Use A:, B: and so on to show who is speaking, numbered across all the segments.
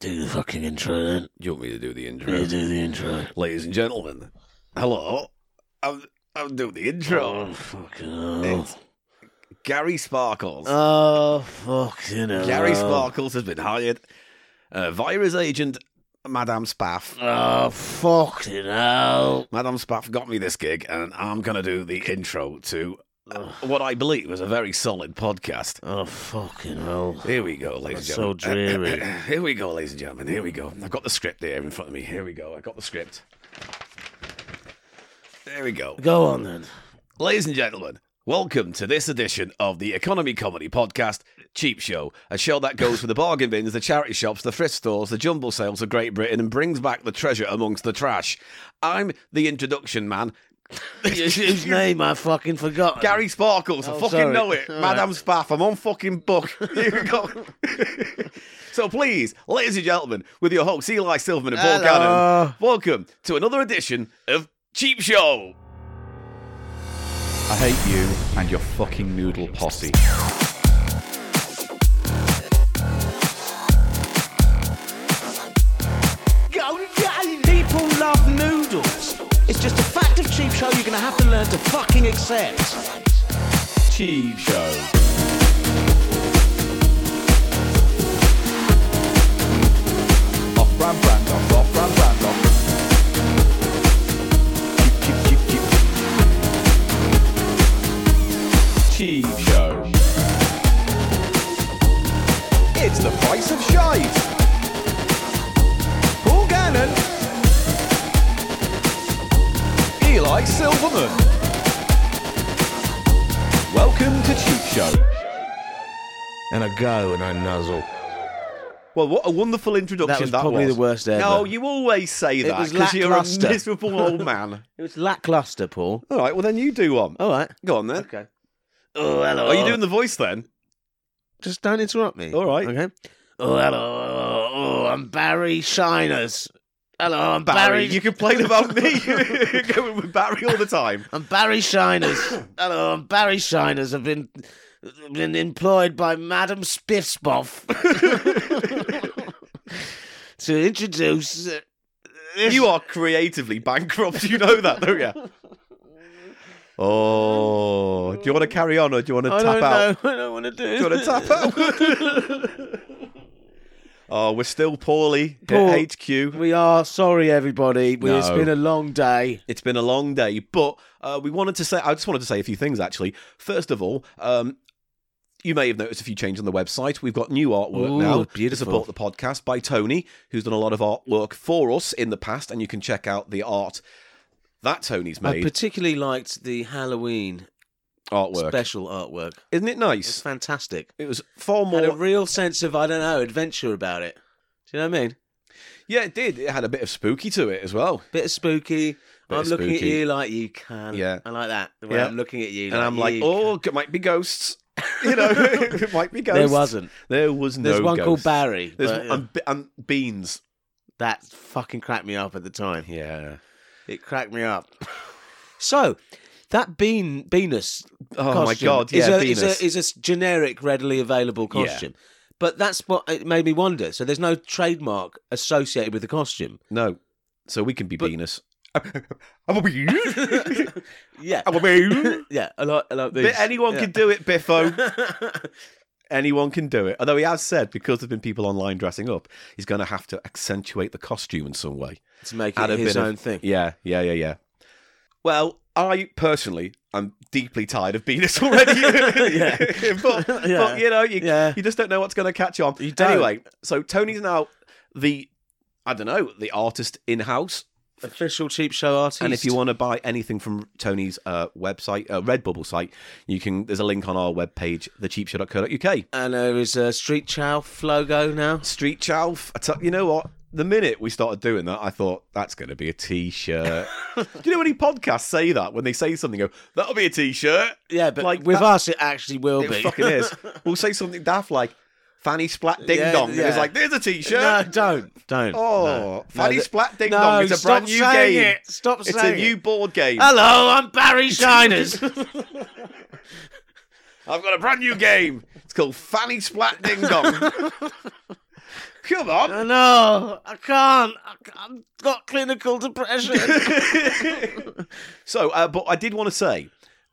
A: Do the fucking intro then.
B: You want me to do the
A: You
B: intro?
A: do the intro.
B: Ladies and gentlemen, hello. I'm, I'm doing the intro.
A: Oh, fucking hell.
B: It's Gary Sparkles.
A: Oh, fucking hell.
B: Gary Sparkles has been hired uh, via his agent, Madame Spaff.
A: Oh, fucking hell.
B: Madame Spaff got me this gig, and I'm going to do the intro to uh, what I believe is a very solid podcast.
A: Oh, fucking hell.
B: Here we go, ladies
A: That's so
B: and gentlemen.
A: dreary.
B: here we go, ladies and gentlemen. Here we go. I've got the script here in front of me. Here we go. I got the script. There we go.
A: Go on then.
B: Ladies and gentlemen, welcome to this edition of the Economy Comedy Podcast Cheap Show, a show that goes for the bargain bins, the charity shops, the thrift stores, the jumble sales of Great Britain and brings back the treasure amongst the trash. I'm the introduction man.
A: His, his name I fucking forgot.
B: Gary Sparkles, I
A: Oh,
B: fucking
A: sorry.
B: know it.
A: All
B: Madame Spaff, I'm on fucking book. Here we go. so please, ladies and gentlemen, with your hosts Eli Silverman and Paul Cannon,
A: Hello.
B: welcome to another edition of Cheap Show.
C: I hate you and your fucking noodle posse.
D: People love noodles. It's just a fact of cheap show you're gonna have to learn to fucking accept.
C: Cheap show. Off brand brand off, off brand brand off. Cheap, cheap, cheap, cheap. Cheap show. It's the price of shite. Paul Gannon. Eli Silverman. Welcome to Cheap Show.
A: And I go and I nuzzle.
B: Well, what a wonderful introduction
A: That was probably the worst ever.
B: No, you always say that
A: was
B: because you're a
A: lackluster.
B: miserable old man.
A: It was lackluster, Paul.
B: All right, well then you do one. Uh,
A: All right.
B: Go on then.
A: Okay. Oh, hello.
B: Are you doing the voice then?
A: Just don't interrupt me.
B: All right.
A: Okay. Oh, hello. Oh, I'm Barry Shiners. Hello, I'm Barry.
B: Barry, you complain about me. You're going with Barry all the time.
A: I'm Barry Shiners. hello, I'm Barry Shiners. I've been been employed by Madam Spiffsboff to introduce. uh, This.
B: You are creatively bankrupt. You know that, don't you? Oh, do you want to carry on or do you want to
A: I
B: tap
A: don't
B: out?
A: know. I don't want to do.
B: Do you want to tap out? oh, we're still poorly
A: Poor.
B: at HQ.
A: We are sorry, everybody. We, It's
B: No.
A: been a long day.
B: It's been a long day, but uh, we wanted to say. I just wanted to say a few things actually. First of all, um, you may have noticed a few changes on the website. We've got new artwork
A: Ooh,
B: now
A: beautiful.
B: to support the podcast by Tony, who's done a lot of artwork for us in the past, and you can check out the art that Tony's
A: I
B: made
A: particularly liked the Halloween
B: artwork.
A: special artwork.
B: Isn't it
A: It's
B: nice?
A: fantastic.
B: It was far more.
A: Had a real sense of I don't know adventure about it. Do you know what I mean?
B: yeah, it did. It had a bit of spooky to it as well.
A: Bit of spooky. I'm
B: of
A: looking
B: spooky.
A: at you like you can.
B: Yeah.
A: I like that. The way
B: Yeah.
A: I'm looking at you,
B: And I'm like,
A: you can.
B: oh, it might be ghosts. You know, it might be ghosts.
A: there wasn't.
B: There was no.
A: There's one called
B: ghosts.
A: Barry.
B: There's
A: but, yeah.
B: and, be- and um, beans.
A: that fucking cracked me up at the time.
B: Yeah.
A: It cracked me up. so that bean Venus.
B: Oh my
A: costume
B: God,
A: Is
B: yeah,
A: a, is
B: Venus.
A: a is a s- generic, readily available
B: Yeah.
A: costume. But that's what it made me wonder. So there's no trademark associated with the costume.
B: No. So we can be Venus. I'm a Venus.
A: Yeah,
B: I'm a Venus.
A: yeah. I like I like these.
B: But anyone can do it, Biffo. anyone can do it. Although he has said, because there've been people online dressing up, he's going to have to accentuate the costume in some way.
A: to make
B: Add
A: it
B: a
A: his
B: bit of-
A: own thing.
B: Yeah, yeah, yeah, yeah. Well, I personally am deeply tired of Venus already.
A: Yeah.
B: but,
A: Yeah.
B: but you know, you,
A: Yeah.
B: you just don't know what's going to catch on.
A: You don't.
B: Anyway, so Tony's now the, I don't know, the artist in house.
A: Official cheap show artist.
B: And if you want to buy anything from Tony's uh, website, uh, Redbubble site, you can. There's a link on our webpage, thecheapshow.co.uk.
A: and there is a street chow logo now.
B: Street chow. f- I tell- you know what? The minute we started doing that, I thought that's going to be a t-shirt. Do you know any podcasts say that when they say something? Go, that'll be a t-shirt.
A: Yeah, but
B: Like
A: with
B: that-
A: us, it actually will
B: It
A: be.
B: fucking is. We'll say something daft like "Fanny Splat Ding
A: Yeah,
B: Dong," and it's
A: yeah.
B: like, "There's a t-shirt."
A: no, don't, don't.
B: oh,
A: no.
B: Fanny
A: No, that-
B: Splat Ding
A: No,
B: Dong is a
A: stop
B: brand new
A: saying
B: game.
A: it. Stop
B: It's a
A: saying
B: new
A: it.
B: board game.
A: Hello, I'm Barry Shiners.
B: I've got a brand new game. It's called Fanny Splat Ding Dong. Come on.
A: I know. I can't. I, I've got clinical depression.
B: so, uh, but I did want to say,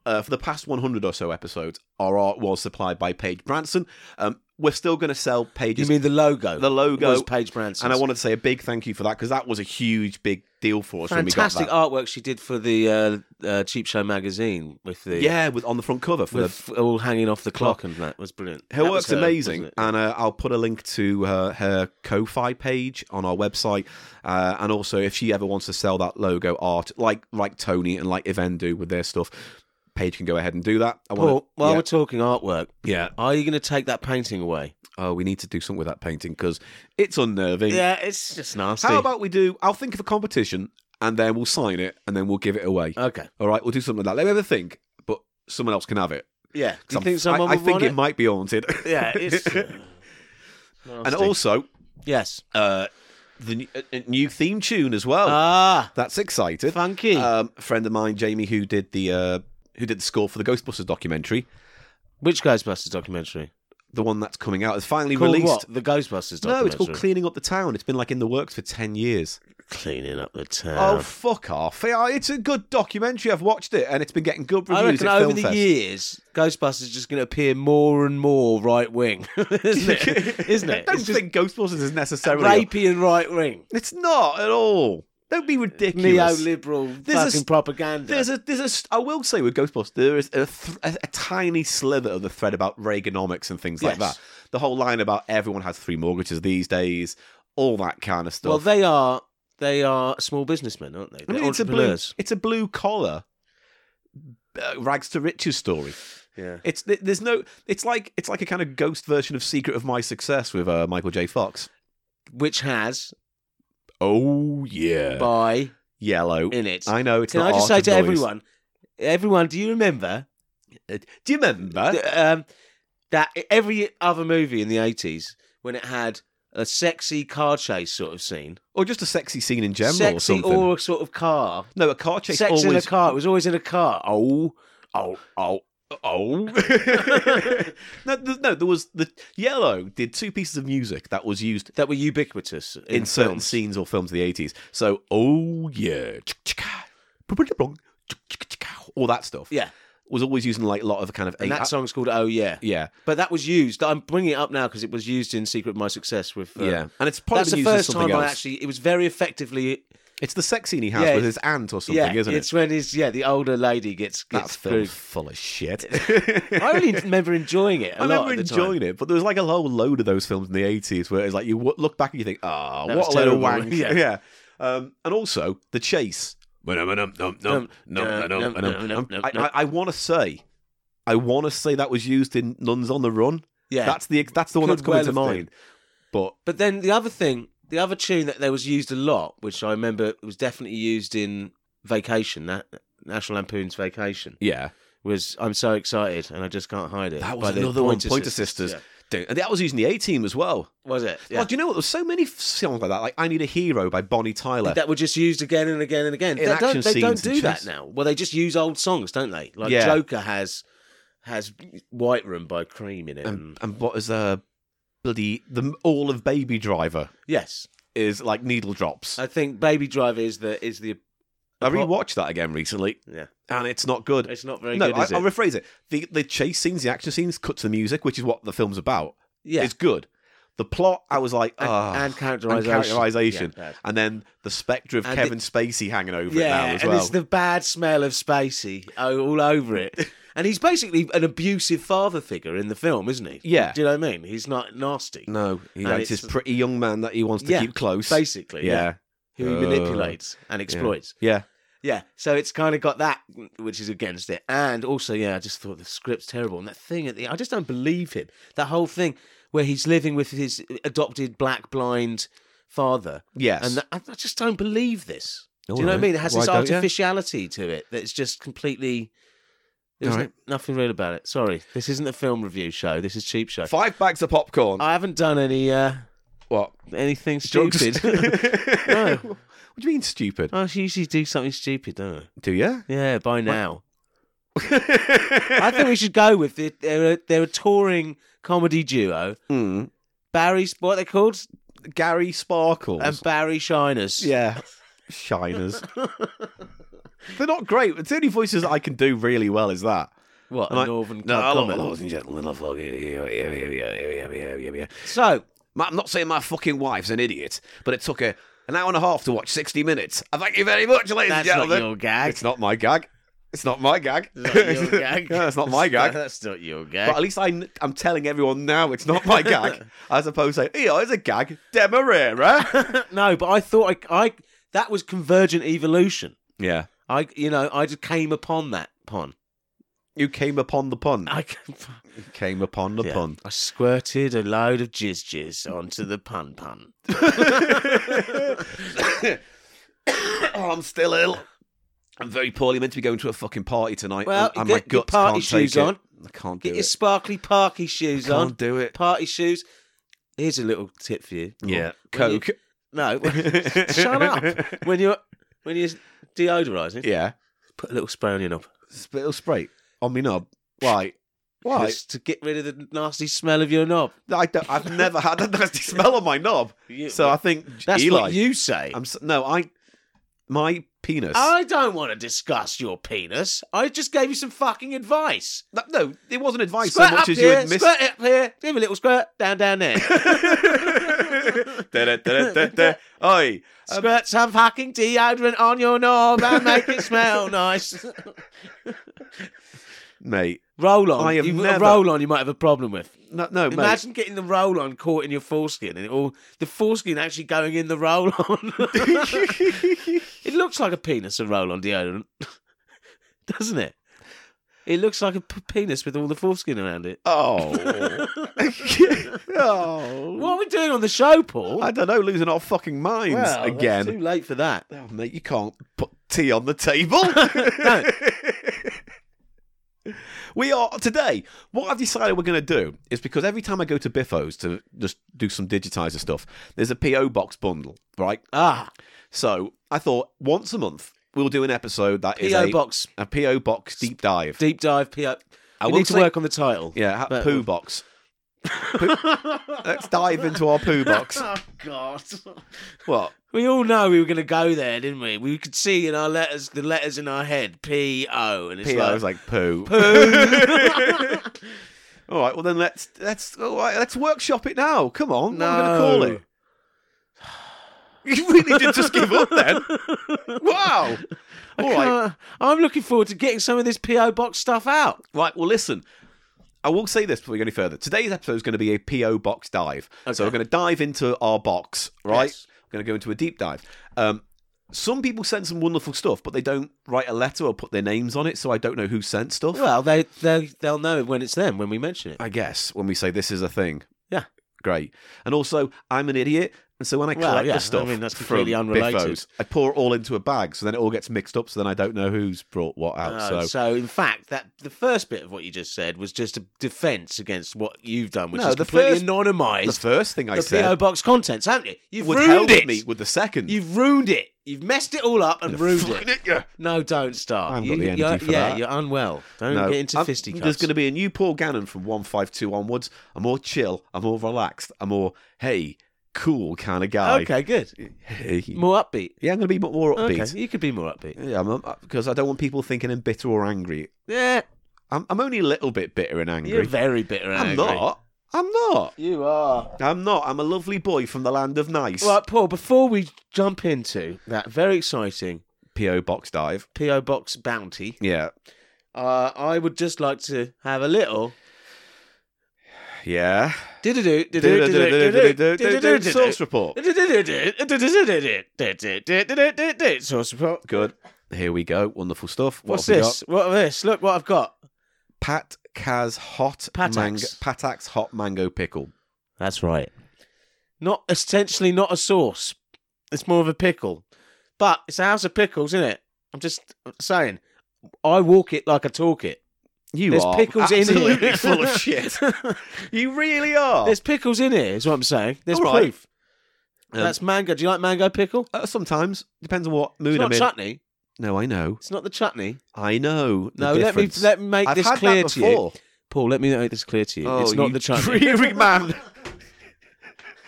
B: uh, for the past 100 or so episodes, our art was supplied by Paige Branson. Um, we're still going to sell
A: you
B: Paige's
A: mean the logo?
B: the logo
A: was Paige Branson.
B: and I wanted to say a big thank you for that because that was a huge, big deal for us
A: fantastic
B: when we got that.
A: artwork she did for the uh, uh, Cheap Show magazine with the
B: Yeah, with on the front cover for
A: with all hanging off the clock and that was brilliant.
B: the. Her
A: That was
B: work's amazing,
A: wasn't it?
B: and uh, I'll put a link to her, her Ko-fi page on our website, uh, and also if she ever wants to sell that logo art, like like Tony and like Yvonne do with their stuff, Paige can go ahead and do that. I wanna-
A: Paul, while
B: yeah,
A: we're talking artwork,
B: yeah.
A: are you going to take that painting away?
B: Oh, we need to do something with that painting because it's unnerving.
A: Yeah, it's just nasty.
B: How about we do? I'll think of a competition, and then we'll sign it, and then we'll give it away.
A: okay?
B: All right, we'll do something like that. Let me have a think, but someone else can have it.
A: Yeah, do you
B: I'm-
A: think someone
B: I, I
A: would
B: think
A: want
B: it might be haunted.
A: Yeah, it's
B: and also
A: yes.
B: uh, the new, a new theme tune as well.
A: Ah,
B: That's exciting.
A: funky.
B: Um, a friend of mine, Jamie, who did the uh, who did the score for the Ghostbusters documentary,
A: Which Ghostbusters documentary?
B: the one that's coming out, has finally
A: Called
B: released.
A: what? The Ghostbusters documentary.
B: No, it's called Cleaning Up the Town. It's been like in the works for ten years.
A: cleaning up the
B: Oh
A: town.
B: fuck off! Yeah, It's a good documentary. I've watched it, and it's been getting good
A: I
B: reviews
A: reckon
B: at
A: over
B: Film
A: the
B: Fest.
A: years, Ghostbusters is just going to appear more and more right wing, isn't it? Isn't
B: I
A: it?
B: don't
A: It's just
B: think Ghostbusters is necessarily. a-
A: rapey and right wing,
B: It's not at all. Don't be ridiculous.
A: neoliberal
B: There's a
A: fucking
B: s-
A: propaganda.
B: There's a, there's a, st- I will say with Ghostbusters, there is a, th- a, a tiny sliver of the thread about Reaganomics and things like
A: Yes.
B: that. The whole line about everyone has three mortgages these days, all that kind of stuff.
A: well, they are they are small businessmen, aren't they?
B: I
A: They're
B: mean, it's a blue,
A: entrepreneurs.
B: it's a blue collar uh, rags to riches story.
A: Yeah.
B: It's th- there's no, it's like it's like a kind of ghost version of Secret of My Success with uh, Michael J. Fox.
A: Which has
B: Oh yeah,
A: by
B: yellow.
A: in it.
B: I know. It's
A: Can
B: not
A: I just
B: art
A: say
B: and
A: to
B: noise.
A: everyone, everyone, do you remember
B: Uh, Do you remember?
A: th- um, that every other movie in the eighties when it had a sexy car chase sort of scene,
B: Or just a sexy scene in general or
A: sexy
B: something.
A: or a sort of car,
B: No, a car chase
A: sex
B: always.
A: in a car. It was always in a car. Oh,
B: Oh, oh, oh. no, th- no, there was the Yellow did two pieces of music that was used
A: that were ubiquitous in,
B: in, certain
A: films.
B: scenes or films of the eighties. So, oh yeah, chick-chicka, boom-boom-boom, chick-chicka, all that stuff
A: Yeah,
B: was always used in like a lot of kind of uh,
A: and that song's called "Oh Yeah."
B: yeah,
A: But that was used. I'm bringing it up now because it was used in Secret of My Success with. Uh,
B: yeah, and it's probably
A: That's
B: been
A: the
B: used as
A: first
B: something
A: time I
B: else.
A: actually. It was very effectively.
B: It's the sex scene he has
A: Yeah,
B: with his aunt or something,
A: yeah,
B: isn't it?
A: it's when his yeah the older lady gets
B: That's
A: gets
B: film
A: through.
B: full of shit.
A: I really remember enjoying it. I
B: I remember enjoying it, but there was like a whole load of those films in the eighties where it's like you w- look back and you think, ah,
A: That
B: what a
A: was
B: load of
A: terrible."
B: wank.
A: Yeah.
B: Um, and also the chase.
A: Num, num, num, num, num,
B: I,
A: num,
B: I,
A: num.
B: I want to say, I want to say that was used in Nuns on the Run.
A: Yeah,
B: That's the that's the one
A: Could
B: that's coming
A: well
B: to
A: have
B: mind. But
A: But then the other thing, the other tune that there was used a lot, which I remember was definitely used in Vacation, that National Lampoon's Vacation,
B: yeah,
A: was "I'm so excited and I just can't hide it."
B: that
A: by
B: was
A: the
B: another one. Pointer Sisters.
A: Yeah.
B: Dude, And that was used in the A Team as well.
A: was it?
B: Oh, do you know what? There's so many f- songs like that. Like I Need a Hero by Bonnie Tyler.
A: that were just used again and again and again.
B: In
A: they
B: action
A: don't, they don't
B: scenes and
A: do that
B: shit.
A: now. Well, they just use old songs, don't they? Like
B: Yeah.
A: Joker has has White Room by Cream in it.
B: and,
A: and-
B: and what is uh, bloody the all of Baby Driver
A: yes,
B: is like needle drops.
A: I think Baby Drive is the is the
B: I rewatched that again recently,
A: yeah.
B: and it's not good.
A: It's not very
B: no,
A: good,
B: I,
A: is it?
B: I'll rephrase it. The the chase scenes, the action scenes, cut to the music, which is what the film's about.
A: yeah,
B: It's good. The plot, I was like,
A: and,
B: ah,
A: and characterization.
B: And characterization.
A: Yeah, bad.
B: And then the spectre of
A: And
B: Kevin Spacey hanging over
A: Yeah,
B: it now as
A: and
B: well.
A: it's the bad smell of Spacey o- all over it. And he's basically an abusive father figure in the film, isn't he?
B: Yeah.
A: Do you know what I mean? He's not nasty,
B: No, he
A: And
B: likes his
A: it's-
B: pretty young man that he wants to
A: Yeah,
B: keep close.
A: basically.
B: yeah,
A: Who he
B: Uh,
A: manipulates and exploits.
B: yeah.
A: Yeah, so it's kind of got that, which is against it. And also, yeah, I just thought the script's terrible. And that thing at the, I just don't believe him. That whole thing where he's living with his adopted black blind father.
B: Yes.
A: And that, I I just don't believe this. Do
B: All
A: you know
B: right.
A: what I mean? It has
B: Why
A: this
B: don't ya?
A: artificiality to it that's just completely. There's
B: All
A: no-
B: right.
A: nothing real about it. Sorry, this isn't a film review show. This is cheap show.
B: Five bags of popcorn.
A: I haven't done any uh,
B: what?
A: anything
B: Drugs?
A: stupid.
B: no. What do you mean stupid?
A: I usually do something stupid, don't I?
B: Do you?
A: Yeah, by now. I think we should go with it. They're a, they're a touring comedy duo.
B: Mm.
A: Barry's what are they called?
B: Gary Sparkles.
A: and Barry Shiners.
B: yeah. Shiners. They're not great. It's the only voices that I can do really well is that.
A: What, a
B: I'm like,
A: Northern
B: No,
A: Club
B: hello,
A: comment.
B: ladies and gentlemen, I'm fucking- yeah, yeah, yeah, yeah, yeah, yeah, yeah, yeah.
A: So,
B: Ma- I'm not saying my fucking wife's an idiot, but it took her an hour and a half to watch 60 minutes. I thank you very much, ladies and
A: that's not
B: gentlemen.
A: your gag.
B: It's not my gag. It's not my gag.
A: That's not your gag.
B: No, it's not my gag.
A: That's not your
B: But
A: gag.
B: at least I, kn- I'm telling everyone now it's not my gag, as opposed to, here, it's a gag, Demerara.
A: no, but I thought I, I that was convergent evolution.
B: yeah.
A: I, you know, I just came upon that pun.
B: You came upon the pun.
A: I can-
B: came upon the
A: Yeah.
B: pun.
A: I squirted a load of jizz jizz onto the pun pun.
B: Oh, I'm still ill. I'm very poorly. meant to be going to a fucking party tonight.
A: Well,
B: and, and
A: get
B: oh, my
A: your
B: guts
A: party
B: can't
A: shoes
B: take it.
A: on.
B: I can't do
A: Get your
B: it.
A: sparkly parky shoes
B: can't
A: on.
B: do it.
A: Party shoes. Here's a little tip for you.
B: Yeah.
A: When you-
B: Coke.
A: no. shut up. When you're when you're deodorising,
B: Yeah.
A: put a little spray on your knob.
B: Spittle spray on me knob. Why? Why?
A: Just to get rid of the nasty smell of your knob.
B: I don't, I've never had a nasty smell on my knob.
A: You-
B: So I think
A: That's
B: Eli.
A: what you say.
B: I'm s no, I. My penis.
A: I don't want to discuss your penis. I just gave you some fucking advice.
B: no, no, it wasn't advice
A: Squirt
B: so
A: up
B: much as
A: here,
B: you admit.
A: squirt up here, give a little squirt down, down there.
B: Da-da-da-da-da-da. Oi.
A: squirt some fucking deodorant on your knob and make it smell nice.
B: Mate.
A: roll on.
B: I have
A: you,
B: never-
A: A roll on you might have a problem with.
B: No, no mate.
A: Imagine getting the roll on caught in your foreskin and it all the foreskin actually going in the roll on. it looks like a penis, a roll on deodorant, doesn't it? It looks like a p- penis with all the foreskin around it.
B: Oh. oh.
A: What are we doing on the show, Paul?
B: I don't know, losing our fucking minds
A: Oh. Well, that's
B: again.
A: Too late for that.
B: Oh, mate, you can't put tea on the table. we are today. What I've decided we're going to do is because every time I go to Biffos to just do some digitizer stuff, there's a PO box bundle, right?
A: Ah,
B: So I thought once a month we'll do an episode that is
A: PO
B: a,
A: box
B: a PO box deep dive.
A: deep dive. PO.
B: I
A: We
B: will
A: need to
B: say-
A: work on the title.
B: yeah, ha-
A: But-
B: poo box. Poo- Let's dive into our poo box.
A: Oh God!
B: What?
A: we all know we were going to go there, didn't we? We could see in our letters, the letters in our head, P O, and it's
B: PO
A: like,
B: was like poo. all right, well then let's let's all right, let's workshop it now. Come on, what am I going to call
A: No.
B: it? You really did just give up then. Wow. All right,
A: Can't- I'm looking forward to getting some of this PO box stuff out.
B: right. Well, listen. I will say this before we go any further. Today's episode is going to be a PO box dive. So we're going to dive into our box, right?
A: Yes.
B: We're going to go into a deep dive. Um, some people send some wonderful stuff, but they don't write a letter or put their names on it, so I don't know who sent stuff.
A: Well, they they they'll know when it's them when we mention it.
B: I guess, when we say this is a thing.
A: Yeah.
B: Great. And also, I'm an idiot. And so when I
A: Well,
B: collect
A: yeah, I
B: the stuff,
A: mean, that's
B: from
A: completely unrelated.
B: Biffos, I pour it all into a bag, so then it all gets mixed up, so then I don't know who's brought what out.
A: Oh,
B: so.
A: so, in fact, that the first bit of what you just said was just a defence against what you've done, which
B: No,
A: is
B: the
A: completely
B: first-
A: anonymised.
B: the first thing I
A: the PO
B: said
A: box contents, haven't you? You've
B: would
A: ruined
B: help
A: it.
B: me with the second.
A: You've ruined it. You've messed it all up and ruined it.
B: yeah.
A: No, don't start.
B: I haven't got the energy
A: you're,
B: for
A: yeah,
B: that.
A: you're unwell. Don't
B: No,
A: get into
B: I'm-
A: fisticuffs.
B: There's going to be a new Paul Gannon from 152 onwards. I'm more chill. I'm more relaxed. I'm more, hey, cool kind of guy.
A: okay, good.
B: Hey.
A: More upbeat.
B: Yeah, I'm going to be more upbeat.
A: Okay, you could be more upbeat.
B: Yeah, I'm, because I don't want people thinking I'm bitter or angry.
A: Yeah,
B: I'm, I'm only a little bit bitter and angry.
A: you're very bitter. and
B: I'm
A: angry.
B: not. I'm not.
A: You are.
B: I'm not. I'm a lovely boy from the land of nice.
A: Well, Paul. Before we jump into that very exciting
B: PO box dive.
A: PO box bounty,
B: Yeah,
A: uh, I would just like to have a little.
B: yeah.
A: Didadoo, didadoo, didadoo, didadoo, didadoo, didadoo.
B: Source report.
A: Source report.
B: Good. Here we go. Wonderful stuff. What
A: What's
B: have we got?
A: this? What this? Look what I've got.
B: Pat Kaz hot
A: Patak's.
B: mango. Patak's hot mango pickle.
A: That's right. Not essentially not a sauce. It's more of a pickle. But it's a house of pickles, isn't it? I'm just saying. I walk it like I talk it.
B: You
A: There's
B: are
A: pickles in here.
B: absolutely full of shit. You really are.
A: There's pickles in here, is what I'm saying. There's
B: All right.
A: proof.
B: Um,
A: That's mango. Do you like mango pickle?
B: Uh, sometimes depends on what mood
A: It's not
B: I'm in.
A: chutney.
B: No, I know.
A: It's not the chutney.
B: I know. the
A: No, let me
B: difference.
A: let me make
B: I've
A: this
B: had
A: clear
B: that
A: to you,
B: before. Oh,
A: Paul. Let me make this clear to you. it's not the chutney.
B: dreary man.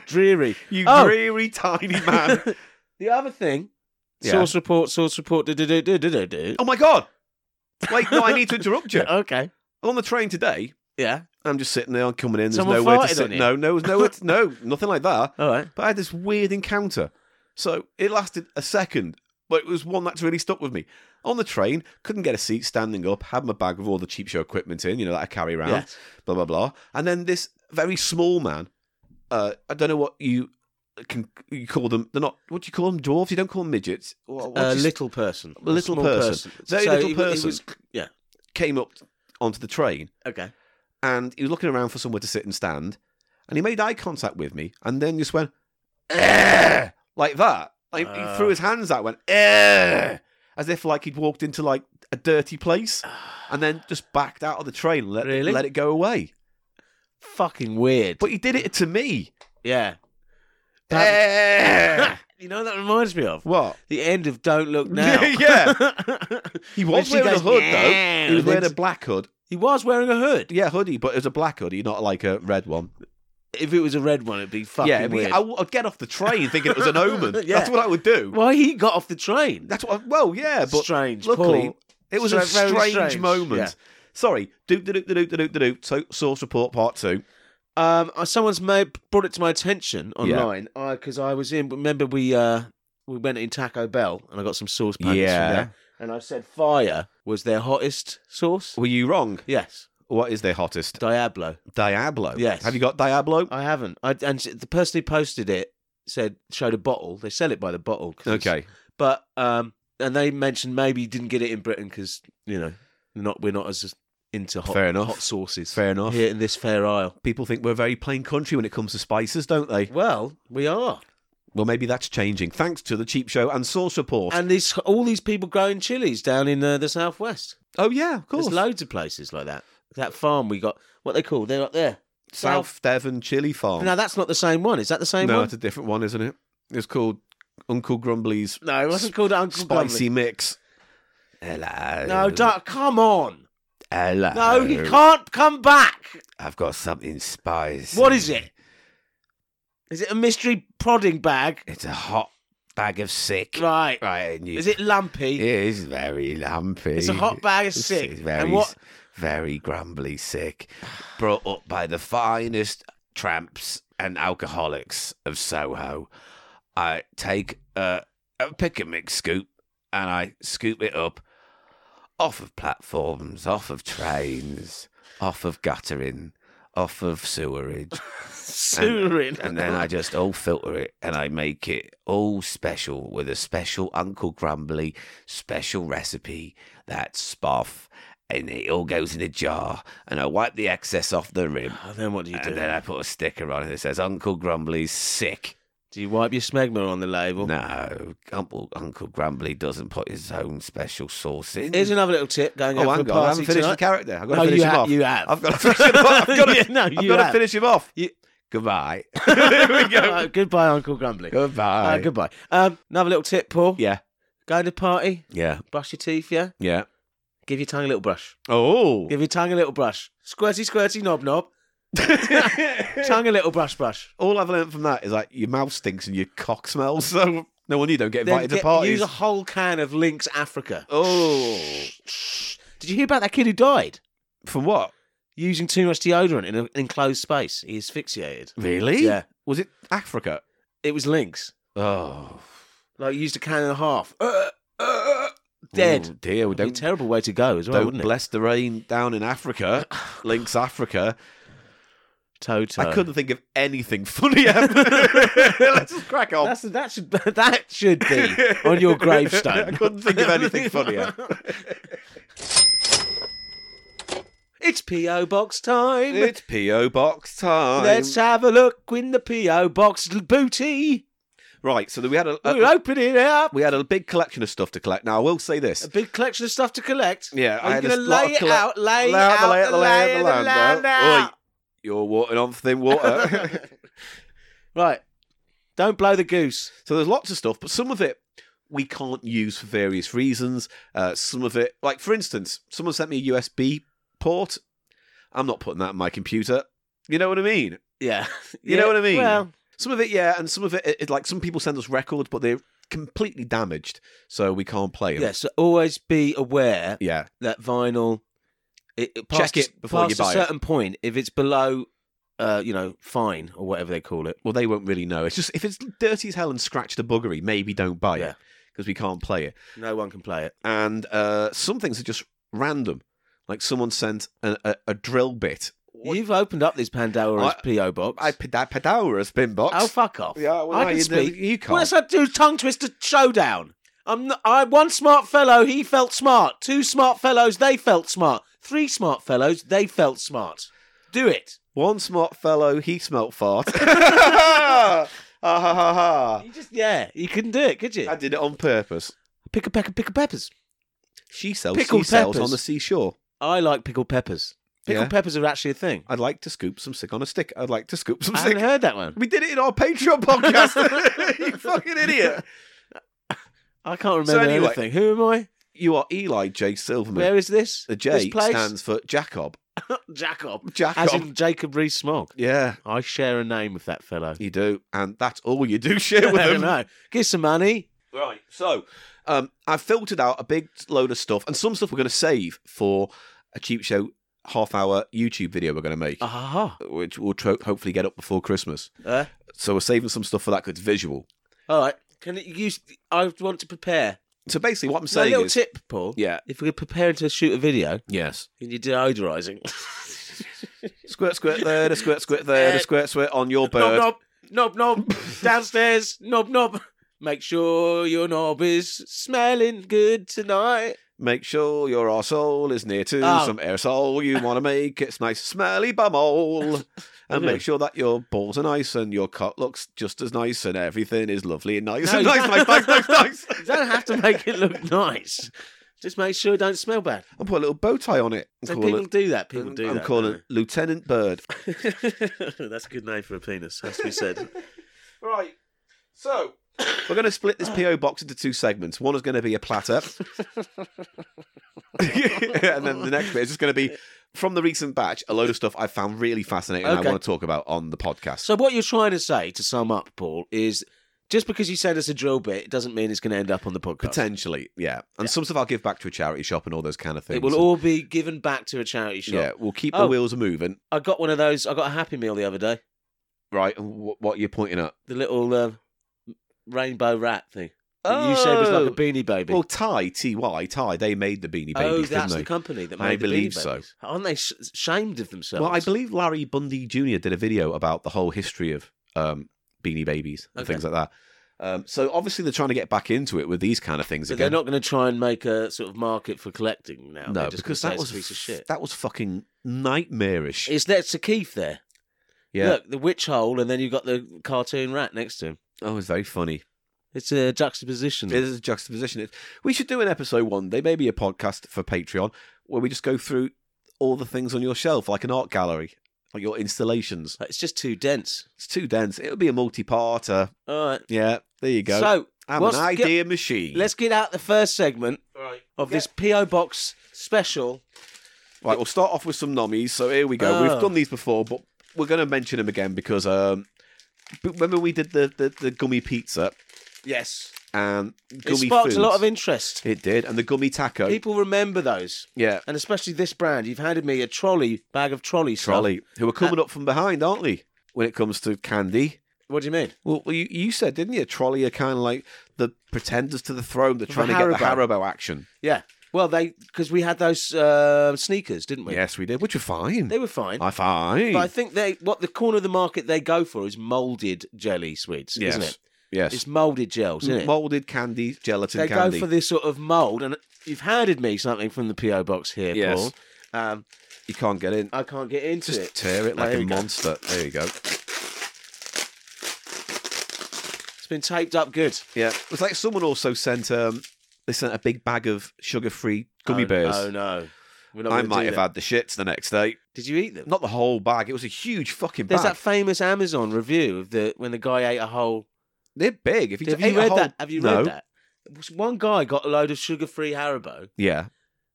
A: dreary.
B: You
A: Oh.
B: dreary, tiny man.
A: The other thing,
B: Yeah.
A: source report, source report. Do, do, do, do, do, do, do.
B: oh my God. Wait, no, I need to interrupt you.
A: Okay.
B: On the train today,
A: Yeah.
B: I'm just sitting there, I'm coming in. There's
A: Someone
B: nowhere to
A: farted
B: sit.
A: on you?
B: No, no, there's nowhere to, no, nothing like that.
A: All right.
B: But I had this weird encounter. So it lasted a second, but it was one that's really stuck with me. On the train, couldn't get a seat standing up, had my bag with all the cheap show equipment in, you know, that I carry around,
A: Yes.
B: blah, blah, blah. And then this very small man, uh, I don't know what you can you call them. They're not, what do you call them? Dwarves? You don't call them midgets.
A: A
B: What, what do you-
A: Uh, little person.
B: A little
A: small
B: person. Very
A: So
B: little
A: he wa- he
B: person.
A: was- yeah.
B: came up onto the train
A: Okay.
B: and he was looking around for somewhere to sit and stand, and he made eye contact with me, and then just went "Eh," like that. Like
A: Ah.
B: he threw his hands out, went "Eh," as if like he'd walked into like a dirty place, and then just backed out of the train, and let
A: Really?
B: let it go away.
A: Fucking weird.
B: But he did it to me.
A: yeah.
B: Eh.
A: you know what that reminds me of
B: what?
A: the end of Don't Look Now.
B: yeah, he was
A: she
B: wearing a
A: goes,
B: hood
A: "Meow,"
B: though. He
A: and
B: was
A: then
B: wearing a
A: just-
B: black hood.
A: he was wearing a hood.
B: Yeah, hoodie, but it was a black hoodie, not like a red one.
A: If it was a red one, it'd be fucking
B: yeah, I mean,
A: weird.
B: I, would get off the train thinking it was an omen.
A: Yeah.
B: That's what I would do.
A: Why he got off the train?
B: That's what. Well, yeah, but
A: strange.
B: luckily
A: Paul.
B: it was a
A: Stra- very
B: strange,
A: strange,
B: moment.
A: yeah.
B: Sorry, doop doop doop doop doop doop. So, source report part two.
A: Um, uh, someone's made, brought it to my attention online because I was in. Remember we uh we went in Taco Bell and I got some sauce packets
B: Yeah.
A: from there, and I said fire was their hottest sauce.
B: Were you wrong?
A: Yes,
B: What is their hottest?
A: Diablo.
B: Diablo.
A: Yes. Uh,
B: Have you got Diablo?
A: I haven't. I and the person who posted it said showed a bottle. They sell it by the bottle. 'cause it's-
B: Okay.
A: but um, and they mentioned maybe you didn't get it in Britain because you know not we're not as into hot
B: Fair enough.
A: hot sauces
B: Fair enough.
A: here in this fair isle.
B: People think we're a very plain country when it comes to spices, don't they?
A: Well, we are.
B: Well, maybe that's changing thanks to the cheap show and source report.
A: And these all these people growing chilies down in uh, the southwest.
B: oh yeah, of course.
A: There's loads of places like that. That farm we got, what they call, they're up there.
B: South, Devon Chili Farm.
A: Now that's not the same one. Is that the same
B: no,
A: one?
B: it's a different one, isn't it? It's called Uncle Grumbly's
A: No, it wasn't called Uncle
B: Spicy Mix. Hello.
A: Grumbly. No, don't, come on.
B: Hello.
A: No, you can't come back.
B: I've got something spicy.
A: What is it? Is it a mystery prodding bag?
B: It's a hot bag of sick.
A: Right.
B: Right. And you,
A: Is it lumpy?
B: It is very lumpy.
A: It's a hot bag of
B: It's-
A: sick.
B: It's very,
A: and what?
B: very grumbly sick. Brought up by the finest tramps and alcoholics of Soho. I take a, a pick and mix scoop and I scoop it up off of platforms, off of trains, off of guttering, off of sewerage.
A: Sewering.
B: and then I just all filter it and I make it all special with a special Uncle Grumbly special recipe that's spoff. And it all goes in a jar, and I wipe the excess off the rim,
A: Oh, then what do you do?
B: and then I put a sticker on it that says "Uncle Grumbly's sick."
A: Do you wipe your smegma on the label?
B: No, Uncle Uncle Grumbly doesn't put his own special sauce in.
A: Here's another little tip going
B: oh,
A: out
B: hang
A: for a
B: on, I
A: party
B: haven't finished
A: tonight.
B: the character. I've got to
A: No,
B: finish
A: you
B: him
A: ha-
B: off.
A: you have.
B: I've got to finish him off. I've got to,
A: Yeah, no,
B: I've
A: you
B: got to
A: have.
B: finish him off.
A: You-
B: Goodbye. Here we go.
A: Uh, goodbye, Uncle Grumbly.
B: Goodbye.
A: Uh, goodbye. Um, another little tip, Paul.
B: Yeah.
A: Go to party,
B: Yeah.
A: brush your teeth, yeah?
B: Yeah.
A: Give your tongue a little brush.
B: Oh.
A: Give your tongue a little brush. Squirty, squirty, knob, knob. tongue a little brush, brush.
B: All I've learned from that is like your mouth stinks and your cock smells. So no wonder you don't get
A: Then
B: invited
A: get-
B: to parties.
A: use a whole can of Lynx Africa.
B: Oh.
A: Did you hear about that kid who died?
B: From what?
A: Using too much deodorant in an enclosed space. He asphyxiated.
B: Really?
A: Yeah.
B: Was it Africa?
A: It was Lynx.
B: Oh.
A: Like, used a can and a half. Uh, uh, dead.
B: Oh, dear. We
A: That'd be
B: don't,
A: a terrible way to go as well,
B: don't
A: wouldn't it?
B: bless the rain down in Africa. Links Africa.
A: Toto.
B: I couldn't think of anything funny ever. Let's just crack on.
A: That's, that should that should be on your
B: I
A: gravestone.
B: couldn't think of anything funnier.
A: It's PO box time.
B: It's P.O. Box time.
A: Let's have a look in the PO box l- booty.
B: Right, so we had a,
A: We'll
B: a
A: open it up.
B: we had a big collection of stuff to collect. Now I will say this.
A: A big collection of stuff to collect.
B: Yeah,
A: Are
B: I
A: you
B: had
A: going
B: a
A: to
B: lot
A: lay
B: of
A: it
B: colle-
A: out? Lay,
B: Lay out the lay
A: it out.
B: of the land, the
A: of
B: land,
A: land
B: uh,
A: out.
B: You're watering on thin water.
A: Right. Don't blow the goose.
B: so there's lots of stuff, but some of it we can't use for various reasons. Uh, some of it, like for instance, someone sent me a USB port. I'm not putting that in my computer. You know what I mean?
A: Yeah.
B: You know what I mean?
A: Well,
B: Some of it, yeah, and some of it, it, it- like some people send us records, but they're completely damaged, so we can't play them.
A: Yeah, so always be aware
B: Yeah.
A: that vinyl. It, it past,
B: Check it before you
A: past
B: buy it.
A: a certain point. If it's below, uh, you know, fine or whatever they call it.
B: Well, they won't really know. It's just if it's dirty as hell and scratched a buggery, maybe don't buy
A: Yeah.
B: it because we can't play it.
A: No one can play it.
B: And uh, some things are just random. Like someone sent a, a, a drill bit.
A: You've opened up this Pandora's
B: I-
A: PO box.
B: I Padaura spin box.
A: oh fuck off!
B: Yeah, well,
A: I
B: no,
A: can
B: you-
A: speak.
B: you can't.
A: Well, let's not do tongue twister showdown. I'm not, I one smart fellow. He felt smart. Two smart fellows. They felt smart. Three smart fellows. They felt smart. Do it.
B: One smart fellow, he smelt fart. ha ha ha ha.
A: You just yeah. You couldn't do it, could you?
B: I did it on purpose.
A: Pick a peck of pickled peppers.
B: She sells
A: Pickled
B: she sells
A: peppers.
B: on the seashore.
A: I like pickled peppers. Pickled
B: Yeah.
A: peppers are actually a thing.
B: I'd like to scoop some sick on a stick. I'd like to scoop some
A: I
B: sick.
A: haven't heard that one.
B: We did it in our Patreon podcast. you fucking idiot.
A: I can't remember
B: So anyway-
A: anything. Who am I?
B: You are Eli J. Silverman.
A: Where is this?
B: the
A: this
B: J
A: place?
B: stands for Jacob.
A: Jacob.
B: Jacob.
A: As in Jacob Rees-Mogg.
B: yeah,
A: I share a name with that fellow.
B: you do. And that's all you do share with
A: I don't
B: them.
A: know. Give some money.
B: Right. So um, I've filtered out a big load of stuff, and some stuff we're going to save for a cheap show half hour YouTube video we're going to
A: Ah,
B: make,
A: Aha.
B: which will tro- hopefully get up before Christmas.
A: Uh,
B: So we're saving some stuff for that 'cause it's visual.
A: all right. Can you use? I want to prepare.
B: So basically, what I'm
A: So a
B: saying
A: little
B: is,
A: tip, Paul.
B: yeah,
A: If we're preparing to shoot a video
B: yes,
A: and you're deodorising,
B: squirt, squirt there, a squirt, squirt there, a
A: Uh,
B: squirt, squirt on your bird.
A: knob, knob, knob, knob, downstairs, knob, knob. Make sure your knob is smelling good tonight.
B: Make sure your arsehole is near to
A: Oh.
B: some aerosol you want to make. It's nice smelly bumhole. And
A: Yeah.
B: make sure that your balls are nice and your cock looks just as nice and everything is lovely and nice
A: No,
B: and
A: you
B: nice, nice,
A: don't.
B: nice, nice, nice.
A: You don't have to make it look nice. Just make sure it don't smell bad.
B: I'll put a little bow tie on it. and
A: So
B: call
A: people
B: it,
A: do that. People do
B: I'm
A: that.
B: calling it Lieutenant Bird.
A: it. That's a good name for a penis, has to be said.
B: Right. So we're going to split this PO box into two segments. One is going to be a platter, and then the next bit is just going to be from the recent batch. A load of stuff I found really fascinating. and I
A: Okay.
B: want to talk about on the podcast.
A: so what you're trying to say, to sum up, Paul, is just because you send us a drill bit, it doesn't mean it's going to end up on the podcast.
B: Potentially, yeah. And some stuff I'll give back to a charity shop and all those kind of things.
A: It will all be given back to a charity shop.
B: Yeah, we'll keep the
A: Oh.
B: wheels moving.
A: I got one of those. I got a Happy Meal the other day.
B: Right, and wh- what you're pointing at?
A: The little uh, rainbow rat thing. that You said was like a beanie baby.
B: Well, Ty, T-Y, Ty, they made the Beanie Oh. Babies,
A: oh,
B: didn't
A: that's
B: they?
A: the company that made
B: I
A: the
B: believe
A: Beanie
B: so.
A: Babies. Aren't they sh- shamed of themselves?
B: well, I believe Larry Bundy Jr. did a video about the whole history of um, Beanie Babies and
A: Okay.
B: things like that. Um, so obviously they're trying to get back into it with these kind of things
A: But
B: again.
A: they're not going to try and make a sort of market for collecting now. They're
B: no,
A: just
B: because
A: gonna say
B: that
A: it's
B: was
A: a piece of shit.
B: that was fucking nightmarish.
A: It's that's a Keith there.
B: yeah.
A: Look, the witch hole, and then you've got the cartoon rat next to him.
B: Oh, it was very funny. Mm.
A: It's a juxtaposition.
B: It is a juxtaposition. It- We should do an episode one day, maybe a podcast for Patreon, where we just go through all the things on your shelf, like an art gallery, like your installations.
A: It's just too dense.
B: It's too dense. It would be a multi-parter.
A: All right.
B: Yeah, there you go.
A: So
B: I'm an
A: what's-
B: idea machine.
A: let's get out the first segment of this PO box special.
B: Right, we'll start off with some nommies. So here we go. We've
A: Oh.
B: done these before, but we're going to mention them again because um, b- remember we did the, the, the gummy pizza
A: Yes,
B: and
A: it
B: gummy
A: sparked
B: foods.
A: a lot of interest.
B: It did, and the gummy taco.
A: People remember those,
B: yeah,
A: and especially this brand. You've handed me a trolley bag of trolley stuff.
B: trolley, who are
A: Uh,
B: coming up from behind, aren't they? When it comes to candy.
A: What do you mean?
B: Well, well, you, you said, didn't you? Trolley are kind of like the pretenders to the throne. They're trying to get the
A: Haribo.
B: Haribo action.
A: Yeah. Well, they because we had those uh, sneakers, didn't we?
B: Yes, we did, which were fine.
A: They were fine.
B: I fine.
A: But I think they what the corner of the market they go for is molded jelly sweets,
B: yes.
A: isn't it?
B: Yes.
A: It's molded gels, isn't it?
B: Molded candy, gelatin
A: they
B: candy.
A: go for this sort of mold, and you've handed me something from the PO box here,
B: Yes.
A: Paul. Um,
B: you can't get in.
A: I can't get into
B: Just
A: it.
B: tear it like
A: There
B: a
A: you go.
B: monster. There you go.
A: It's been taped up good.
B: Yeah, it was like someone also sent um they sent a big bag of sugar-free gummy
A: oh,
B: bears.
A: Oh no, We're not
B: I
A: gonna do
B: might have
A: that.
B: had the shits the next day.
A: Did you eat them?
B: Not the whole bag. It was a huge fucking
A: There's
B: bag.
A: that famous Amazon review of the when the guy ate a whole.
B: They're big. If you
A: Have
B: ate
A: you
B: a
A: read
B: whole-
A: that? Have you
B: no.
A: read that? One guy got a load of sugar-free Haribo
B: Yeah.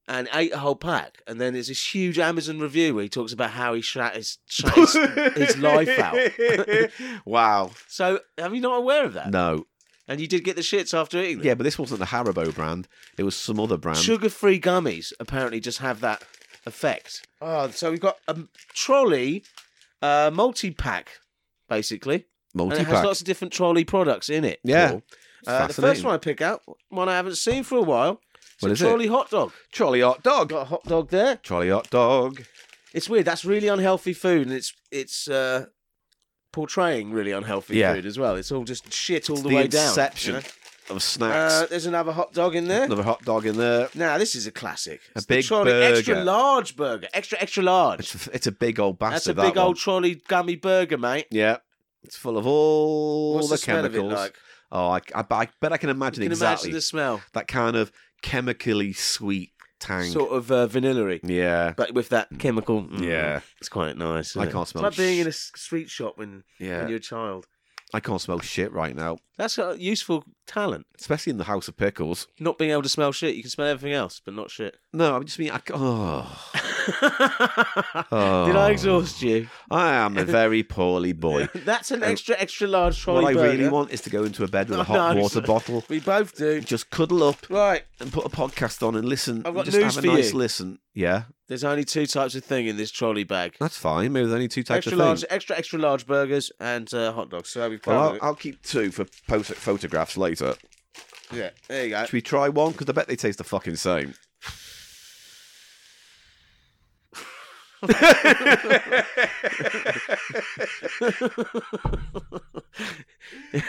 A: and ate a whole pack. And then there's this huge Amazon review where he talks about how he shat his, shat his, his life out.
B: wow.
A: So, am you not aware of that?
B: No.
A: And you did get the shits after eating them.
B: Yeah, but this wasn't the Haribo brand. It was some other brand.
A: Sugar-free gummies apparently just have that effect. Oh, so we've got a trolley, uh, multi-pack, basically. And
B: Multi
A: it has
B: pack.
A: lots of different trolley products in it.
B: Yeah.
A: Paul. Uh, the first
B: Fascinating.
A: one I pick out, one I haven't seen for a while, is
B: What
A: a
B: is it?
A: trolley hot dog.
B: Trolley hot dog.
A: Got a hot dog there.
B: Trolley hot dog.
A: It's weird. That's really unhealthy food, and it's it's uh, portraying really unhealthy
B: Yeah.
A: food as well. It's all just shit all
B: It's
A: the,
B: the
A: way
B: inception
A: down.
B: of
A: you know?
B: snacks.
A: Uh, there's another hot dog in there.
B: Another hot dog in there.
A: Now this is a classic.
B: A
A: It's the
B: big
A: trolley, extra
B: burger.
A: large burger, extra extra large.
B: It's, it's a big old
A: That's
B: bastard.
A: a big
B: that
A: old
B: One.
A: trolley gummy burger, mate.
B: Yeah. It's full of all
A: What's
B: the,
A: the, smell of it
B: chemicals.
A: like?
B: Oh, I, I, I bet I can imagine
A: You can
B: exactly
A: imagine the smell,
B: that kind of chemically sweet tang.
A: sort of uh, vanilla-y.
B: yeah.
A: but with that chemical. mm,
B: Yeah.
A: it's quite nice. isn't
B: I
A: it?
B: can't smell
A: It's like being
B: sh-
A: in a s- sweet shop when,
B: Yeah.
A: when you're a child.
B: I can't smell shit right now,
A: That's a useful talent.
B: especially in the House of Pickles.
A: Not being able to smell shit. You can smell everything else, but not shit.
B: No, I just mean I. c- Oh,
A: Did
B: Oh.
A: I exhaust you?
B: I am a very poorly boy.
A: That's an extra, extra large trolley
B: what I
A: burger.
B: really want is to go into a bed with a
A: No,
B: hot
A: no,
B: water
A: it's-
B: bottle,
A: We both do.
B: just cuddle up
A: Right.
B: and put a podcast on and listen.
A: I've got
B: just
A: news
B: have a
A: for
B: nice
A: you.
B: listen. Yeah,
A: There's only two types of thing in this trolley bag.
B: that's fine. Maybe there's only two types
A: Extra
B: of things.
A: large, extra extra large burgers and uh, hot dogs. So we've
B: Well,
A: covered
B: I'll, I'll keep two for post- photographs later.
A: it. Yeah, there you go.
B: Should we try one? Because I bet they taste the fucking same.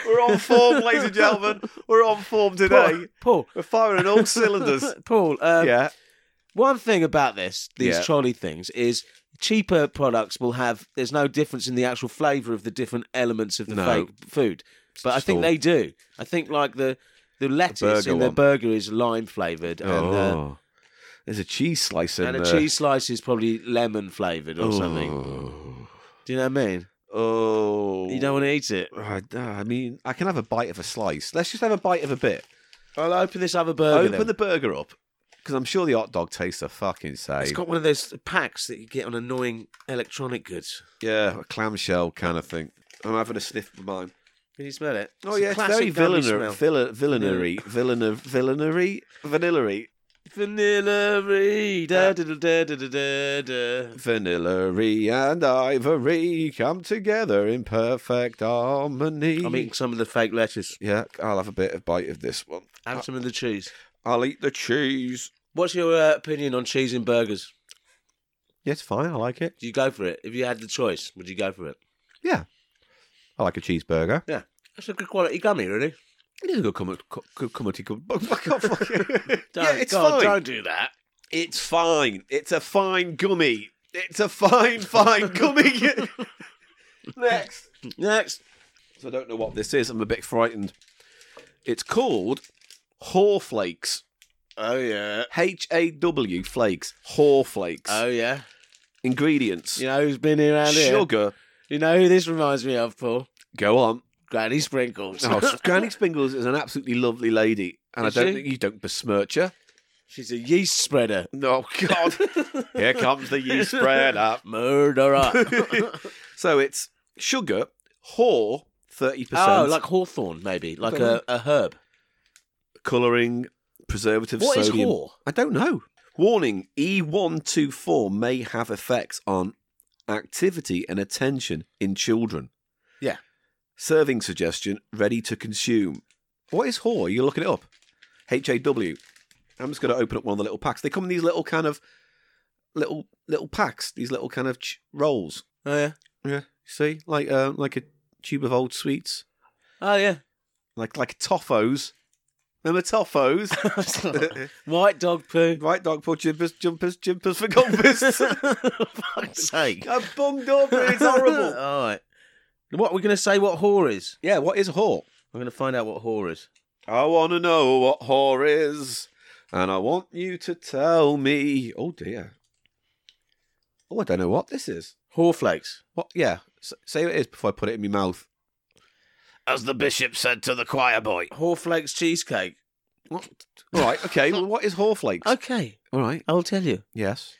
B: We're on form, ladies and gentlemen. We're on form today.
A: Paul,
B: We're firing on all cylinders.
A: Paul, um,
B: yeah.
A: One thing about this, these
B: Yeah.
A: trolley things, is cheaper products will have. There's no difference in the actual flavour of the different elements of the
B: No.
A: fake food, but I
B: just
A: think
B: all-
A: they do. I think like the the lettuce
B: burger
A: in the
B: one.
A: burger is lime flavoured, and uh,
B: oh. There's a cheese slice in
A: and a
B: there.
A: cheese slice is probably lemon flavoured or something.
B: Oh.
A: Do you know what I mean?
B: Oh.
A: You don't want to eat it.
B: I, I mean, I can have a bite of a slice. Let's just have a bite of a bit.
A: I'll open this other burger.
B: Open
A: then.
B: the burger up because I'm sure the hot dog tastes the fucking same.
A: It's got one of those packs that you get on annoying electronic goods.
B: yeah, a clamshell kind of thing. I'm having a sniff of mine.
A: Can you smell it?
B: Oh yeah,
A: a
B: it's
A: classic
B: very
A: gummy
B: villainery,
A: smell.
B: vill- villainery, villainery, villainery, vanillary,
A: Vanilla-y, da da da da da da da.
B: vanillary, and ivory come together in perfect harmony.
A: I'm eating some of the fake lettuce
B: yeah, I'll have a bit of bite of this one.
A: and some of the cheese.
B: I'll eat the cheese.
A: What's your uh, opinion on cheese and burgers?
B: Yeah, it's fine. I like it.
A: Do you go for it? If you had the choice, would you go for it?
B: Yeah, I like a cheeseburger.
A: Yeah. That's a good quality gummy, really.
B: It is a good comment. Good comment.
A: Don't,
B: Yeah, it's
A: God,
B: fine.
A: Don't do that.
B: It's fine. It's a fine gummy. It's a fine, fine gummy. Next.
A: Next.
B: So I don't know what this is. I'm a bit frightened. It's called Haw Flakes.
A: Oh, yeah.
B: H A W flakes. Haw Flakes.
A: Oh, yeah.
B: Ingredients
A: You know who's been here around here?
B: sugar.
A: You know who this reminds me of, Paul?
B: Go on.
A: Granny Sprinkles.
B: Oh, Granny Spingles is an absolutely lovely lady. And
A: Is
B: I don't
A: she?
B: think you don't besmirch her.
A: She's a yeast spreader.
B: No, oh, God. Here comes the yeast spread up.
A: Murderer.
B: So it's sugar, haw, 30%.
A: oh, like hawthorn, maybe. Like a, a herb.
B: colouring, preservative
A: What is
B: sodium.
A: haw?
B: I don't know. Warning E E124 may have effects on activity and attention in children.
A: Yeah.
B: Serving suggestion ready to consume. What is haw? You're looking it up. H A W. I'm just going to open up one of the little packs. They come in these little kind of little little packs, these little kind of ch- rolls.
A: Oh, yeah.
B: Yeah. See, like uh, like a tube of old sweets,
A: Oh, yeah.
B: like like toffos. Remember toffos?
A: White dog poo.
B: Right, dog put jumpers, jumpers, jumpers for compass.
A: fuck's sake.
B: I'm bummed up. It's horrible.
A: All right. What we're going to say what whore is?
B: yeah, what is whore?
A: I'm going to find out what whore is.
B: I want to know what whore is, and I want you to tell me. Oh dear. Oh, I don't know what this is.
A: Whore flakes.
B: What? Yeah, s- say what it is before I put it in my mouth.
D: As the bishop said to the choir boy.
A: Whore flakes cheesecake. What?
B: All right. Okay. Well, what is Horflakes?
A: Okay,
B: All right.
A: I'll tell you.
B: Yes.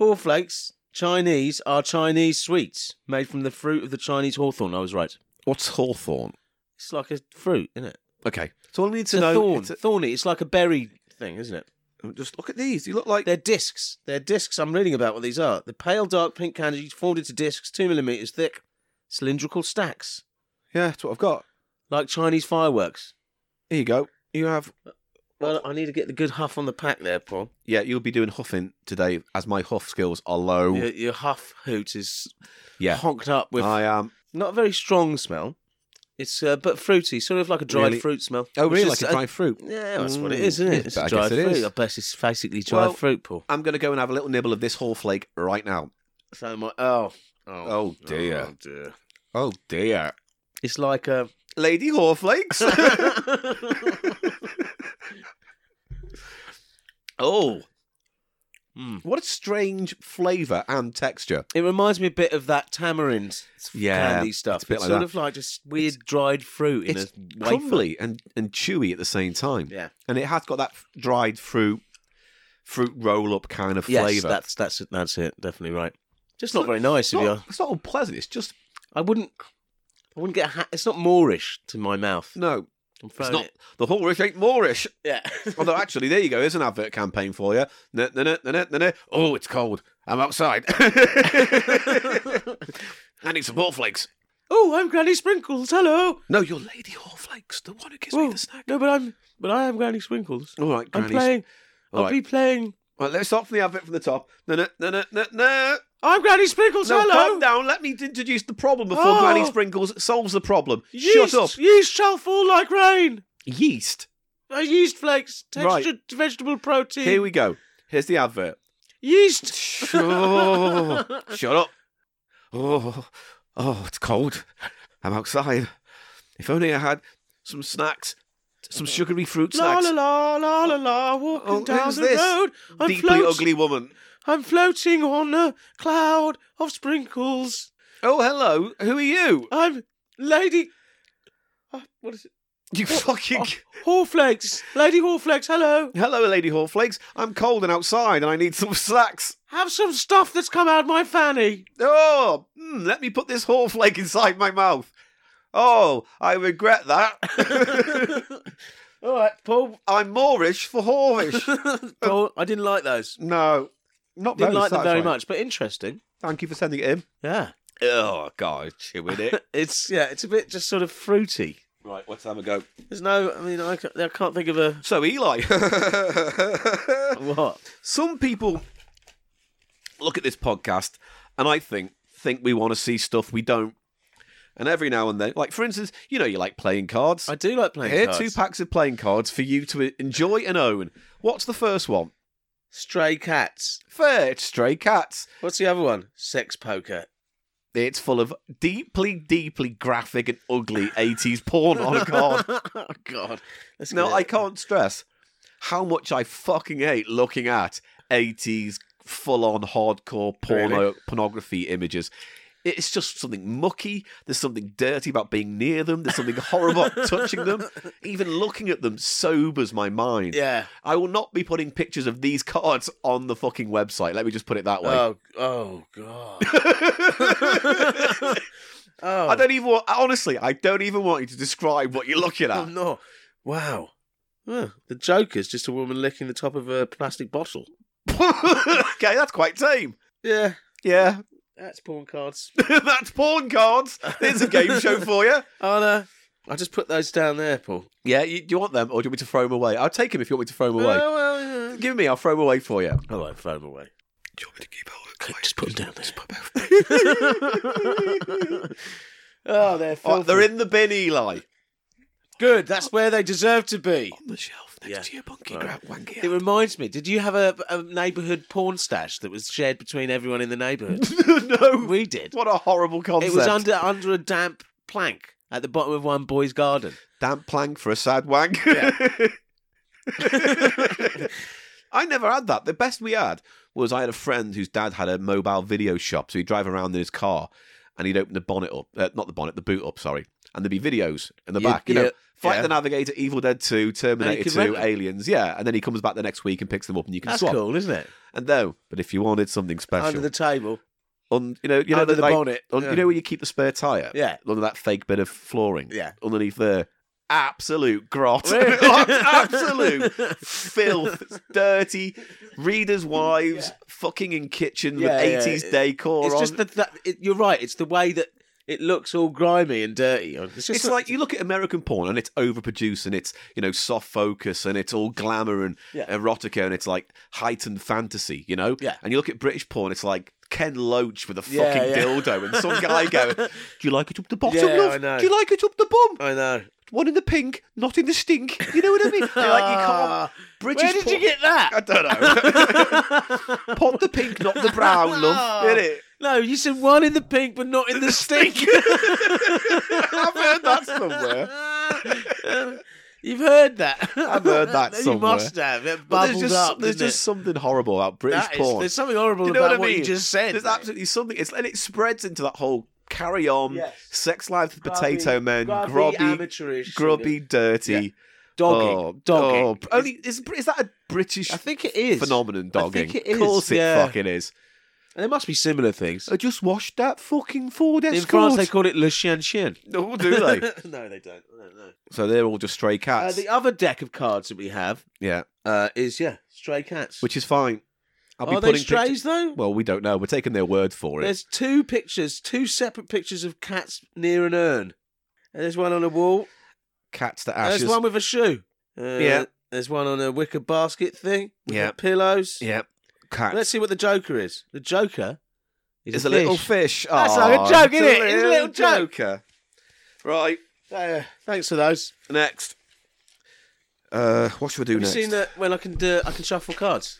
A: Horflakes, Chinese, are Chinese sweets made from the fruit of the Chinese hawthorn. I was right.
B: What's hawthorn?
A: It's like a fruit, isn't it?
B: Okay. So I need
A: It's
B: to
A: a
B: know.
A: thorn.
B: it's a-
A: Thorny. It's like a berry thing, isn't it?
B: just look at these. You look like
A: They're discs. They're discs. I'm reading about what these are. The pale dark pink candy formed into discs, two millimeters thick, cylindrical stacks,
B: yeah. That's what I've got.
A: like Chinese fireworks.
B: Here you go. You have
A: Well, I need to get the good huff on the pack there, Paul.
B: yeah. You'll be doing huffing today as my huff skills are low.
A: Your, your huff hoot is
B: Yeah.
A: honked up with
B: I am.
A: not a very strong smell. It's uh, but fruity, sort of like a dried
B: Really?
A: fruit smell.
B: Oh,
A: which
B: really?
A: is
B: Like a dry fruit.
A: Yeah, that's what it is,
B: Mm.
A: isn't
B: Yes,
A: it? It's
B: I
A: a
B: guess
A: dried
B: it
A: fruit.
B: is.
A: I bet it's basically dried
B: Well-
A: fruit, Paul.
B: I'm gonna go and have a little nibble of this whole flake right now.
A: So am I. Oh, oh,
B: Oh, dear.
A: oh, dear.
B: Oh dear,
A: It's like uh, a.
B: Lady Horflakes. oh,
A: Mm.
B: what a strange flavour and texture.
A: It reminds me a bit of that tamarind
B: Yeah,
A: candy stuff.
B: it's a bit like
A: sort
B: that.
A: of like just weird dried fruit in
B: it's
A: a wafer.
B: Crumbly and, and chewy at the same time.
A: Yeah.
B: and it has got that f- dried fruit, fruit roll up kind of
A: Yes,
B: flavour.
A: that's that's it. That's it. Definitely right. Just not very nice.
B: it's
A: If you
B: not,
A: are,
B: it's not unpleasant. It's just
A: I wouldn't. I wouldn't get. A ha- it's not Moorish to my mouth.
B: no.
A: I'm
B: It's
A: throwing
B: not
A: it.
B: the Horish ain't Moorish.
A: Yeah.
B: Although actually, there you go. There's an advert campaign for you. Na- na- na- na- na- na- na. Oh, it's cold. I'm outside. I need some flakes.
A: Oh, I'm Granny Sprinkles. Hello.
B: No, your lady Horflakes, the one who gives me
A: Oh,
B: the snack.
A: no, but I'm but I am Granny Sprinkles.
B: All right,
A: I'm
B: Granny.
A: playing.
B: All
A: I'll
B: right.
A: be playing.
B: All right, let's start from the advert from the top. No, no, no, no, no, no.
A: I'm Granny Sprinkles.
B: No, calm
A: hello.
B: down. Let me introduce the problem before
A: Oh.
B: Granny Sprinkles solves the problem.
A: Yeast,
B: Shut up.
A: Yeast shall fall like rain.
B: Yeast.
A: Uh, yeast flakes,
B: Right.
A: textured vegetable protein.
B: Here we go. Here's the advert.
A: yeast.
B: Shut shut up. Oh, oh, it's cold. I'm outside. If only I had some snacks, some sugary fruit
A: La
B: snacks.
A: la la la la la. Walking
B: Oh,
A: down
B: who's
A: the
B: this?
A: road, I'm
B: Deeply
A: float-
B: ugly woman.
A: I'm floating on a cloud of sprinkles.
B: Oh, hello. Who are you?
A: I'm Lady. Uh, what is it?
B: You fucking.
A: Oh, Horflakes, Lady Horflakes. Hello.
B: Hello, Lady Horflakes. I'm cold and outside, and I need some snacks.
A: Have some stuff that's come out of my fanny.
B: Oh, mm, let me put this Horflake inside my mouth. Oh, I regret that.
A: All right, Paul.
B: I'm Moorish for Horish.
A: Paul, I didn't like those.
B: No, not
A: Didn't
B: very
A: like them very
B: satisfying.
A: much, but interesting.
B: Thank you for sending it in.
A: Yeah,
B: Oh God, chewing it.
A: it's yeah, it's a bit just sort of fruity.
B: right, let's have a go.
A: There's no, I mean, I can't, I can't think of a
B: So Eli,
A: what.
B: some people look at this podcast and I think think we want to see stuff we don't. And every now and then, like for instance, you know you like playing cards.
A: I do like playing
B: Here
A: cards.
B: are two packs of playing cards for you to enjoy and own. What's the first one?
A: Stray cats.
B: Fetch Stray Cats.
A: What's the other one? Sex poker.
B: It's full of deeply, deeply graphic and ugly 80s porn on a card.
A: oh God. Let's
B: No,
A: get
B: I
A: it.
B: can't stress how much I fucking hate looking at 80s full on hardcore porno pornography images. It's just something mucky. There's something dirty about being near them. There's something horrible about touching them. Even looking at them sobers my mind.
A: Yeah.
B: I will not be putting pictures of these cards on the fucking website. Let me just put it that way.
A: Oh, oh God. oh,
B: I don't even want, honestly, I don't even want you to describe what you're looking
A: I'm
B: at.
A: not. oh, Wow. Huh. The Joker's just a woman licking the top of a plastic bottle.
B: okay, that's quite tame.
A: Yeah,
B: Yeah.
A: that's porn cards.
B: That's porn cards. There's a game show for you.
A: Oh no, I just put those down there, Paul.
B: Yeah, you, do you want them or do you want me to throw them away? I'll take them if you want me to throw
A: Oh,
B: them away.
A: well, yeah.
B: Give me, I'll throw them away for you. Do
A: All right, throw them away.
B: you want me to keep
A: Okay,
B: hold
A: just put them down there. oh, they're
B: Oh,
A: filthy.
B: they're in the bin, Eli.
A: good. That's where they deserve to be.
B: On the shelf next
A: Yeah.
B: to your bunky
A: Right.
B: grab wanky.
A: It reminds me. Did you have a, a neighbourhood porn stash that was shared between everyone in the neighbourhood?
B: no.
A: we did.
B: What a horrible concept.
A: It was under under a damp plank at the bottom of one boy's garden.
B: damp plank for a sad wank. I never had that. The best we had was I had a friend whose dad had a mobile video shop, so he'd drive around in his car and he'd open the bonnet up, uh, not the bonnet, the boot up, sorry, and there'd be videos in the
A: Yeah,
B: back. You know,
A: yeah,
B: Flight
A: yeah.
B: the Navigator, Evil Dead 2, Terminator
A: could
B: 2,
A: rent them.
B: Aliens. Yeah, and then he comes back the next week and picks them up and you can
A: That's
B: swap.
A: cool, isn't it?
B: And no, but if you wanted something special,
A: Under the table.
B: on you know you know
A: Under
B: that,
A: the
B: like-
A: bonnet,
B: on-
A: yeah.
B: you know where you keep the spare tire
A: Yeah.
B: under that fake bit of flooring
A: Yeah.
B: underneath there absolute grot
A: Really?
B: absolute filth It's dirty readers wives fucking in kitchens
A: Yeah, yeah,
B: with 80s
A: it-
B: decor
A: it's
B: on
A: just that, that it, you're right. It's the way that it looks all grimy and dirty. It's just
B: it's
A: a-
B: like you look at American porn and it's overproduced and it's you know soft focus and it's all glamour and
A: Yeah.
B: erotica and it's like heightened fantasy, you know.
A: Yeah.
B: And you look at British porn, it's like Ken Loach with a fucking
A: Yeah, yeah.
B: dildo and some guy going, "Do you like it up the bottom,
A: Yeah,
B: love?
A: I know.
B: Do you like it up the bum?
A: I know.
B: One in the pink, not in the stink. You know what I mean? You're like you can't. British
A: Ah. Where did
B: porn-
A: you get that?
B: I don't know. Pot the pink, not the brown, love. Get it?
A: No, you said one in the pink, but not in the stink.
B: I've heard that somewhere.
A: You've heard that.
B: I've heard that
A: You
B: somewhere.
A: must have. It
B: But
A: bubbled
B: there's just
A: up.
B: there's
A: didn't
B: just
A: it?
B: something horrible about British
A: That is-
B: porn.
A: there's something horrible
B: Do you know
A: about
B: what I mean?
A: you just said.
B: There's
A: mate.
B: absolutely something. It's and it spreads into that whole carry on,
A: Yes.
B: sex lives with
A: Grubby-
B: potato men,
A: grubby,
B: grobby,
A: amateurish, sort of
B: grubby, dirty,
A: Yeah. dogging,
B: Oh,
A: dogging.
B: oh, only is is that a British
A: I think it is
B: phenomenon? Dogging.
A: it is,
B: Of course, it
A: yeah.
B: fucking is.
A: And there must be similar things.
B: I just washed that fucking Ford
A: In
B: Escort.
A: France, they call it le chien chien.
B: no, do they?
A: no, they don't. I don't know.
B: so they're all just stray
A: Uh,
B: cats.
A: the other deck of cards that we have
B: yeah,
A: uh, is yeah, stray cats.
B: which is fine. I'll
A: are
B: be
A: they
B: putting
A: strays
B: pictures-
A: though?
B: Well, we don't know. We're taking their word for it.
A: There's two pictures, two separate pictures of cats near an urn. And there's one on a wall.
B: Cats to
A: and
B: ashes.
A: There's one with a shoe. Uh,
B: Yeah.
A: There's one on a wicker basket thing. with
B: Yeah.
A: the Pillows.
B: Yeah, cats.
A: Let's see what the Joker is. The Joker is
B: It's
A: a,
B: a little
A: fish.
B: fish.
A: That's
B: Aw,
A: like a joke,
B: it's
A: innit? It's a little joke.
B: joker. Right,
A: Uh, thanks for those.
B: next. Uh, what should we do
A: Have you
B: next?
A: seen that when I can do, I can shuffle cards?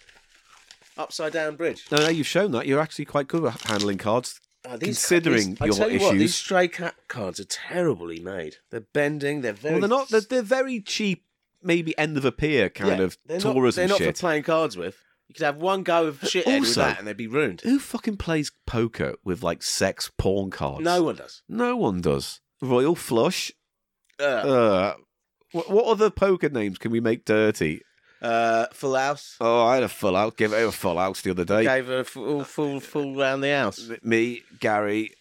A: Upside down bridge.
B: No, no, you've shown that you're actually quite good at handling cards.
A: Oh, these-
B: Considering
A: these- I
B: your
A: tell you what,
B: issues.
A: these stray cat cards are terribly made. They're bending. They're very.
B: Well, they're not. They're, they're very cheap. Maybe end of a pier kind
A: Yeah,
B: of
A: they're not-
B: tourism
A: They're not
B: shit.
A: for playing cards with. You could have one go of shit with
B: also-
A: that, and they'd be ruined.
B: Who fucking plays poker with like sex porn cards?
A: No one does.
B: no one does. Royal flush.
A: Uh,
B: Uh, what, what other poker names can we make dirty?
A: uh, full house.
B: Oh, I had a full out. Give it a full out the other day.
A: Gave a full, full, full round the house.
B: me, Gary,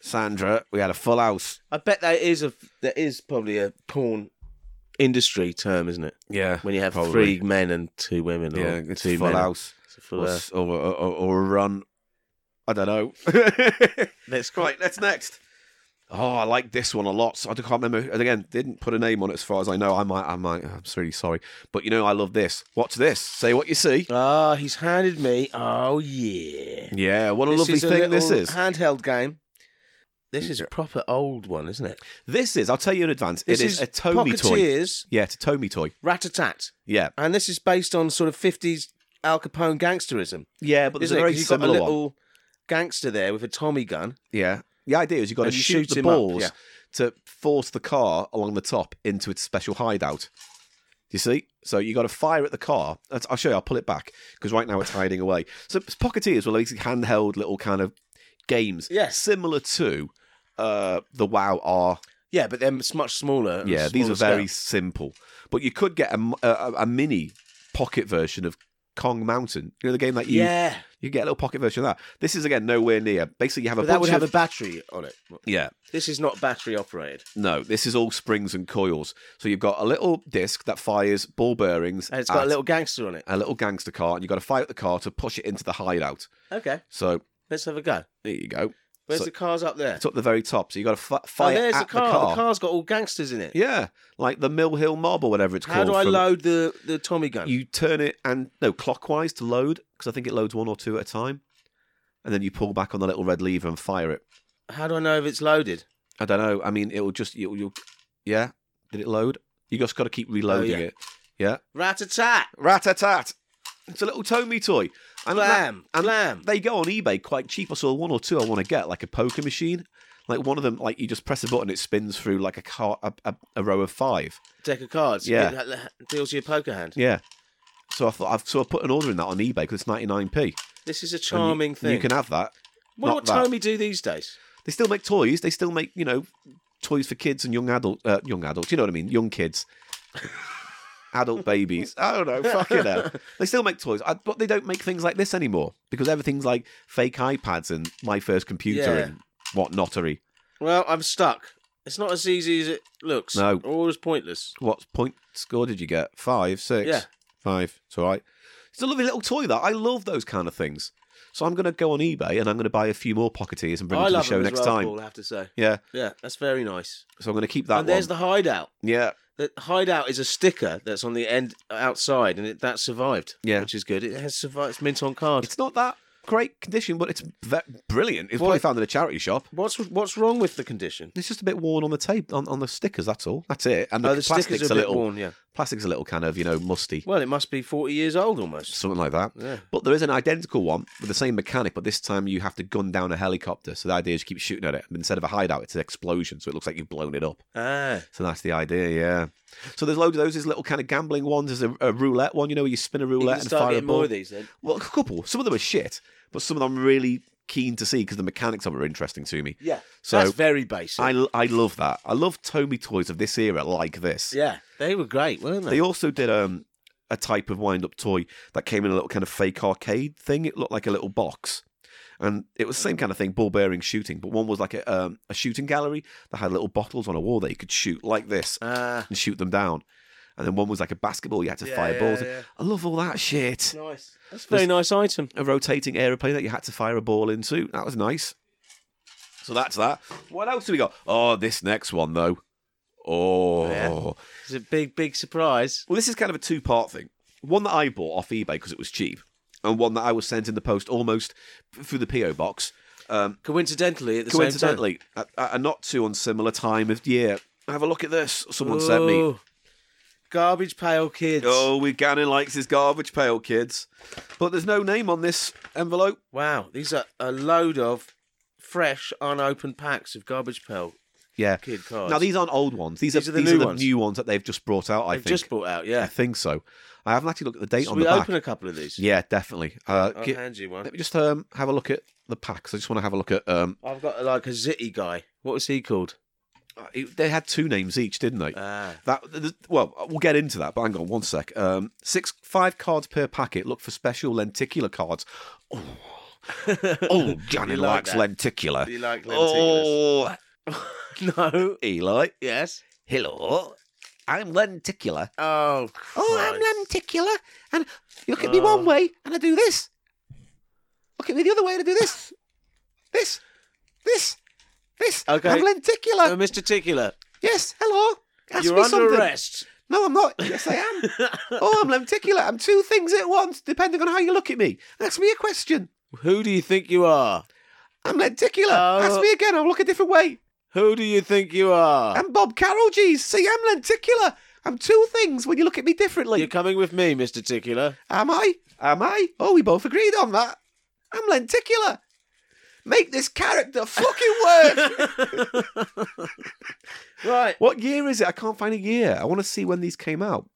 B: Sandra, we had a full house.
A: I bet that is a that is probably a porn industry term, isn't it?
B: Yeah.
A: When you have
B: Probably.
A: three men and two women, or
B: yeah, it's
A: two
B: full
A: men.
B: house
A: It's a
B: or,
A: full house.
B: s- or, or, or a run. I don't know.
A: Let's go.
B: right, that's next. Oh, I like this one a lot. So I can't remember. And again, didn't put a name on it as far as I know. I might, I might. I'm really sorry, but you know, I love this. What's this? Say what you see.
A: Ah, he's handed me. Oh yeah.
B: Yeah, what a
A: This
B: lovely
A: is a
B: thing this
A: little
B: is.
A: handheld game. This is a proper old one, isn't it?
B: This is. I'll tell you in advance.
A: This
B: it is, a Tomy toy.
A: Pocketeers
B: Yeah, it's a Tomy toy.
A: Rat a Tat.
B: Yeah,
A: and this is based on sort of 50s Al Capone gangsterism.
B: yeah, but there's
A: isn't
B: a
A: it?
B: very
A: 'Cause you've got
B: similar
A: a
B: one.
A: little gangster there with a Tommy gun.
B: Yeah. The idea is you've got
A: And
B: to
A: you
B: shoot,
A: shoot
B: the
A: him up,
B: balls
A: yeah.
B: to force the car along the top into its special hideout. Do you see? So you got to fire at the car. That's- I'll show you. I'll pull it back because right now it's hiding away. So it's Pocketeers were basically handheld little kind of games,
A: Yeah.
B: similar to uh, the WoW R.
A: Yeah, but they're s- much smaller. and
B: Yeah, these
A: smaller
B: are very
A: scale.
B: simple, but you could get a, m- a- a- a mini pocket version of Kong Mountain. You know the game that you
A: yeah,
B: you get a little pocket version of that. This is again nowhere near. Basically, you have a
A: but that would
B: bunch
A: have
B: of
A: a battery on it.
B: yeah.
A: This is not battery operated,
B: No, this is all springs and coils. So you've got a little disc that fires ball bearings.
A: and it's got
B: at
A: a little gangster on it.
B: a little gangster car, and you've got to fire at the car to push it into the hideout.
A: Okay,
B: So
A: let's have a go.
B: there you go.
A: Where's
B: So-
A: the cars up there?
B: It's up the very top. So you've got to f-
A: Oh,
B: fire
A: there's
B: at
A: the car.
B: the car.
A: has got all gangsters in it.
B: Yeah, like the Mill Hill Mob or whatever it's
A: How
B: called.
A: do I
B: from-
A: load the, the Tommy gun?
B: You turn it and no clockwise to load because I think it loads one or two at a time, and then you pull back on the little red lever and fire it.
A: How do I know if it's loaded?
B: I don't know. I mean, it'll just you'll, you'll yeah. Did it load? You just got
A: Oh,
B: to keep reloading it. Yeah.
A: Rat a tat,
B: Rat a tat. It's a little Tomy toy. And
A: blam,
B: that- and
A: blam.
B: they go on eBay quite cheap. I saw one or two I want to get, like a poker machine. Like one of them, like you just press a button, it spins through like a car, a, a, a row of five.
A: Deck of cards.
B: Yeah.
A: It deals your poker hand.
B: Yeah. So I thought I've so I put an order in that on eBay because it's ninety nine p.
A: This is a charming thing.
B: You can have that.
A: What
B: not
A: would
B: that.
A: Tommy do these days?
B: They still make toys. They still make you know toys for kids and young adult, uh, young adults. You know what I mean? Young kids, adult babies. I don't know. Fucking hell. They still make toys, I, but they don't make things like this anymore because everything's like fake iPads and my first computer
A: Yeah.
B: and what nottery.
A: Well, I'm stuck. It's not as easy as it looks.
B: No.
A: Always pointless.
B: What point score did you get? Five, six,
A: Yeah.
B: five. It's all right. It's a lovely little toy that I love those kind of things. So I'm going to go on eBay and I'm going to buy a few more pocketeers and bring
A: I
B: them to the
A: love
B: show
A: them as
B: next
A: well,
B: time.
A: Paul, I have to say.
B: Yeah.
A: Yeah, that's very nice.
B: So I'm going to keep that
A: and
B: one.
A: there's the hideout.
B: Yeah.
A: The hideout is a sticker that's on the end outside, and it, that survived.
B: Yeah.
A: which is good. It has survived. It's mint on card.
B: It's not that great condition, but it's ve- brilliant. It's
A: Well-
B: probably found in a charity shop.
A: what's what's wrong with the condition?
B: It's just a bit worn on the tape on, on the stickers. That's all. That's it. And the,
A: oh, the
B: plastic's
A: stickers are a bit
B: little
A: worn. Yeah.
B: plastic's a little kind of you know musty,
A: Well, it must be forty years old almost.
B: something like that.
A: Yeah.
B: But there is an identical one with the same mechanic, but this time you have to gun down a helicopter. So the idea is you keep shooting at it. Instead of a hideout, it's an explosion, so it looks like you've blown it up.
A: Ah,
B: So that's the idea, yeah. So there's loads of those. There's little kind of gambling ones. There's a, a roulette one, you know, where you spin a
A: you
B: roulette
A: can
B: and
A: start
B: fire a
A: getting more
B: ball.
A: of these then.
B: Well, a couple. Some of them are shit, but some of them I'm really keen to see because the mechanics of it are interesting to me.
A: Yeah,
B: So-
A: that's very basic.
B: I, I love that. I love Tomy toys of this era like this.
A: yeah, they were great, weren't they?
B: They also did um, a type of wind up toy that came in a little kind of fake arcade thing. It looked like a little box. And it was the same kind of thing, ball bearing shooting, but one was like a, um, a shooting gallery that had little bottles on a wall that you could shoot like this
A: Ah,
B: and shoot them down. And then one was like a basketball, you had to
A: Yeah,
B: fire
A: yeah,
B: balls.
A: yeah.
B: I love all that shit.
A: nice. That's a very nice item.
B: A rotating aeroplane that you had to fire a ball into. That was nice. So that's that. What else have we got? Oh, this next one, though. Oh.
A: Yeah. It's a big, big surprise.
B: Well, this is kind of a two part thing. One that I bought off eBay because it was cheap, and one that I was sent in the post almost f- through the PO box. Um,
A: Coincidentally, at the same
B: coincidentally, at, at a not too unsimilar time of year. Have a look at this.
A: time.
B: Someone sent me.
A: Ooh. Garbage pail kids.
B: Oh, we Gannon likes his garbage pail, kids. But there's no name on this envelope.
A: Wow, these are a load of fresh, unopened packs of garbage pail.
B: Yeah.
A: Kid cards.
B: Now these aren't old ones. These,
A: These
B: are,
A: are the
B: these
A: new
B: are the
A: ones.
B: new ones that they've just brought out. I
A: They've
B: think.
A: just brought out,
B: I
A: yeah.
B: think so. I haven't actually looked at the date
A: Should
B: on
A: we
B: the back.
A: open a couple of these?
B: Yeah, definitely. Uh,
A: I'll
B: gi-
A: hand you one.
B: Let me just um, have a look at the packs. I just want to have a look at um,
A: I've got like a zitty guy. What was he called?
B: Uh, it- they had two names each, didn't they?
A: Ah.
B: that th- th- well, we'll get into that. But hang on one sec. Um, six five cards per packet. Look for special lenticular cards. Oh, oh Johnny
A: You like
B: likes
A: that.
B: lenticular.
A: Ah. You like
B: Oh,
A: No.
B: Eli,
A: Yes.
B: hello. I'm lenticular.
A: Oh.
B: Oh, I'm
A: Christ.
B: lenticular, and you look at
A: Ah.
B: me one way, and I do this. Look at me the other way, and I do this, this, this, this.
A: Okay.
B: I'm lenticular.
A: Oh, Mr. Tickler,
B: yes, hello. Ask
A: you're
B: me
A: under
B: something.
A: arrest.
B: No, I'm not. Yes, I am. oh, I'm lenticular. I'm two things at once, depending on how you look at me. Ask me a question.
A: Who do you think you are?
B: I'm lenticular.
A: Oh.
B: Ask me again. I'll look a different way.
A: Who do you think you are?
B: I'm Bob Carroll, geez. See, I'm lenticular. I'm two things when you look at me differently.
A: You're coming with me, Mr. Tickler.
B: Am I? Am I? Oh, we both agreed on that. I'm lenticular. Make this character fucking work.
A: Right.
B: what year is it? I can't find a year. I want to see when these came out.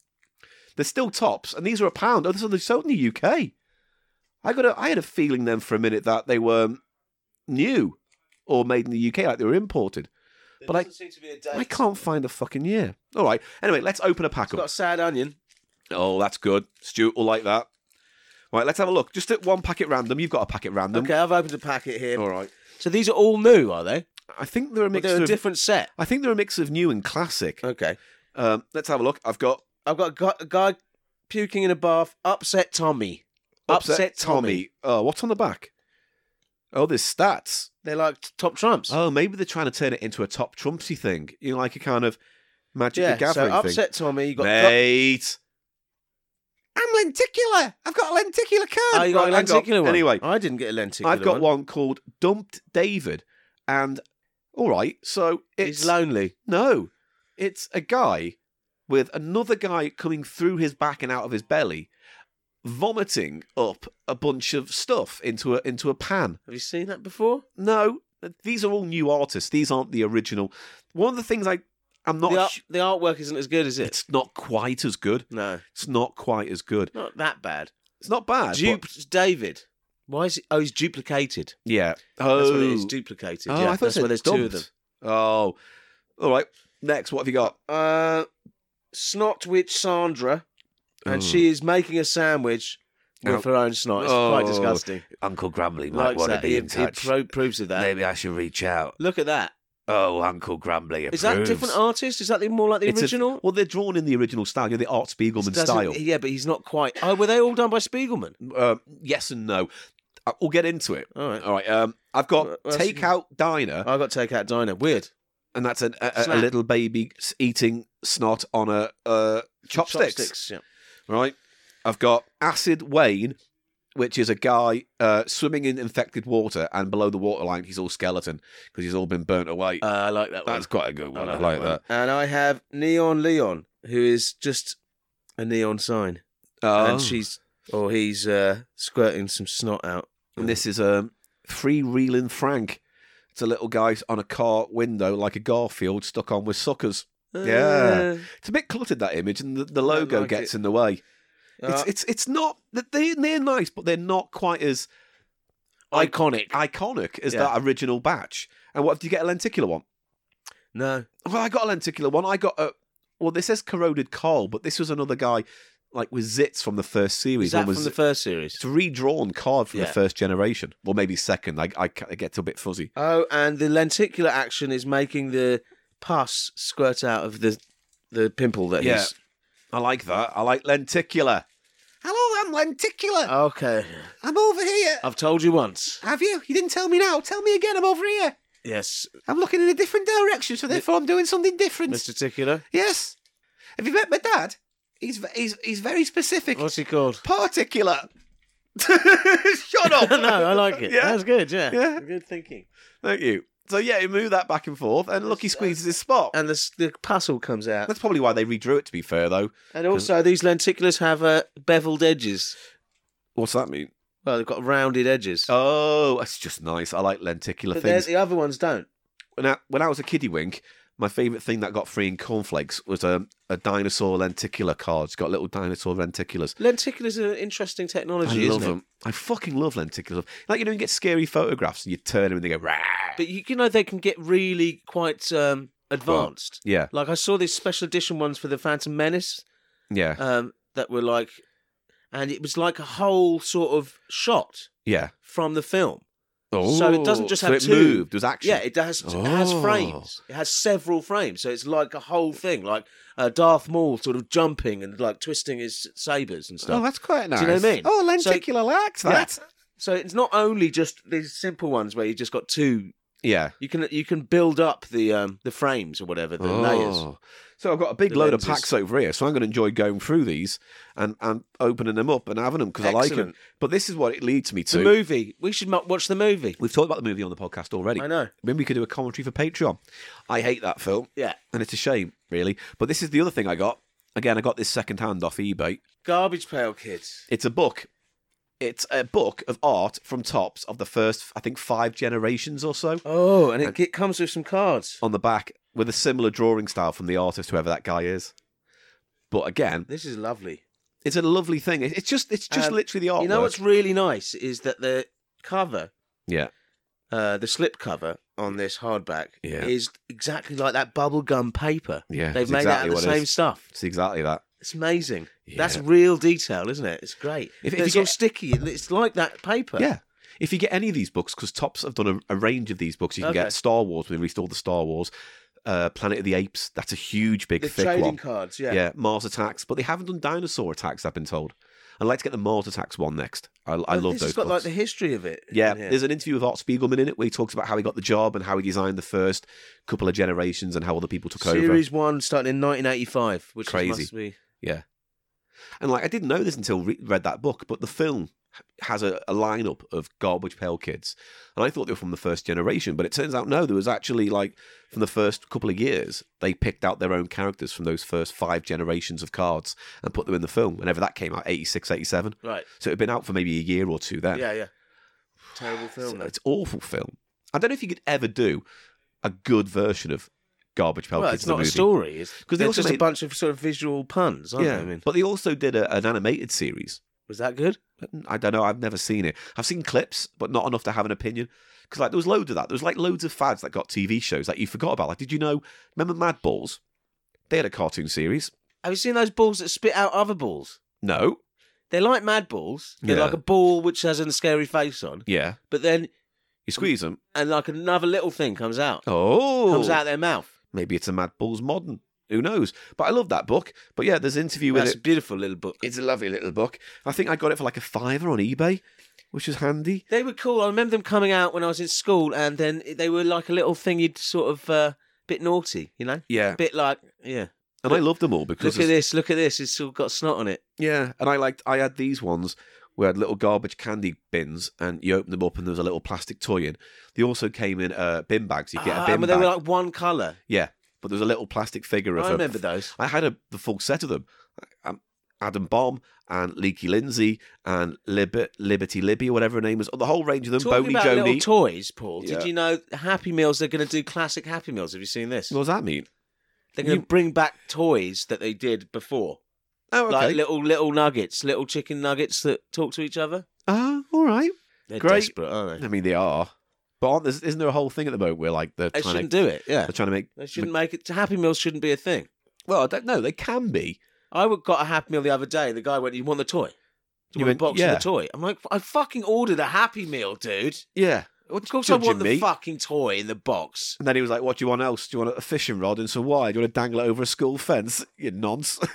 B: They're still tops, and these are a pound. Oh, so they're sold in the UK. I got. A, I had a feeling then for a minute that they were new or made in the UK, like they were imported. But I,
A: seem to be a
B: I can't find a fucking year. All right. Anyway, let's open a pack
A: It's got a
B: up.
A: sad onion.
B: Oh, that's good. Stuart will like that. Right, let's have a look. Just at one packet random. You've got a packet random.
A: Okay, I've opened a packet here.
B: All right.
A: So these are all new, are they?
B: I think they're a
A: But
B: mix
A: they're a
B: of.
A: different set.
B: I think they're a mix of new and classic.
A: Okay.
B: Um, let's have a look. I've got
A: I've got a gu- a guy puking in a bath. Upset Tommy.
B: upset, Tommy. Oh, what's on the back? Oh, there's stats.
A: They're like t- top trumps.
B: Oh, maybe they're trying to turn it into a top Trumpsy thing. You know, like a kind of Magic
A: yeah.
B: the
A: So
B: Gathering thing.
A: upset Tommy. You got.
B: Mate, I'm lenticular. I've got a lenticular card.
A: Oh, you got
B: Right,
A: a
B: hang on.
A: lenticular one.
B: Anyway,
A: I didn't get a lenticular.
B: I've got one. called Dumped David, and all right, so it's
A: He's lonely.
B: no, it's a guy with another guy coming through his back and out of his belly, vomiting up a bunch of stuff into a into a pan.
A: Have you seen that before?
B: No, these are all new artists. These aren't the original. One of the things I I'm not
A: The, art,
B: sh-
A: the artwork isn't as good, is it?
B: it's not quite as good.
A: No,
B: It's not quite as good.
A: not that bad.
B: It's not bad.
A: Dupe
B: but-
A: David. Why is he? Oh, he's duplicated.
B: yeah.
A: That's
B: Oh.
A: what it is. Duplicated.
B: Oh,
A: yeah,
B: I thought it
A: that's
B: said
A: where there's two of them.
B: dumped. Oh. All right. Next, what have you got?
A: Uh, snot witch Sandra, and
B: Ooh.
A: she is making a sandwich with
B: Ow.
A: her own snot. It's quite
B: Oh,
A: disgusting.
B: Uncle Grambly might
A: Likes
B: want to
A: that.
B: be in
A: It, it
B: touch.
A: pro- proves of that.
B: Maybe I should reach out.
A: Look at that.
B: Oh, Uncle Grambly approves.
A: Is that a different artist? Is that the- more like the
B: It's a-
A: original?
B: Oh, well, they're drawn in the original style, you know, the Art Spiegelman
A: Doesn't-
B: style.
A: Yeah, but he's not quite. Oh, were they all done by Spiegelman?
B: Uh, yes and no. I- We'll get into it.
A: All right.
B: All right. Um, I've got
A: What else you-
B: Takeout Diner,
A: I got Takeout Diner. Weird.
B: and that's an, a, a
A: Snap.
B: little baby s- eating snot on a uh, chopsticks.
A: Chopsticks. Yeah.
B: Right. I've got Acid Wayne, which is a guy uh, swimming in infected water, and below the waterline, he's all skeleton because he's all been burnt away.
A: Uh, I like that one.
B: that's quite a good one. I like,
A: one.
B: that.
A: And I have Neon Leon, who is just a neon sign,
B: Oh.
A: and she's or he's uh, squirting some snot out.
B: And this is um, Free Reeling Frank. It's a little guy on a car window, like a Garfield, stuck on with suckers.
A: Uh,
B: Yeah. It's a bit cluttered that image, and the, the logo
A: like
B: gets
A: it.
B: in the way.
A: Uh,
B: it's it's it's not they they're nice, but they're not quite as
A: iconic.
B: iconic as
A: Yeah.
B: that original batch. And what if you get a lenticular one?
A: No,
B: Well, I got a lenticular one. I got a well. This says corroded coal, but this was another guy like with zits from the first series.
A: is that
B: One was
A: from the first series?
B: it's a redrawn card from the
A: Yeah.
B: first generation, or maybe second. I I, ca- I get a bit fuzzy.
A: Oh, and the lenticular action is making the pus squirt out of the the pimple that
B: Yeah.
A: he's.
B: I like that. I like lenticular. Uh, Hello, I'm lenticular.
A: Okay,
B: I'm over here.
A: I've told you once.
B: Have you? You didn't tell me now. Tell me again. I'm over here.
A: Yes,
B: I'm looking in a different direction, so therefore I'm doing something different.
A: Mr. Tickler.
B: Yes. Have you met my dad? He's ve- he's he's very specific.
A: What's he called?
B: Particular. Shut up.
A: no, I like it.
B: Yeah.
A: That's good. Yeah.
B: Yeah.
A: Good thinking.
B: Thank you. So yeah, he moved that back and forth, and look, he squeezes his spot.
A: And the the puzzle comes out.
B: That's probably why they redrew it. To be fair, though.
A: And also, these lenticulars have uh, beveled edges.
B: What's that mean?
A: Well, they've got rounded edges.
B: Oh, that's just nice. I like lenticular
A: but there's
B: things.
A: the other ones don't.
B: When I, when I was a kiddie wink, my favourite thing that got free in cornflakes was um, a dinosaur lenticular card. It's got little dinosaur lenticulars.
A: Lenticulars are interesting
B: I
A: technology, isn't
B: love
A: it?
B: them. I fucking love lenticulars. Like you know, you get scary photographs and you turn them and they go. Rah!
A: But you, you know, they can get really quite um, advanced.
B: Yeah,
A: Like I saw these special edition ones for the Phantom Menace
B: yeah,
A: um, that were like, and it was like a whole sort of shot
B: yeah.
A: from the film.
B: Oh,
A: So it doesn't just
B: so
A: have
B: it
A: two.
B: moved. There's action.
A: Yeah, it has it has
B: Oh.
A: frames. It has several frames, so it's like a whole thing, like uh, Darth Maul sort of jumping and like twisting his sabers and stuff.
B: Oh, that's quite nice.
A: you know what I mean?
B: Oh,
A: So-
B: lenticular likes that.
A: So it's not only just these simple ones where you just got two.
B: Yeah.
A: You can you can build up the um, the frames or whatever the layers.
B: Oh. So I've got a big
A: The
B: load of
A: lenses.
B: packs over here, so I'm going to enjoy going through these and, and opening them up and having them because I like them.
A: Excellent.
B: But this is what it leads me
A: It's a
B: to.
A: movie. We should mu- watch the movie.
B: We've talked about the movie on the podcast already.
A: I know.
B: Maybe we could do a commentary for Patreon. I hate that film,
A: Yeah,
B: and it's a shame, really. But this is the other thing I got. Again, I got this second hand off eBay.
A: garbage pail kids.
B: It's a book. It's a book of art from tops of the first, I think, five generations or so.
A: Oh, and it, it comes with some cards.
B: on the back with a similar drawing style from the artist, whoever that guy is. But again,
A: This is lovely.
B: it's a lovely thing. It- It's just it's just
A: Um,
B: literally the artwork.
A: You know what's really nice is that the cover
B: yeah,
A: uh, the slip cover on this hardback
B: Yeah.
A: is exactly like that bubblegum paper.
B: Yeah,
A: They've
B: it's
A: made
B: exactly
A: that out of
B: what it
A: the same
B: is.
A: stuff.
B: it's exactly that.
A: It's amazing. That's
B: Yeah.
A: real detail, isn't it? It's great.
B: If- if
A: it's
B: you
A: all
B: get-
A: sticky. It's like that paper.
B: Yeah. If you get any of these books, because Tops have done a, a range of these books, you can
A: Okay.
B: get Star Wars. We released all the Star Wars, uh, Planet of the Apes. That's a huge, big,
A: The
B: thick
A: trading
B: one.
A: cards.
B: Yeah.
A: Yeah.
B: Mars Attacks, but they haven't done Dinosaur Attacks. I've been told. I'd like to get the Mars Attacks one next. I, I
A: Well,
B: love
A: this
B: those.
A: has got like
B: books.
A: the history of it.
B: Yeah,
A: in here.
B: there's an interview with Art Spiegelman in it where he talks about how he got the job and how he designed the first couple of generations and how other people took over.
A: series one starting in 1985, which is-
B: Crazy.
A: must be.
B: And like, I didn't know this until re- read that book, but the film has a, a lineup of garbage pail kids, and I thought they were from the first generation, but it turns out no, there was actually like from the first couple of years they picked out their own characters from those first five generations of cards and put them in the film. Whenever that came out, 86, 87.
A: Right.
B: so it'd been out for maybe a year or two then.
A: Yeah, yeah. Terrible film.
B: So
A: though.
B: it's awful film. I don't know if you could ever do a good version of Garbage Pail
A: well,
B: Kids
A: it's
B: the
A: not a
B: movie.
A: story. It's
B: 'Cause
A: because
B: they
A: there's
B: also
A: just a
B: made-
A: bunch of sort of visual puns, aren't
B: Yeah,
A: they? I mean,
B: but they also did a, an animated series.
A: was that good?
B: I don't know. I've never seen it. I've seen clips, but not enough to have an opinion. Because like there was loads of that. There was like loads of fads that got TV shows that you forgot about. Like, did you know? Remember Mad Balls? They had a cartoon series.
A: Have you seen those balls that spit out other balls?
B: No.
A: They're like mad balls. They're
B: Yeah.
A: like a ball which has a scary face on,
B: Yeah.
A: but then
B: You squeeze them.
A: and like another little thing comes out,
B: Oh.
A: comes out their mouth.
B: Maybe it's a Mad Balls modern. Who knows? But I love that book. But yeah, there's an interview with
A: That's
B: it.
A: a beautiful little book.
B: It's a lovely little book. I think I got it for like a fiver on eBay, which was handy.
A: They were cool. I remember them coming out when I was in school, and then they were like a little thing you'd sort of uh, bit naughty, you know,
B: Yeah.
A: a bit like yeah.
B: And I loved them all because
A: Look
B: there's-
A: at this! Look at this! It's all got snot on it.
B: Yeah, and I liked I had these ones where I had little garbage candy bins, and you open them up, and there was a little plastic toy in. They also came in uh, bin bags. You get
A: Ah,
B: a bin
A: but
B: bag,
A: they were like one color.
B: yeah, but there was a little plastic figure of.
A: I
B: a-
A: remember those.
B: I had a, the full set of them. Um, Adam Bomb and Leaky Lindsay and Liber- Liberty Libby, or whatever her name was, the whole range of them.
A: Talking
B: Boney
A: about little
B: Joni.
A: toys, Paul.
B: Yeah.
A: Did you know Happy Meals? They're going to do classic Happy Meals. Have you seen this?
B: what does that mean?
A: They're going to
B: you-
A: bring back toys that they did before,
B: Oh, okay.
A: like little little nuggets, little chicken nuggets that talk to each other.
B: Ah, all right.
A: They're
B: Great.
A: desperate, aren't
B: I
A: they?
B: mean, they are, but aren't there, isn't there a whole thing at the moment where like they're
A: They
B: trying
A: shouldn't
B: to
A: do it. Yeah,
B: they're trying to make?
A: they shouldn't make it. Happy Meals shouldn't be a thing.
B: Well, I don't know. They can be.
A: I would- got a Happy Meal the other day. The guy went, "You want the toy? Do you,
B: You
A: want
B: went,
A: a box
B: "Yeah."
A: of the toy?" I'm like, "I fucking ordered a Happy Meal, dude.
B: Yeah.
A: Of course, I want
B: judging
A: the
B: me.
A: fucking toy in the box."
B: And then he was like, "What do you want else? Do you want a fishing rod and some wire? Do you want to dangle it over a school fence? You nonce!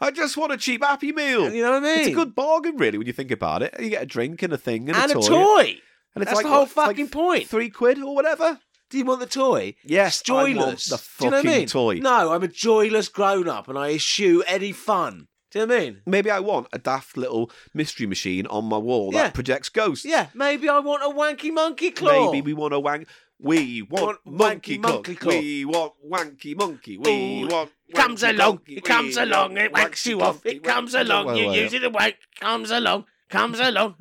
B: I just want a cheap Happy Meal.
A: You know what I mean?
B: It's a good bargain, really, when you think about it. You get a drink and a thing and,
A: and
B: a toy, and it's
A: That's
B: like
A: the whole
B: what, it's like
A: fucking point.
B: Three quid or whatever.
A: Do you want the toy?
B: Yes, I want
A: joyless.
B: the
A: Do you know what I
B: fucking
A: mean?
B: toy.
A: No, I'm a joyless grown up, and I eschew any fun. Do you know what I mean?
B: Maybe I want a daft little mystery machine on my wall
A: Yeah.
B: that projects ghosts.
A: Yeah, maybe I want a wanky monkey claw.
B: Maybe we want a wank. We want,
A: Want
B: monkey,
A: wanky
B: club.
A: monkey club.
B: We want wanky monkey. We
A: Ooh,
B: want.
A: comes
B: wanky
A: along,
B: donkey.
A: it comes
B: We
A: along,
B: want
A: it whacks
B: wanky
A: you off,
B: donkey.
A: it comes
B: Wanky-
A: along,
B: Whoa,
A: you
B: whoa,
A: use it away, comes along, comes along.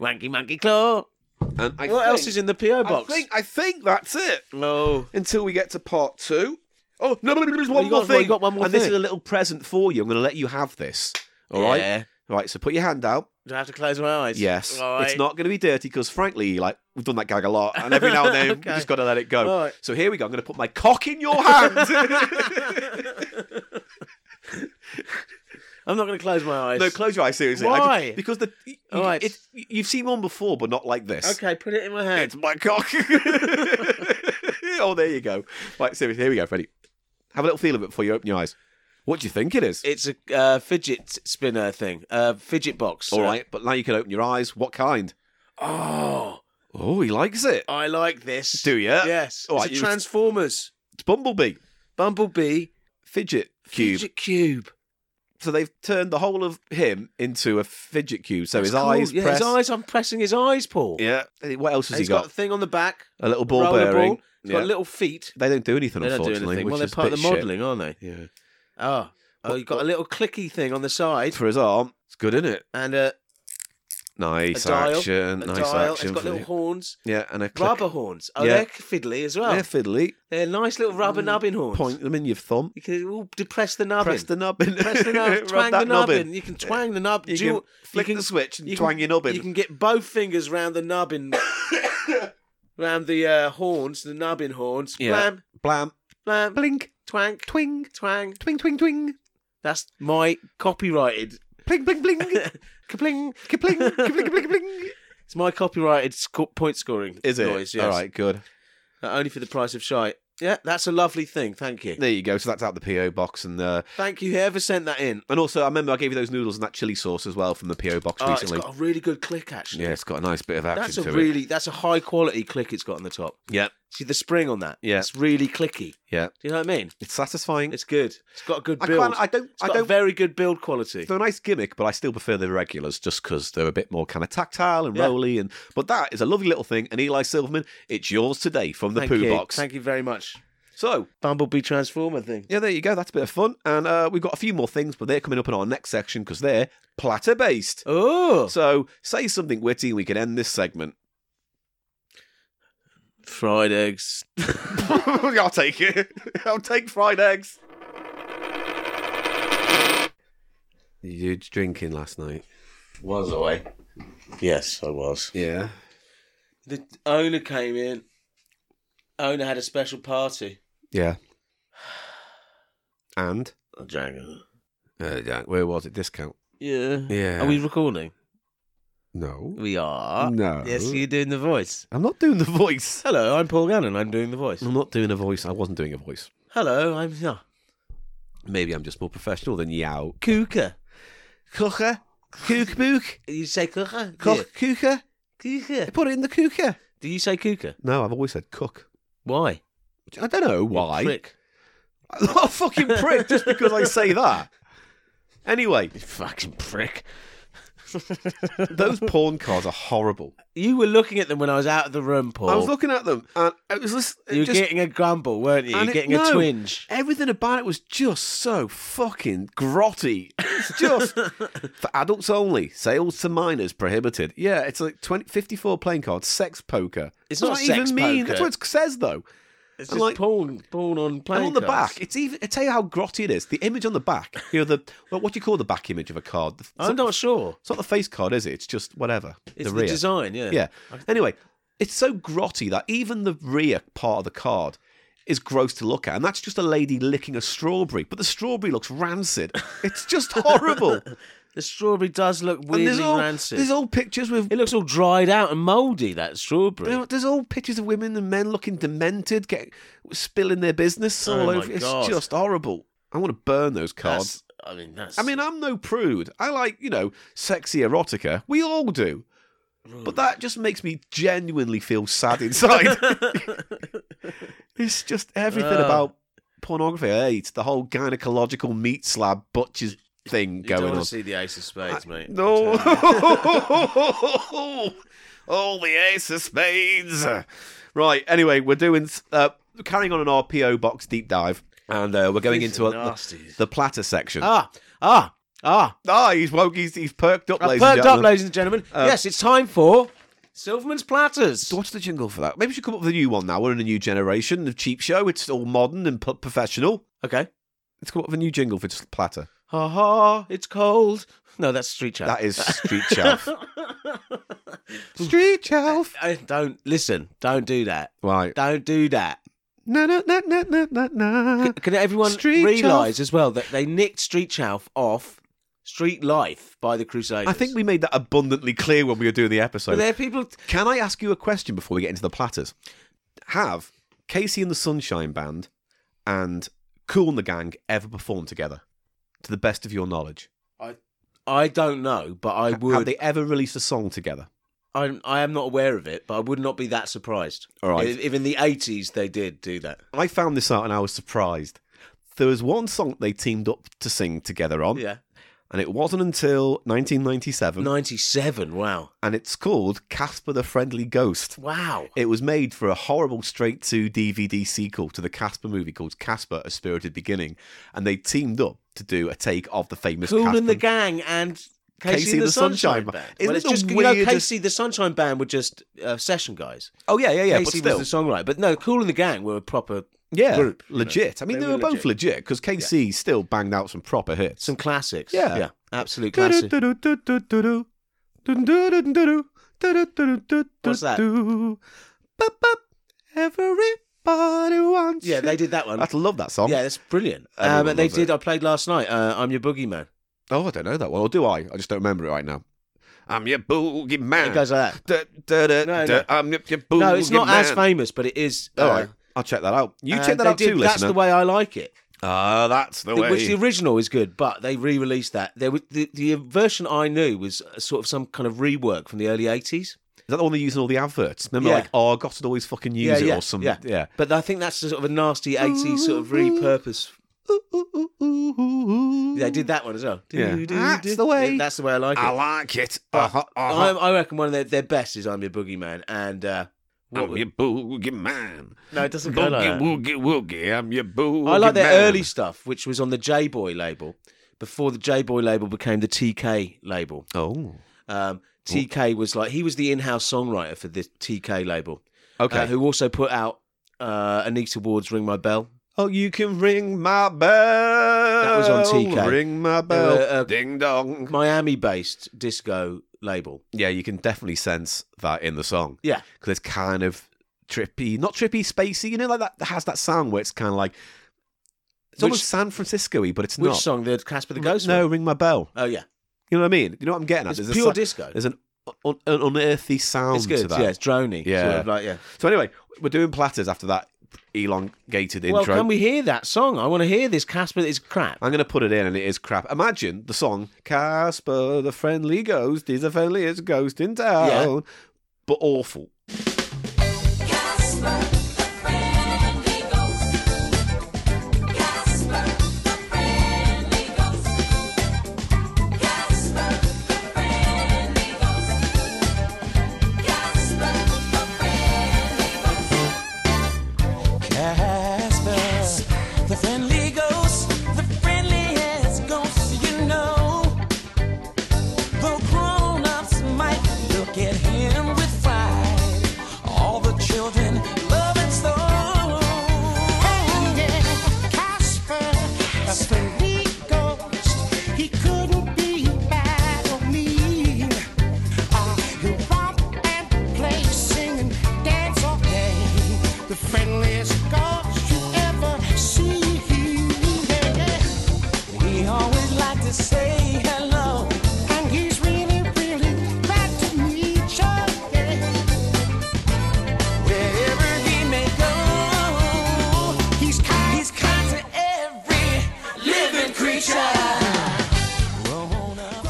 A: Wanky monkey claw.
B: And I
A: what
B: think,
A: else is in the PO box?
B: I think, I think that's it
A: No.
B: until we get to part two. Oh, no, no, no, there's one
A: you
B: more
A: got- well,
B: thing.
A: you got one more
B: and this
A: thing.
B: is a little present for you. I'm going to let you have this. All right,
A: Yeah.
B: Right, so put your hand out.
A: Do I have to close my eyes?
B: Yes.
A: All
B: It's
A: right.
B: not going to be dirty because, frankly, like we've done that gag a lot. And every now and then,
A: Okay.
B: we just got to let it go.
A: All right.
B: So here we go. I'm going to put my cock in your hand.
A: I'm not going to close my eyes.
B: No, close your eyes seriously. I
A: Why?
B: just- because the you,
A: All right.
B: it, you've seen one before, but not like this.
A: Okay, put it in my
B: It's
A: hand.
B: my cock. oh, there you go. Right, seriously, here we go, Freddie. Have a little feel of it before you open your eyes. What do you think it is?
A: It's a uh, fidget spinner thing, uh, fidget box.
B: All right, but now you can open your eyes. What kind?
A: Oh,
B: Oh, he likes it.
A: I like this.
B: Do you?
A: Yes.
B: All
A: it's
B: right,
A: a
B: you-
A: Transformers
B: It's Bumblebee
A: Bumblebee
B: fidget cube.
A: fidget cube.
B: So they've turned the whole of him into a fidget cube. So his
A: Cool,
B: eyes,
A: yeah,
B: press.
A: his eyes. I'm pressing his eyes, Paul.
B: Yeah. What else has
A: And He's
B: he got?
A: got a thing on the back,
B: a little ball
A: roller
B: bearing.
A: ball. He's
B: Yeah.
A: got little feet.
B: They don't do anything,
A: They don't do
B: unfortunately.
A: anything.
B: which
A: Well, they're
B: is a
A: part of
B: bit
A: the
B: shit.
A: modelling, aren't they?
B: Yeah.
A: Oh, oh, you've got a little clicky thing on the side
B: for his arm. It's good, isn't it?
A: and a,
B: Nice
A: A dial,
B: action.
A: a
B: nice
A: dial.
B: action.
A: It's got
B: for
A: little
B: you.
A: horns,
B: yeah, and a click.
A: rubber horns. Oh,
B: Yeah.
A: they're fiddly as well.
B: Yeah, fiddly.
A: They're nice little rubber nubbin horns.
B: Point them in your thumb.
A: You can all depress the nubbin.
B: Press the nubbin.
A: Press the nubbin.
B: Rub
A: twang the
B: that nubbin.
A: nubbin. You can twang the nubbin.
B: You
A: Do
B: can
A: you-
B: flick
A: you can,
B: the switch and
A: you
B: twang your nubbin.
A: You can get both fingers round the nubbin, round the uh, horns, the nubbin horns.
B: Yeah.
A: Blam,
B: Blam.
A: blam,
B: Blink.
A: twank,
B: Twing.
A: twang.
B: Twing, twing, twing.
A: That's my copyrighted.
B: Bling, bling, bling.
A: Kapling.
B: Kapling. Kapling, kapling, kapling.
A: It's my copyrighted sco- point scoring
B: Is it?
A: noise. Yes.
B: All right, good.
A: Uh, only for the price of shite. Yeah, that's a lovely thing. Thank you.
B: There you go. So that's out the PO box, and uh,
A: Thank you, whoever sent that in.
B: and also I remember I gave you those noodles and that chili sauce as well from the PO box
A: Oh, it's
B: recently.
A: got a really good click, actually.
B: Yeah, it's got a nice bit of action
A: That's a
B: to it.
A: really that's a high quality click it's got on the top.
B: Yeah,
A: See the spring on that?
B: Yeah.
A: It's really clicky.
B: yeah.
A: Do you know what I mean?
B: It's satisfying.
A: It's good. It's got a good
B: I
A: build.
B: can't. I don't.
A: It's
B: I
A: got a
B: don't
A: very good build quality.
B: They're a nice gimmick, but I still prefer the regulars just because they're a bit more kind of tactile and
A: Yeah.
B: rolly. And but that is a lovely little thing. And Eli Silverman, it's yours today from the
A: Thank
B: poo
A: you.
B: box.
A: Thank you very much.
B: So
A: Bumblebee Transformer thing.
B: yeah, there you go. That's a bit of fun. And uh, we've got a few more things, but they're coming up in our next section because they're platter based.
A: Oh,
B: So say something witty, and we can end this segment.
A: fried eggs.
B: I'll take it. I'll take fried eggs. You drinking last night?
D: Was away.
A: Yes, I was.
B: Yeah.
A: The owner came in. Owner had a special party.
B: Yeah. And?
A: Dragon.
B: Uh, yeah, where was it? Discount.
A: Yeah.
B: Yeah.
A: Are we recording?
B: No.
A: We are.
B: No.
A: Yes, you're doing the voice.
B: I'm not doing the voice.
A: Hello, I'm Paul Gannon. I'm doing the voice.
B: I'm not doing a voice. I wasn't doing a voice.
A: Hello, I'm yeah.
B: Maybe I'm just more professional than Yao.
A: Kuka.
B: Cooker. Kookbook.
A: You say kuka?
B: Cook. Cooker.
A: Kuka.
B: Put it in the cooker.
A: Do you say kuka?
B: No, I've always said cook.
A: Why?
B: I don't know why.
A: Prick.
B: I'm not a fucking prick just because I say that. Anyway,
A: Fucking prick.
B: those porn cards are horrible.
A: You were looking at them when I was out of the room, Paul.
B: I was looking at them and it was just, it
A: you were
B: just
A: getting a grumble, weren't you?
B: and
A: You're
B: it-
A: getting
B: no.
A: a twinge.
B: Everything about it was just so fucking grotty. It's just for adults only. Sales to minors prohibited. Yeah, it's like 20, 54 playing cards, sex poker.
A: It's
B: What
A: not
B: does that
A: sex
B: even mean.
A: poker.
B: That's what it says though.
A: It's
B: I'm
A: just
B: like-
A: porn, porn on
B: And
A: playing
B: on the
A: cards.
B: back, it's even. I tell you how grotty it is. The image on the back, you know the well, what do you call the back image of a card? It's
A: I'm
B: not,
A: not sure.
B: it's not the face card, is it? It's just whatever.
A: It's the,
B: rear.
A: design, yeah.
B: Yeah. Anyway, it's so grotty that even the rear part of the card is gross to look at, and that's just a lady licking a strawberry. But the strawberry looks rancid. It's just horrible.
A: The strawberry does look
B: and
A: weirdly
B: there's all
A: rancid.
B: there's all pictures with.
A: It looks all dried out and mouldy, that strawberry.
B: There's all pictures of women and men looking demented, get, spilling their business
A: Oh
B: all
A: my
B: over. It's
A: God.
B: just horrible. I want to burn those
A: That's-
B: cards.
A: I mean, that's.
B: I mean, I'm no prude. I like, you know, sexy erotica. We all do.
A: Mm.
B: But that just makes me genuinely feel sad inside. it's just everything
A: Oh.
B: about pornography. I hate the whole gynecological meat slab butchers thing
A: you don't
B: going
A: want
B: on.
A: to see the ace of spades, mate.
B: No. oh, the ace of spades. Right. Anyway, we're doing uh, carrying on an RPO box deep dive, and uh, we're going
A: These
B: into
A: are
B: a, the,
A: nasty.
B: the platter section.
A: Ah, ah, ah.
B: Ah, he's woke. He's, he's perked up,
A: I've
B: ladies
A: perked up,
B: and gentlemen. Uh,
A: ladies and gentlemen. yes, it's time for Silverman's Platters.
B: What's the jingle for that? Maybe we should come up with a new one now. We're in a new generation of cheap show. It's all modern and p- professional.
A: Okay.
B: Let's come up with a new jingle for just platter.
A: Ha ha, it's cold. No, that's street chat.
B: That is street shelf. street shelf.
A: I don't listen. Don't do that.
B: Right.
A: Don't do that.
B: Na na na na na na na.
A: Can everyone
B: Street
A: realise as well that they nicked Street Chalf off Street Life by the Crusaders?
B: I think we made that abundantly clear when we were doing the
A: But
B: episode.
A: there are people.
B: Can I ask you a question before we get into the platters? Have Casey and the Sunshine Band and Cool and the Gang ever performed together? To the best of your knowledge,
A: I don't know, but I
B: have
A: would.
B: they ever released a song together?
A: I'm, I am not aware of it, but I would not be that surprised.
B: All right.
A: If, if in the 80s they did do that.
B: I found this out and I was surprised. There was one song they teamed up to sing together on,
A: Yeah.
B: and it wasn't until 1997,
A: 97. Wow.
B: and it's called Casper the Friendly Ghost.
A: Wow.
B: It was made for a horrible straight to DVD sequel to the Casper movie called Casper A Spirited Beginning, and they teamed up to do a take of the famous
A: Cool
B: Casper.
A: and the Gang and Casey, and the Sunshine, Band.
B: Isn't
A: well,
B: it
A: it's
B: the
A: just you know,
B: weirdest-
A: Casey the Sunshine Band were just uh, session guys.
B: oh, yeah, yeah, yeah,
A: Casey
B: but still.
A: was the songwriter, but no, Cool and the Gang were a proper
B: yeah,
A: group, you know.
B: legit. I mean, they,
A: They
B: were,
A: were
B: both legit because KC still banged out some proper hits.
A: some classics.
B: Yeah.
A: yeah, absolute classic.
B: What's
A: What's
B: that? Everybody wants
A: Yeah, they did that one.
B: I love that song.
A: yeah, that's brilliant. Um,
B: Everyone
A: and they
B: loves
A: did. I played last night. Uh, I'm your boogeyman.
B: Oh, I don't know that one. Or do I? I just don't remember it right now. I'm your boogeyman.
A: It goes like that.
B: da, da, da,
A: No,
B: da,
A: no.
B: I'm your, your boogeyman.
A: No, it's not as famous, but it is.
B: All
A: uh,
B: right. I'll check that out. You
A: and
B: check that
A: they
B: out
A: did
B: too,
A: That's
B: listener.
A: the way I like it.
B: Ah, that's the way.
A: Which the original is good, but they re-released that. There was the, the version I knew was uh, sort of some kind of rework from the early '80s.
B: Is that the one they use in all the adverts? Remember,
A: Yeah.
B: like, oh, God, would always fucking use
A: Yeah,
B: it
A: yeah,
B: or something.
A: yeah.
B: yeah.
A: But I think that's a sort of a nasty '80s sort of repurpose.
B: Ooh, ooh, ooh, ooh, ooh, ooh.
A: They did that one as well.
B: Yeah.
A: Do, do,
B: That's
A: do.
B: the way.
A: Yeah, that's the way I like it.
B: I like it. Uh-huh,
A: I,
B: uh-huh.
A: I reckon one of their, their best is "I'm Your Boogeyman," and uh, what
B: I'm
A: would-
B: your boogeyman.
A: no, it doesn't go like
B: Boogie,
A: that.
B: woogie, woogie. I'm your boogeyman.
A: I like their early stuff, which was on the J Boy label before the J Boy label became the TK label.
B: Oh.
A: Um, TK was like he was the in-house songwriter for the TK label,
B: Okay.
A: uh, who also put out uh, Anita Ward's "Ring My Bell."
B: Oh, you can ring my bell. That
A: was on TK.
B: Ring my
A: They were,
B: bell.
A: uh,
B: Ding dong.
A: Miami-based disco label.
B: Yeah, you can definitely sense that in the song.
A: Yeah.
B: because it's kind of trippy, not trippy, spacey. You know, like that that has that sound where it's kind of like it's
A: Which-
B: almost San Francisco-y, but it's
A: Which
B: not.
A: song? The Casper the Ghost?
B: no,
A: one?
B: ring my bell.
A: Oh yeah,
B: You know what I mean? You know what I'm getting at?
A: it's
B: a
A: pure
B: sa-
A: disco.
B: There's an, un- an unearthly sound
A: It's good.
B: to that.
A: Yeah, it's drony.
B: Yeah.
A: sort of like, yeah.
B: So anyway, we're doing platters after that elongated
A: Well,
B: intro.
A: can we hear that song? I want to hear this Casper. It's crap.
B: I'm going to put it in, and it is crap. Imagine the song "Casper the Friendly Ghost is the friendliest ghost in town,"
A: Yeah.
B: but awful.
E: Casper, the friendly ghost. Casper, the friendly ghost. Casper, the friendly ghost. Casper, the friendly ghost.
D: Casper, the friendly ghost, the friendliest ghost you know. The grown-ups might look at him with pride. All the children love it so. Casper, a friendly ghost, he couldn't be bad or mean. Uh, he'll romp and play, sing and dance all day. The friendliest ghost you ever see. He always liked to say hello, and he's really, really glad to meet you. Wherever he may go, he's kind, he's kind to every living creature.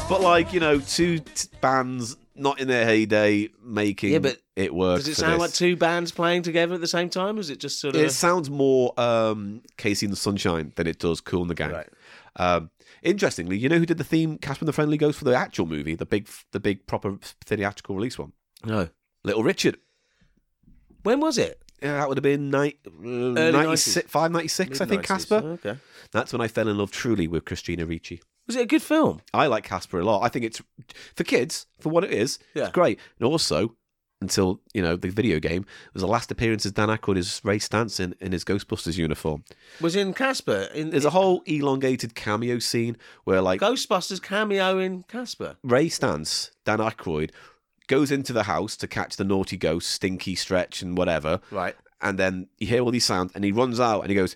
B: But like you know, two t- bands not in their heyday making
A: Yeah, but
B: it work.
A: Does it
B: for
A: sound
B: this.
A: like two bands playing together at the same time? Or is it just sort of?
B: It sounds more um, Casey and the Sunshine than it does Cool and the Gang.
A: Right.
B: Um, interestingly, you know who did the theme "Casper and the Friendly Ghost" for the actual movie, the big, the big proper theatrical release one?
A: no.
B: Little Richard.
A: When was it?
B: Yeah, that would have been ni- uh,
A: Early
B: 96, 5, 96, I think,
A: Mid-nineties.
B: Casper.
A: Okay.
B: That's when I fell in love truly with Christina Ricci.
A: Was it a good film?
B: I like Casper a lot. I think it's, for kids, for what it is,
A: Yeah.
B: it's great. And also, until, you know, the video game, it was the last appearance of Dan Aykroyd as Ray Stantz in, in his Ghostbusters uniform.
A: Was in Casper in
B: There's a whole elongated cameo scene where, like,
A: Ghostbusters cameo in Casper.
B: Ray Stantz, Dan Aykroyd, goes into the house to catch the naughty ghost, Stinky Stretch, and whatever.
A: Right.
B: and then you hear all these sounds, and he runs out and he goes,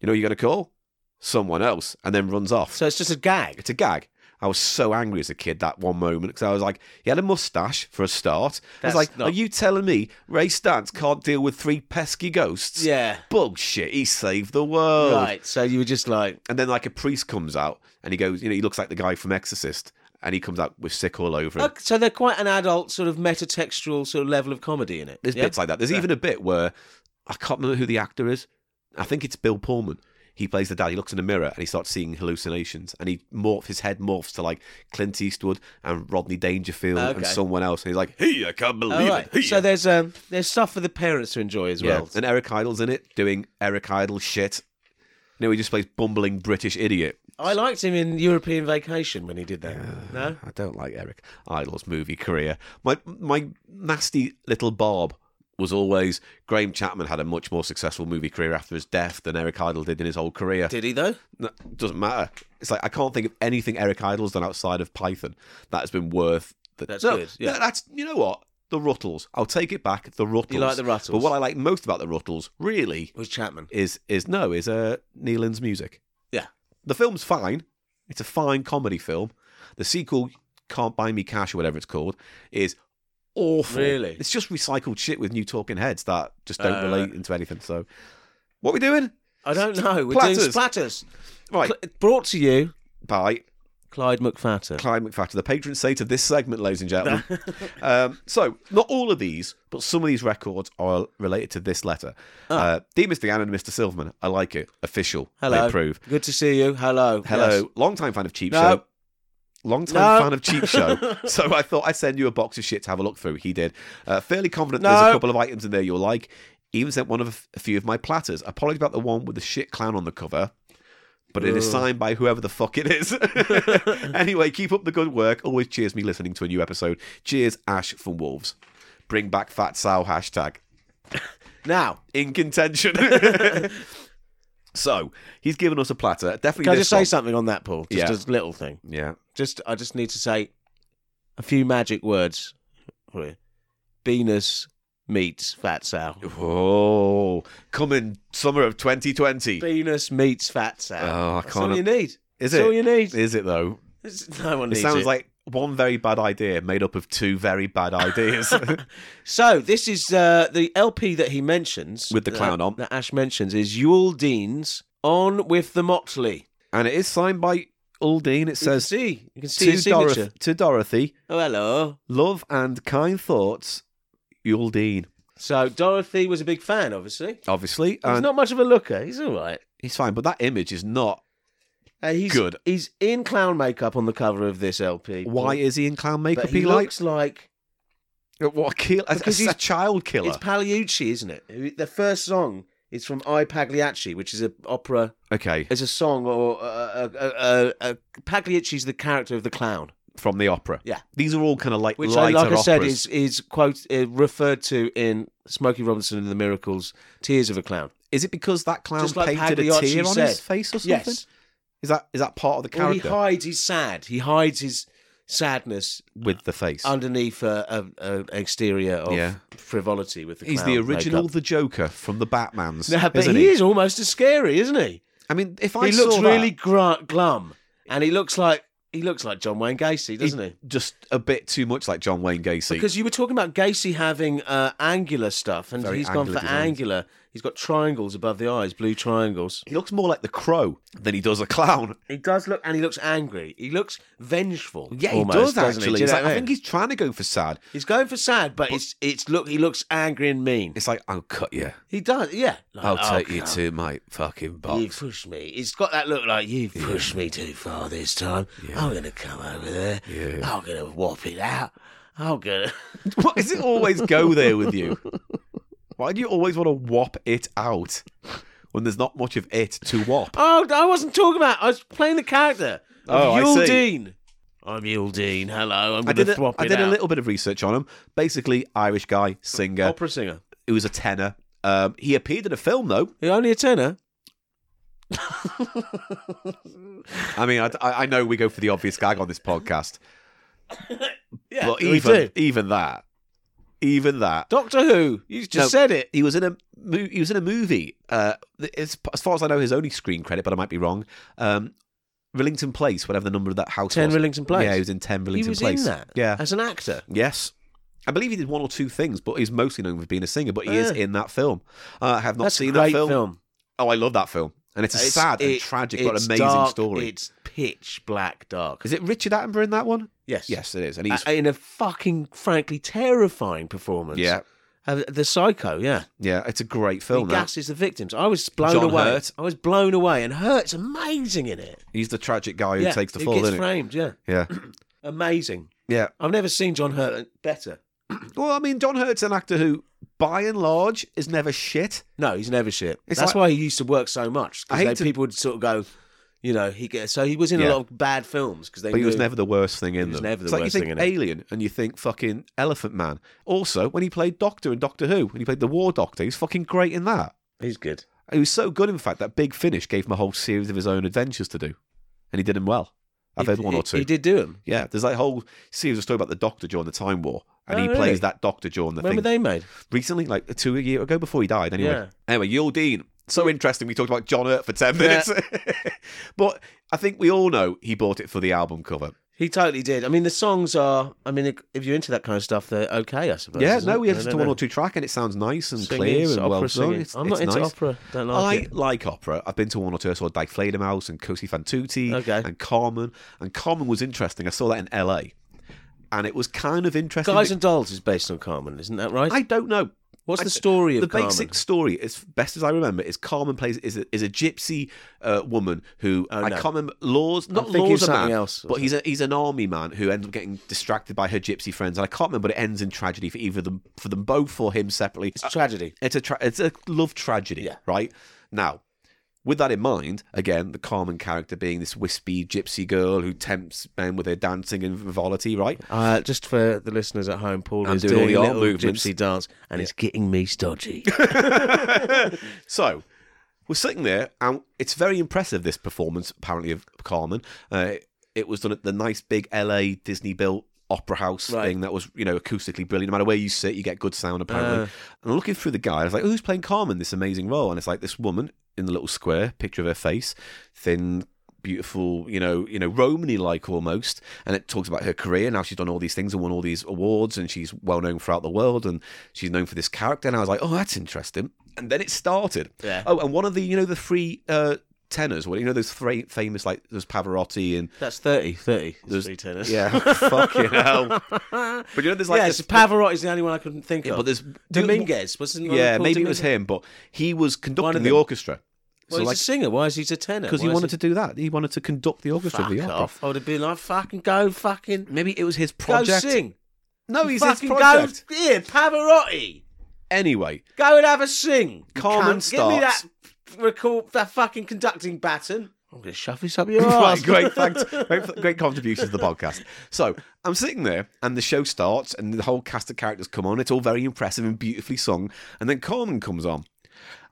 B: "You know, what you're gonna call someone else," and then runs off.
A: So it's just a gag.
B: it's a gag. I was so angry as a kid that one moment because I was like, he had a mustache for a start.
A: That's
B: I was like,
A: not-
B: are you telling me Ray Stantz can't deal with three pesky ghosts?
A: Yeah.
B: Bullshit, he saved the world.
A: Right. Oh. So you were just like,
B: And then, like, a priest comes out and he goes, you know, he looks like the guy from Exorcist and he comes out with sick all over him.
A: Okay, so they're quite an adult sort of metatextual sort of level of comedy in it.
B: There's
A: yeah?
B: bits like that. There's even a bit where I can't remember who the actor is. I think it's Bill Pullman. He plays the dad. He looks in the mirror and he starts seeing hallucinations. And he morph his head morphs to like Clint Eastwood and Rodney Dangerfield and
A: Okay.
B: someone else. And he's like, "Hey, I can't believe
A: Oh,
B: it." Hey.
A: right. So there's um there's stuff for the parents to enjoy as
B: yeah.
A: well.
B: And Eric Idle's in it doing Eric Idle shit. No, he just plays bumbling British idiot.
A: I liked him in European Vacation when he did that. No,
B: I don't like Eric Idle's movie career. My my nasty little Bob was always Graham Chapman had a much more successful movie career after his death than Eric Idle did in his whole career.
A: did he though?
B: No, doesn't matter. It's like I can't think of anything Eric Idle's done outside of Python that has been worth. The,
A: That's
B: no,
A: good, yeah.
B: no, that's you know what the Ruttles. I'll take it back. The Ruttles.
A: You like the Ruttles.
B: But what I like most about the Ruttles really
A: Was Chapman?
B: is is no is uh Nealon's music.
A: Yeah.
B: The film's fine. It's a fine comedy film. The sequel, Can't Buy Me Cash or whatever it's called, is awful.
A: Really?
B: It's just recycled shit with new talking heads that just don't
A: Uh,
B: relate into anything. So, what we doing?
A: I don't know. We're doing splatters.
B: Right.
A: Cl- brought to you,
B: Bye.
A: Clyde McFatter.
B: Clive McFatter, the patron saint of this segment, ladies and gentlemen. um, so, not all of these, but some of these records are related to this letter.
A: Ah.
B: Uh, Dear Mr. Gannon and Mr. Silverman, I like it. Official.
A: Hello.
B: I approve.
A: Good to see you. Hello.
B: Hello,
A: Yes.
B: long time fan of Cheap
A: No.
B: Show. Long time
A: No.
B: fan of Cheap Show. so I thought I'd send you a box of shit to have a look through. He did. Uh, fairly confident there's
A: No.
B: a couple of items in there you'll like. Even sent one of a few of my platters. Apologies about the one with the shit clown on the cover. But it is signed by whoever the fuck it is. anyway, keep up the good work. Always cheers me listening to a new episode. Cheers, Ash from Wolves. Bring back Fat Sow hashtag
A: Now,
B: in contention. so he's given us a platter. Definitely.
A: can I
B: this
A: just say
B: one.
A: something on that, Paul? Just a
B: Yeah.
A: little thing.
B: Yeah.
A: Just I just need to say, a few magic words for you. Venus meets Fat Sal.
B: Oh, coming summer of 2020.
A: Venus meets Fat Sal.
B: Oh, I
A: That's
B: can't-
A: all you need.
B: Is
A: That's
B: it?
A: all you need.
B: Is it though?
A: It's- no one
B: It
A: needs
B: sounds like one very bad idea made up of two very bad ideas.
A: So this is uh, the LP that he mentions
B: With the clown
A: that,
B: on.
A: that Ash mentions is Yule Dean's on with the Motley.
B: and it is signed by Uldine. It
A: You can
B: says
A: see, you can see
B: to,
A: his signature.
B: Doroth- to Dorothy,
A: Oh hello.
B: love and kind thoughts, Uldine.
A: So Dorothy was a big fan, obviously.
B: Obviously,
A: He's
B: and
A: not much of a looker. He's all right.
B: he's fine, but that image is not.
A: Uh, he's
B: Good.
A: He's in clown makeup on the cover of this LP.
B: Why is he in clown
A: but
B: makeup?
A: he
B: He
A: looks like
B: like what a kill? A,
A: Because
B: a,
A: he's-
B: child killer.
A: it's Pagliucci, isn't it? The first song is from I Pagliacci, which is an opera.
B: okay,
A: It's a song or uh, uh, uh, uh, uh, Pagliacci's the character of the clown.
B: from the opera.
A: Yeah.
B: these are all kind of like
A: which I,
B: lighter
A: like I said
B: operas.
A: is is quote uh, referred to in Smokey Robinson and the Miracles, Tears of a Clown.
B: Is it because that clown
A: Just like
B: painted a
A: Pagliacci
B: tear on
A: said.
B: his face or something? Is that is that part of the
A: Well, he
B: character
A: hides. He's sad. He hides his sadness
B: with the face?
A: underneath a, a, a exterior of
B: Yeah.
A: frivolity with the
B: He's
A: clown
B: the original
A: makeup.
B: the Joker from the Batman's.
A: No, but
B: isn't
A: he, is almost as scary, isn't he?
B: I mean, if I
A: He
B: saw
A: looks
B: that,
A: really gr- glum, and he looks like he looks like John Wayne Gacy, doesn't he?
B: just a bit too much like John Wayne Gacy.
A: Because you were talking about Gacy having uh, angular stuff, and
B: Very
A: he's gone for
B: angular designs.
A: angular. He's got triangles above the eyes, blue triangles.
B: he looks more like the Crow than he does a clown.
A: He does look, and he looks angry. He looks vengeful.
B: Yeah,
A: almost,
B: he does
A: doesn't
B: actually.
A: He? Do you
B: It's
A: know
B: like,
A: what
B: I
A: I
B: think
A: mean?
B: he's trying to go for sad.
A: he's going for sad, but it's it's look. He looks angry and mean.
B: It's like I'll cut you.
A: He does, yeah. Like,
B: I'll
A: "Oh,
B: take you
A: come
B: to my fucking
A: on,
B: box.
A: You pushed me. It's got that look like you've pushed me too far this time. I'm gonna come over there.
B: Yeah.
A: I'm gonna whop it out. I'm gonna.
B: Why does it always go there with you? Why do you always want to whop it out when there's not much of it to whop?
A: Oh, I wasn't talking about. I was playing the character.
B: Oh,
A: of
B: I
A: Yule
B: see.
A: Dean. I'm Yule Dean. Hello. I'm
B: I
A: going
B: did,
A: to
B: a,
A: thwop
B: I
A: it
B: did a
A: out.
B: little bit of research on him. Basically, Irish guy, singer,
A: opera singer.
B: It was a tenor. Um, he appeared in a film though.
A: You're only a tenor.
B: I mean, I, I know we go for the obvious gag on this podcast,
A: Yeah,
B: but
A: we
B: even
A: do.
B: even that, even that,
A: Doctor Who. You just
B: No.
A: said it.
B: he was in a mo- he was in a movie. Uh, as, as far as I know, his only screen credit, but I might be wrong. Um, Rillington Place, whatever the number of that house
A: Ten
B: was.
A: Rillington Place.
B: Yeah, he was in Ten Rillington
A: he was
B: Place.
A: in that.
B: Yeah.
A: as an actor.
B: Yes. I believe he did one or two things, but he's mostly known for being a singer. But he is
A: Yeah.
B: in that film. Uh, I have not
A: That's a
B: seen
A: great
B: that film. Oh, I love that film, and it's a sad and
A: it-
B: tragic but
A: it's
B: amazing
A: dark,
B: story.
A: It's pitch black dark.
B: Is it Richard Attenborough in that one?
A: Yes.
B: Yes, it is, and he's
A: Uh, in a fucking, frankly, terrifying performance.
B: yeah,
A: Uh, the psycho. Yeah,
B: yeah. It's a great
A: he
B: film. that.
A: gasses the victims. I was blown
B: John
A: away.
B: Hurt.
A: I was blown away, and Hurt's amazing in it.
B: He's the tragic guy who
A: yeah,
B: takes the
A: who
B: fall,
A: gets
B: isn't it?
A: framed. Yeah,
B: Yeah,
A: amazing.
B: yeah.
A: I've never seen John Hurt better.
B: Well, I mean, John Hurt's an actor who, by and large, is never shit.
A: No, he's never shit.
B: It's
A: That's
B: like-
A: why he used to work so much
B: I hate
A: because
B: to-
A: people would sort of go, you know, he get so he was in
B: Yeah.
A: a lot of bad films because they.
B: But he was
A: knew-
B: never the worst thing in
A: was
B: them.
A: never the
B: it's like
A: worst
B: you
A: thing
B: think
A: in it.
B: Alien and you think fucking Elephant Man. Also, when he played Doctor in Doctor Who, when he played the War Doctor, he's fucking great in that.
A: He's good.
B: He was so good, in fact, that Big Finish gave him a whole series of his own adventures to do, and he did them well. I've
A: He-
B: heard one
A: he-
B: or two.
A: He did do him.
B: Yeah, there's that whole series of story about the Doctor during the Time War, and
A: Oh,
B: he
A: really?
B: plays that Doctor during the
A: When
B: thing
A: were they made?
B: recently, like two a year ago before he died. Anyway,
A: Yeah.
B: anyway, Yul Dean. So interesting. We talked about John Hurt for ten minutes, but I think we all know he bought it for the album cover.
A: He totally did. I mean, the songs are. I mean, if you're into that kind of stuff, they're okay, I suppose.
B: yeah,
A: isn't
B: no,
A: it?
B: we
A: I
B: listened
A: don't
B: to one
A: know.
B: or two track, and it sounds nice and
A: Singing,
B: clear
A: it's
B: and
A: opera
B: well done.
A: singing.
B: It's,
A: I'm
B: it's
A: not into
B: nice.
A: opera. Don't like
B: I
A: it.
B: like opera. I've been to one or two. I saw Die Fledermaus and Cosi fan tutti
A: Okay.
B: and Carmen. And Carmen was interesting. I saw that in L.A. and it was kind of interesting.
A: Guys and Dolls is based on Carmen, isn't that right?
B: I don't know.
A: What's
B: I-
A: the story of
B: the
A: Carmen?
B: basic story? As best as I remember, is Carmen plays is a, is a gypsy uh, woman who
A: Oh,
B: I
A: no.
B: can't remember laws not
A: thinking
B: laws a
A: something
B: man,
A: else.
B: but he's a he's an army man who ends up getting distracted by her gypsy friends, and I can't remember. But it ends in tragedy for either them for them both or him separately. Uh,
A: it's tragedy.
B: It's a tra- it's a love tragedy,
A: Yeah.
B: right? Now, with that in mind, again, the Carmen character being this wispy gypsy girl who tempts men with her dancing and frivolity, right?
A: Uh, just for the listeners at home, Paul
B: I'm
A: is
B: doing all
A: doing,
B: the
A: a
B: arm
A: little
B: movements.
A: gypsy dance, and it's getting me stodgy.
B: So we're sitting there, and it's very impressive this performance apparently of Carmen. Uh, it was done at the nice big LA Disney built opera house
A: Right.
B: thing that was, you know, acoustically brilliant. No matter where you sit, you get good sound apparently. and I'm looking through the guide, I was like, who's playing Carmen this amazing role? And it's like this woman in the little square, picture of her face, thin, beautiful, you know, you know, Romany like almost. And it talks about her career and how she's done all these things and won all these awards and she's well known throughout the world and she's known for this character. And I was like, oh, that's interesting. And then it started.
A: Yeah.
B: Oh, and one of the, you know, the three uh, tenors, well, you know, those three famous, like, there's Pavarotti and.
A: That's 30, 30.
B: There's-
A: three tenors.
B: Yeah, fucking hell. But you know, there's like
A: yeah,
B: this-
A: so Pavarotti's the only one I couldn't think
B: Yeah,
A: of.
B: but there's
A: Dominguez wasn't. he
B: Yeah,
A: called
B: maybe it was
A: Dominguez?
B: him, but he was conducting the
A: them.
B: orchestra.
A: Well, he's a singer. Why is he a tenor?
B: because he
A: Why is
B: wanted to do that, he wanted to conduct the orchestra
A: Fuck
B: of the opera.
A: off. I would have been like, fucking go, fucking
B: Maybe it was his
A: go
B: project.
A: sing.
B: No, he's his
A: fucking
B: project.
A: go, yeah, Pavarotti.
B: Anyway,
A: Go and have a sing.
B: Carmen
A: Cunt. Give me that
B: starts-
A: record, that fucking conducting baton. I'm gonna shove this up your
B: right,
A: ass.
B: great, thanks, great, great contributions to the podcast. So I'm sitting there, and the show starts, and the whole cast of characters come on. It's all very impressive and beautifully sung, and then Carmen comes on,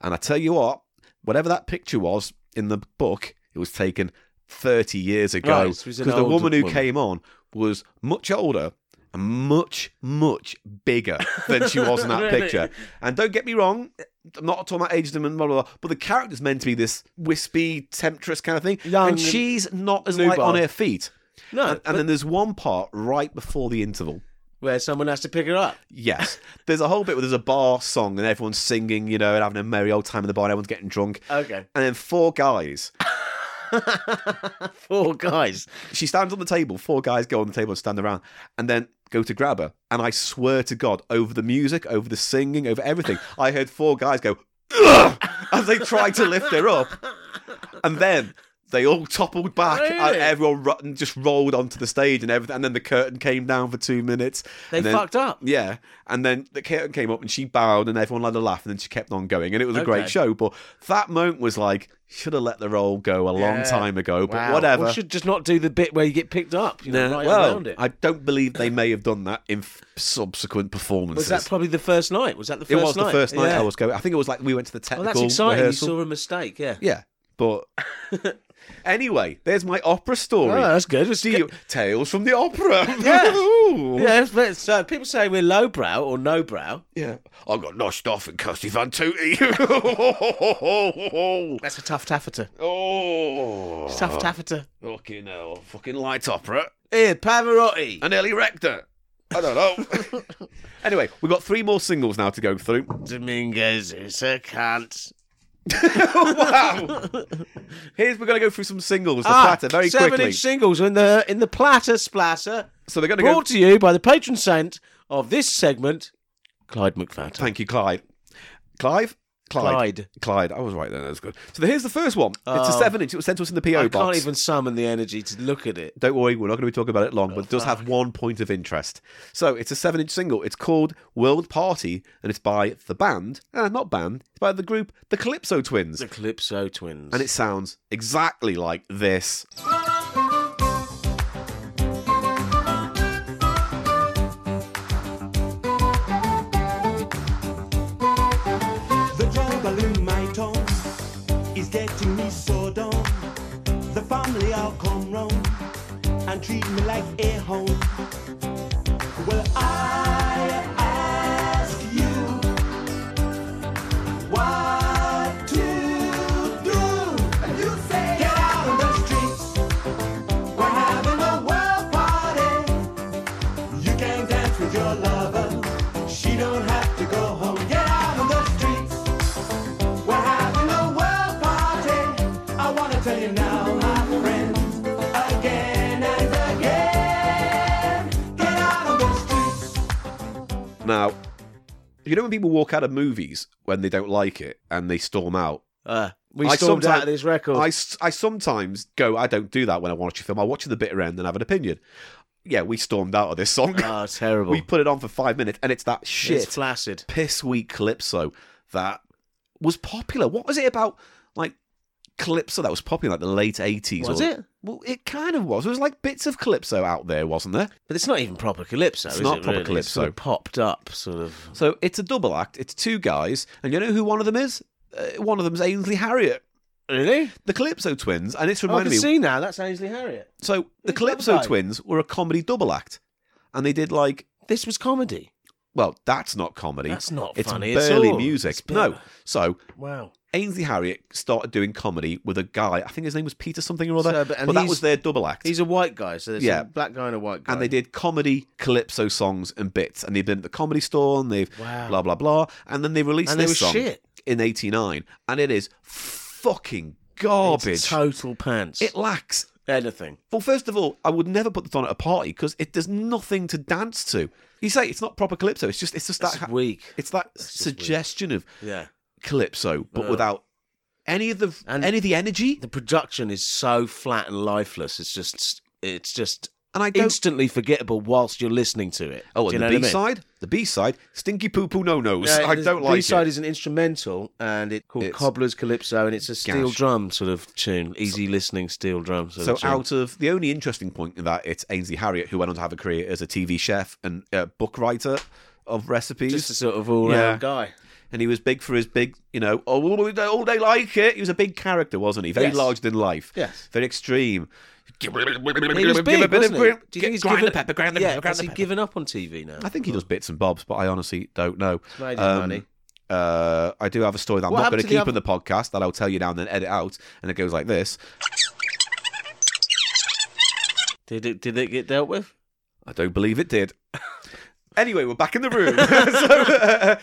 B: and I tell you what, whatever that picture was in the book, it was taken 30 years ago
A: Right, so
B: because
A: he's an
B: the
A: older
B: woman who
A: woman.
B: came on was much older. and Much, much bigger than she was in that
A: Really?
B: picture. And don't get me wrong, I'm not talking about agedom and blah, blah, blah, but the character's meant to be this wispy, temptress kind of thing.
A: Young
B: and
A: and
B: she's not as light
A: nubile.
B: on her feet.
A: No,
B: And, and then there's one part right before the interval.
A: where someone has to pick her up.
B: Yes. There's a whole bit where there's a bar song and everyone's singing, you know, and having a merry old time in the bar and everyone's getting drunk.
A: Okay,
B: And then four guys.
A: four guys.
B: She stands on the table. Four guys go on the table and stand around and then go to grab her. And I swear to God, over the music, over the singing, over everything, I heard four guys go, "Ugh," as they tried to lift her up. And then they all toppled back. And
A: Really?
B: everyone ro- and just rolled onto the stage and everything. And then the curtain came down for two minutes.
A: They
B: And then-
A: fucked up.
B: Yeah, and then the curtain came up and she bowed and everyone had a laugh and then she kept on going and it was a great
A: Okay.
B: show. But that moment was like should have let the role go a long
A: Yeah.
B: time ago. But
A: Wow.
B: whatever.
A: Or should just not do the bit where you get picked up. You know,
B: Nah,
A: right
B: well,
A: around it.
B: I don't believe they may have done that in f- subsequent performances.
A: was that probably the first night? Was that the
B: it
A: first?
B: was
A: night?
B: the first night
A: Yeah.
B: I was going. I think it was like we went to the
A: Well,
B: technical
A: that's exciting.
B: rehearsal.
A: You saw a mistake. Yeah.
B: Yeah, but anyway, there's my opera story.
A: Oh, that's good. It's
B: See
A: good.
B: you- tales from the opera.
A: Yeah.
B: Ooh.
A: Yeah, that's- that's- so people say we're lowbrow or no brow.
B: Yeah. I got noshed off in Kirsty Van Tootie.
A: That's a tough taffeta.
B: oh.
A: Tough taffeta.
B: Fucking hell. Fucking light opera.
A: Here, Pavarotti.
B: I nearly wrecked her. I don't know. anyway, we've got three more singles now to go through.
A: Dominguez is a cunt.
B: wow. Here's, we're going to go through some singles, the platter, very
A: Ah, seven
B: quickly.
A: inch singles in the in the platter splatter.
B: So we're going to go.
A: Brought to you by the patron saint of this segment, Clyde McFadden.
B: Thank you, Clyde. Clive? Clyde.
A: Clyde.
B: Clyde. I was right there. That's good. So here's the first one. it's a
A: Oh.
B: seven inch. It was sent to us in the PO
A: I
B: box.
A: can't even summon the energy to look at it.
B: Don't worry, we're not going to be talking about it long,
A: Oh,
B: but it does have one point of interest. So it's a seven inch single. It's called World Party, and it's by the band, uh, not band, it's by the group The Calypso Twins.
A: The Calypso twins.
B: And it sounds exactly like this.
F: The trouble in my town is getting me so down. The family all come round and treat me like a hound. Well, I ask you what to do. And you say, get out on the streets. We're having a world party. You can dance with your lover. She don't have to go home. Get out on the streets. We're having a world party. I wanna tell you now, my friends, again and again. Get out on the streets.
B: Now, you know when people walk out of movies when they don't like it and they storm out?
A: Uh, we
B: I
A: stormed out
B: sometime-
A: of this record.
B: I, s- I sometimes go, I don't do that when I watch a film. I watch to the bitter end and have an opinion. Yeah, we stormed out of this song.
A: oh, terrible.
B: we put it on for five minutes and it's that shit.
A: It's flaccid.
B: piss weak calypso that was popular. What was it about like calypso that was popular like the late eighties?
A: Was it?
B: Well, it kind of was. There was like bits of calypso out there, wasn't there?
A: But it's not even proper Calypso,
B: It's
A: is
B: not
A: it,
B: proper
A: really? It's sort of
B: Calypso.
A: popped up, sort of.
B: So it's a double act. It's two guys, and you know who one of them is? Uh, one of them's Ainsley Harriott,
A: Really?
B: the Calypso twins, and it's
A: Oh, I
B: reminded
A: can
B: me.
A: see now. That's Ainsley Harriott.
B: so the
A: Who's the other
B: Calypso
A: guy?
B: twins were a comedy double act. and they did like
A: This was comedy.
B: well, that's not comedy.
A: That's not
B: it's
A: funny at
B: Barely
A: all.
B: music.
A: It's bit-
B: no. So
A: Wow.
B: Ainsley Harriott started doing comedy with a guy. I think his name was Peter something or other.
A: So,
B: but
A: but- and
B: that
A: he's-
B: was their double act.
A: He's a white guy, so there's
B: Yeah.
A: a black guy and a white guy.
B: and they did comedy calypso songs and bits, and they've been at the comedy store and they've
A: Wow.
B: blah blah blah, and then they released
A: And they
B: this
A: were
B: song
A: shit.
B: in '89, and it is fucking
A: It's
B: garbage.
A: Total pants.
B: it lacks
A: Anything.
B: Well, first of all, I would never put this on at a party because it there's nothing to dance to. You say it's not proper calypso. It's just it's just that
A: It's weak.
B: It's that
A: just weak.
B: suggestion of
A: Yeah.
B: calypso, but
A: Yeah.
B: without any of the
A: And-
B: any of the energy.
A: The production is so flat and lifeless. It's just, it's just
B: and I don't.
A: instantly forgettable whilst you're listening to it.
B: oh,
A: Do
B: and
A: you know
B: the
A: what I
B: B
A: mean?
B: side, the B side, stinky poo poo no nos.
A: Yeah,
B: I
A: the
B: don't like
A: B-side
B: it.
A: is an instrumental, and it's called
B: It's-
A: Cobbler's Calypso, and it's a steel
B: Gash.
A: drum sort of tune, easy listening steel drum sort
B: So
A: of tune.
B: out of the only interesting point in that, it's Ainsley Harriott who went on to have a career as a TV chef and uh, book writer of recipes.
A: just a sort of all round
B: Yeah.
A: guy.
B: and he was big for his big, you know, oh, all they, all they like it. He was a big character, wasn't he? Very
A: Yes.
B: large in life.
A: Yes.
B: very extreme.
A: He
B: He
A: was big, wasn't he? Do you think he's
B: grind
A: given,
B: the pepper, grind the
A: yeah,
B: pepper, grind
A: has
B: the
A: he
B: pepper.
A: given up on TV now?
B: I think he does bits and bobs, but I honestly don't know. Um,
A: made his money.
B: Uh, I do have a story that I'm
A: What
B: not
A: happened
B: going to
A: to the
B: keep
A: other-
B: in the podcast that I'll tell you now and then edit out, and it goes like this.
A: Did it, did it get dealt with?
B: I don't believe it did. anyway, we're back in the room.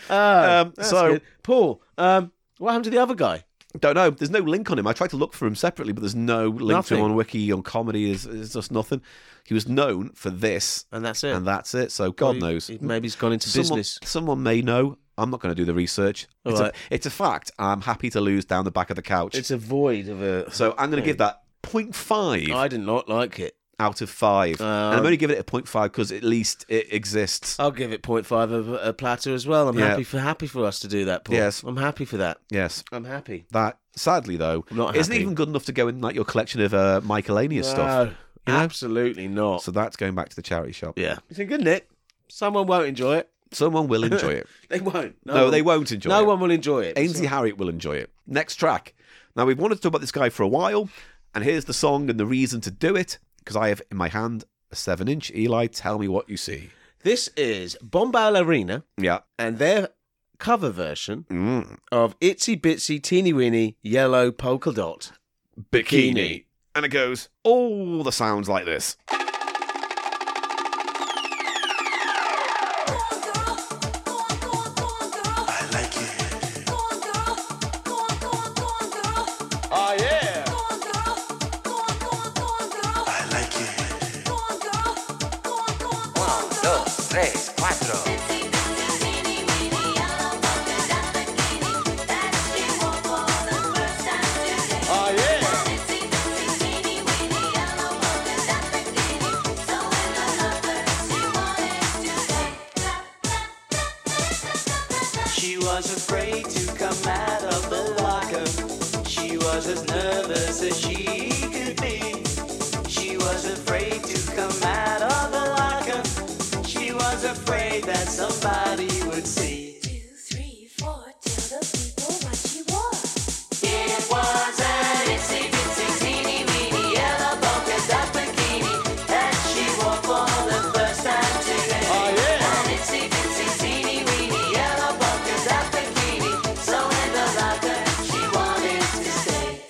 B: so, um,
A: That's
B: so
A: good. Paul, um, what happened to the other guy?
B: don't know. There's no link on him. I tried to look for him separately, but there's no link to
A: Nothing.
B: him on Wiki, on comedy. There's, there's just nothing. He was known for this,
A: And that's it.
B: and that's it. So God
A: He-
B: knows.
A: he- Maybe he's gone into
B: Someone-
A: business.
B: Someone may know. I'm not going to do the research.
A: All
B: It's,
A: right.
B: a, it's a fact. I'm happy to lose down the back of the couch.
A: It's a void of a.
B: so I'm going to give that 0.5
A: I did not like it.
B: out of 5. and I'm
A: Um, Uh,
B: only giving it a 0.5 because at least it exists.
A: I'll give it 0.5 of a, a platter as well. I'm
B: Yeah.
A: happy for happy for us to do that, Paul.
B: Yes.
A: I'm happy for that.
B: yes.
A: I'm happy.
B: That, sadly, though,
A: I'm not
B: isn't
A: happy.
B: even good enough to go in like your collection of uh, miscellaneous stuff.
A: No, absolutely not.
B: So that's going back to the charity shop.
A: yeah, it's a good nick. Someone won't enjoy it.
B: Someone will enjoy it.
A: They won't. No,
B: No,
A: one-
B: they won't enjoy
A: No
B: it.
A: one will enjoy it.
B: Ainsley Harriott will enjoy it. Next track. Now, we've wanted to talk about this guy for a while, and here's the song and the reason to do it because I have in my hand a seven inch. Eli, tell me what you see.
A: This is Bombal Arena
B: Yeah.
A: and their cover version
B: Mm.
A: of Itsy Bitsy Teeny Weeny Yellow Polka Dot.
B: Bikini.
A: Bikini.
B: And it goes, all the sounds like this.
G: She was afraid to come out of the locker. She was as nervous as she could be. She was afraid to come out of the locker. She was afraid that somebody would see. It was an itsy bitsy teeny weeny yellow polka dot bikini that she wore for the first time today. Oh yeah! An itsy bitsy teeny weeny yellow polka dot bikini, so in the locker she wanted to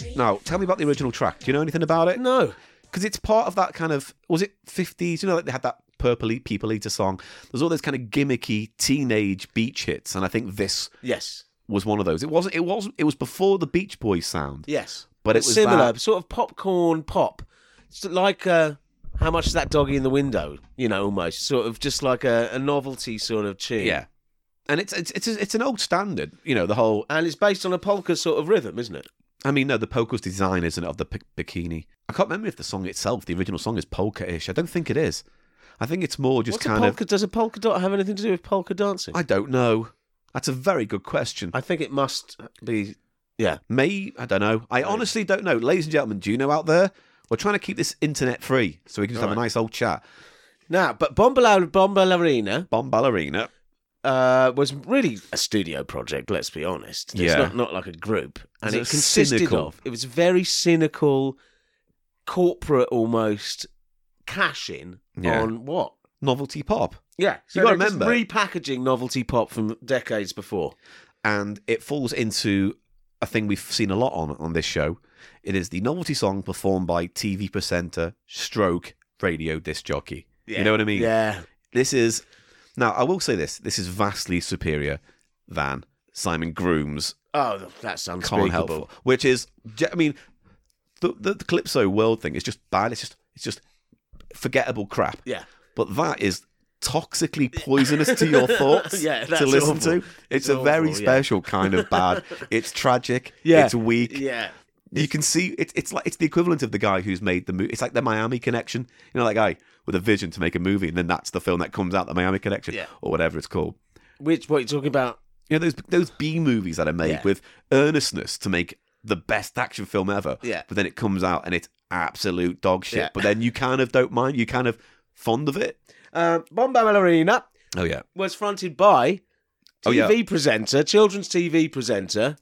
G: stay.
B: Now, tell me about the original track. Do you know anything about it?
A: No,
B: Because it's part of that kind of, was it 50s? You know, like they had that purpley people eater song. There's all those kind of gimmicky teenage beach hits, and I think this
A: yes,
B: was one of those. It wasn't, it wasn't, it was before the Beach Boys sound.
A: yes,
B: But it
A: It's
B: was
A: similar,
B: that-
A: sort of popcorn pop. It's like uh, how much is that doggy in the window? You know, almost sort of just like a, a novelty sort of tune.
B: Yeah, and it's it's it's it's an old standard, you know. The whole
A: and it's based on a polka sort of rhythm, isn't it?
B: I mean, no, the polka's design isn't of the pi- bikini. I can't remember if the song itself, the original song, is polka-ish. I don't think it is. I think it's more just
A: What's a
B: kind
A: polka,
B: of.
A: does a polka dot have anything to do with polka dancing?
B: I don't know. That's a very good question.
A: I think it must be. Yeah,
B: May I don't know. I honestly don't know. Ladies and gentlemen, do you know out there? We're trying to keep this internet free so we can just have a nice old chat.
A: Now, but Bombala Bombalarina
B: Bomb ballerina.
A: uh, was really a studio project. Let's be honest. It's
B: Yeah.
A: not, not like a group, and it
B: It's a
A: consisted
B: cynical-
A: of it was very cynical, corporate almost cash in
B: Yeah.
A: on what
B: novelty pop.
A: Yeah, so
B: gotta
A: they're just
B: remember-
A: repackaging novelty pop from decades before.
B: and it falls into a thing we've seen a lot on on this show. It is the novelty song performed by TV presenter stroke radio disc jockey. You know what I mean?
A: Yeah,
B: This is now. I will say this: this is vastly superior than Simon Groom's
A: oh, that's unspeakable.
B: "Can't Help," which is. I mean, the, the the Calypso world thing is just bad. It's just it's just forgettable crap.
A: Yeah.
B: But that is toxically poisonous to your thoughts
A: Yeah, that's
B: to listen to.
A: awful. It's
B: It's, a very
A: awful, yeah.
B: special kind of bad. it's tragic.
A: Yeah.
B: It's weak.
A: Yeah,
B: You can see it's it's like it's the equivalent of the guy who's made the movie. It's like the Miami Connection. You know, that guy with a vision to make a movie, and then that's the film that comes out, the Miami Connection,
A: Yeah.
B: or whatever it's called.
A: which what you're talking about?
B: You know those those B movies that are made
A: Yeah.
B: with earnestness to make the best action film ever.
A: Yeah.
B: But then it comes out and it's absolute dog shit.
A: Yeah.
B: But then you kind of don't mind. You kind of fond of it.
A: Um, Bomba Ballerina
B: Oh yeah.
A: was fronted by TV
B: Oh, yeah.
A: presenter, children's TV presenter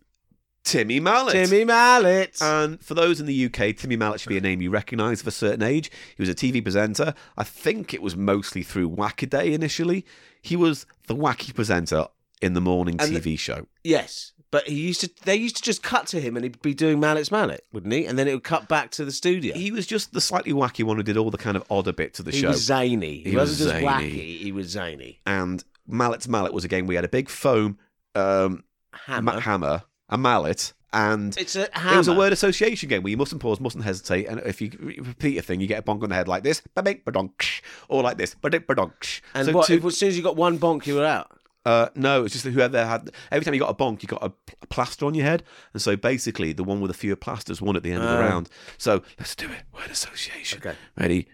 B: Timmy Mallet.
A: Timmy Mallet.
B: And for those in the UK, Timmy Mallett should be a name you recognise of a certain age. He was a TV presenter. I think it was mostly through Wackaday initially. He was the wacky presenter in the morning
A: And the-
B: TV show.
A: yes, but he used to. They used to just cut to him, and he'd be doing Mallet's Mallet, wouldn't he? And then it would cut back to the studio.
B: He was just the slightly wacky one who did all the kind of odder bits of the
A: He
B: show.
A: was zany. He,
B: He was
A: wasn't just
B: zany.
A: wacky. He was zany.
B: and Mallet's Mallet was a game we had a big foam um,
A: Hammer.
B: ma- hammer, a mallet, and
A: it's a hammer.
B: it was a word association game where you mustn't pause, mustn't hesitate, and if you re- repeat a thing, you get a bonk on the head like this, ba-bing, ba-donk, or like this, ba-ding, ba-donk.
A: And
B: So
A: what?
B: two-
A: if- as soon as you got one bonk, you were out.
B: Uh, no, it's just that whoever had every time you got a bonk, you got a, pl- a plaster on your head, and so basically the one with the fewer plasters won at the end of the
A: Ah.
B: round. So let's do it. Word association.
A: Okay.
B: Ready?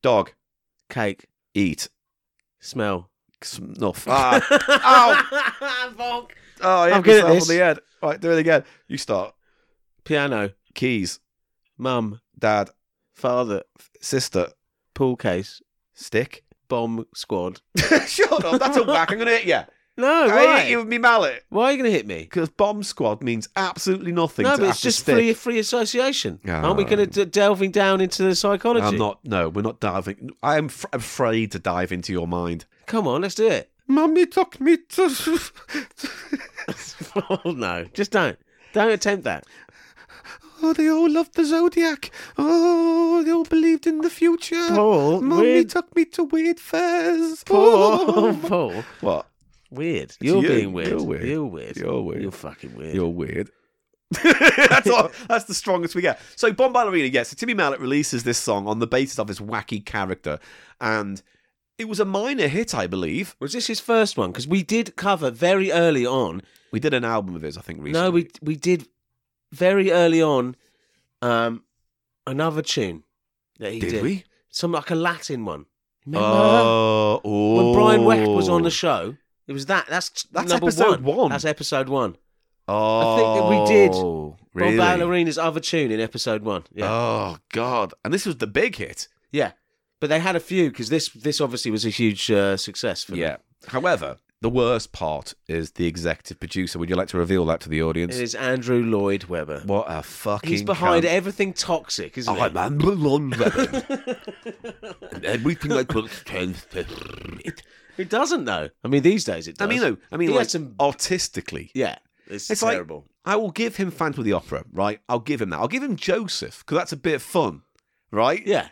B: Dog
A: Cake.
B: eat
A: Smell.
B: snuff. Ah. Ow!
A: bonk.
B: Oh, yeah,
A: I'm good at
B: myself
A: this.
B: on the head. All right, do it again. You start.
A: Piano.
B: Keys,
A: Mum.
B: dad,
A: Father.
B: sister,
A: Pool case.
B: stick.
A: Bomb squad.
B: Shut up. That's a whack. I'm gonna hit you.
A: No,
B: I hit
A: why?
B: you with me mallet.
A: Why are you going to hit me?
B: Because bomb squad means absolutely nothing.
A: No,
B: to
A: but it's
B: after
A: just
B: stick.
A: free free association. Aren't we
B: Oh.
A: going to d- delving down into the psychology?
B: I'm not. No, we're not diving. I am f- afraid to dive into your mind.
A: Come on, let's do it.
B: Mummy took me to.
A: oh no, just don't. Don't attempt that.
B: oh, they all loved the zodiac. Oh, they all believed in the future.
A: Paul,
B: Mummy
A: weird-
B: took me to weird fairs.
A: Paul,
B: Oh.
A: Paul,
B: What?
A: weird. You're
B: you.
A: being weird.
B: You're weird.
A: You're weird.
B: You're weird.
A: You're fucking weird.
B: You're weird. that's all, that's the strongest we get. So Bomb Ballerina, yes. So Timmy Mallet releases this song on the basis of his wacky character, and it was a minor hit, I believe.
A: Was this his first one? Because we did cover very early on.
B: We did an album of his, I think, recently.
A: No, we we did very early on. Um, another tune that he
B: did,
A: did.
B: we?
A: Some like a Latin one. Remember?
B: Oh, oh,
A: when Brian Weck was on the show. It was that. That's
B: That's
A: number
B: episode one.
A: That's episode one.
B: Oh,
A: I think that we did.
B: Really?
A: Bob Ballerina's other tune in episode one. Yeah,
B: Oh God! And this was the big hit.
A: yeah. But they had a few because this this obviously was a huge uh, success for them.
B: However, the worst part is the executive producer. Would you like to reveal that to the audience?
A: It is Andrew Lloyd Webber.
B: What a fucking.
A: He's behind
B: cunt.
A: everything toxic, isn't he?
B: I'm Amber Long Weapon. and everything I put turns to shit.
A: Who doesn't know? I mean, these days it
B: I
A: does.
B: mean, though, I mean,
A: He
B: like,
A: had some-
B: artistically,
A: yeah, it's,
B: It's like-
A: terrible.
B: I will give him Phantom of the Opera, right? I'll give him that. I'll give him Joseph, because that's a bit of fun, right?
A: yeah,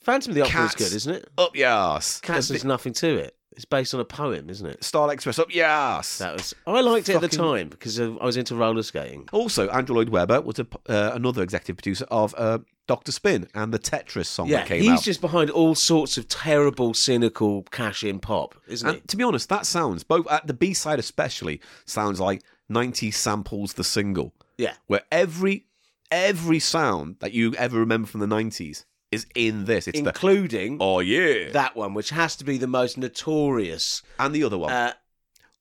A: Phantom of the Opera is
B: Cats.
A: good, isn't it?
B: Up your ass.
A: Cats
B: A
A: is
B: bit-
A: nothing to it. It's based on a poem, isn't it?
B: Starlight Express, up your ass.
A: That was. I liked it at the
B: Fucking-
A: time because uh, I was into roller skating.
B: Also, Andrew Lloyd Webber was a, uh, another executive producer of uh, Doctor Spin and the Tetris song
A: Yeah,
B: that came
A: he's
B: out.
A: just behind all sorts of terrible, cynical cash-in pop, isn't he?
B: And to be honest, that sounds both at the B side especially sounds like 90 samples the single.
A: Yeah.
B: Where every every sound that you ever remember from the 90s is in this. It's the
A: including
B: Oh yeah.
A: that one, which has to be the most notorious.
B: and the other one.
A: Uh,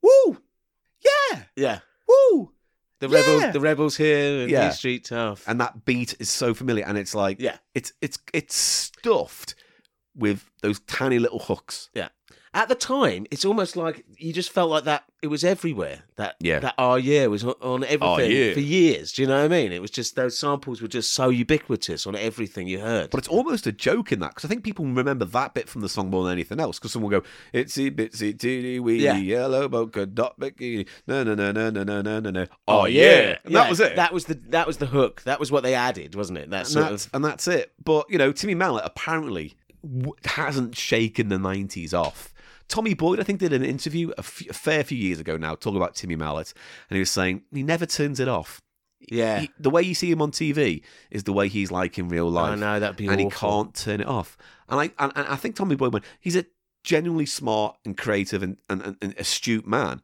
B: woo! Yeah!
A: yeah,
B: Woo!
A: the
B: Yeah.
A: rebels, the rebels here, and
B: Yeah.
A: yeah. Street Tough.
B: And that beat is so familiar and it's like
A: Yeah.
B: it's it's it's stuffed with those tiny little hooks.
A: yeah, at the time, it's almost like you just felt like that. It was everywhere. That
B: Yeah.
A: that our year was on, on everything
B: yeah.
A: for years. Do you know what I mean? It was just those samples were just so ubiquitous on everything you heard.
B: But it's almost a joke in that because I think people remember that bit from the song more than anything else. Because someone will go itsy bitsy teeny weeny
A: Yeah.
B: yellow polka dot bikini no no no no no no no no no
A: Oh,
B: oh yeah, And that was it
A: That was the that was the hook. That was what they added, wasn't it? That
B: and
A: sort
B: that's
A: of
B: and that's it. But you know Timmy Mallet apparently w- hasn't shaken the nineties off. Tommy Boyd, I think, did an interview a, f- a fair few years ago now, talking about Timmy Mallet, and he was saying he never turns it off.
A: yeah.
B: He- the way you see him on TV is the way he's like in real life.
A: I know that'd be
B: and he
A: awful.
B: can't turn it off. And I and, and I think Tommy Boyd went, he's a genuinely smart and creative and, and, and, and astute man.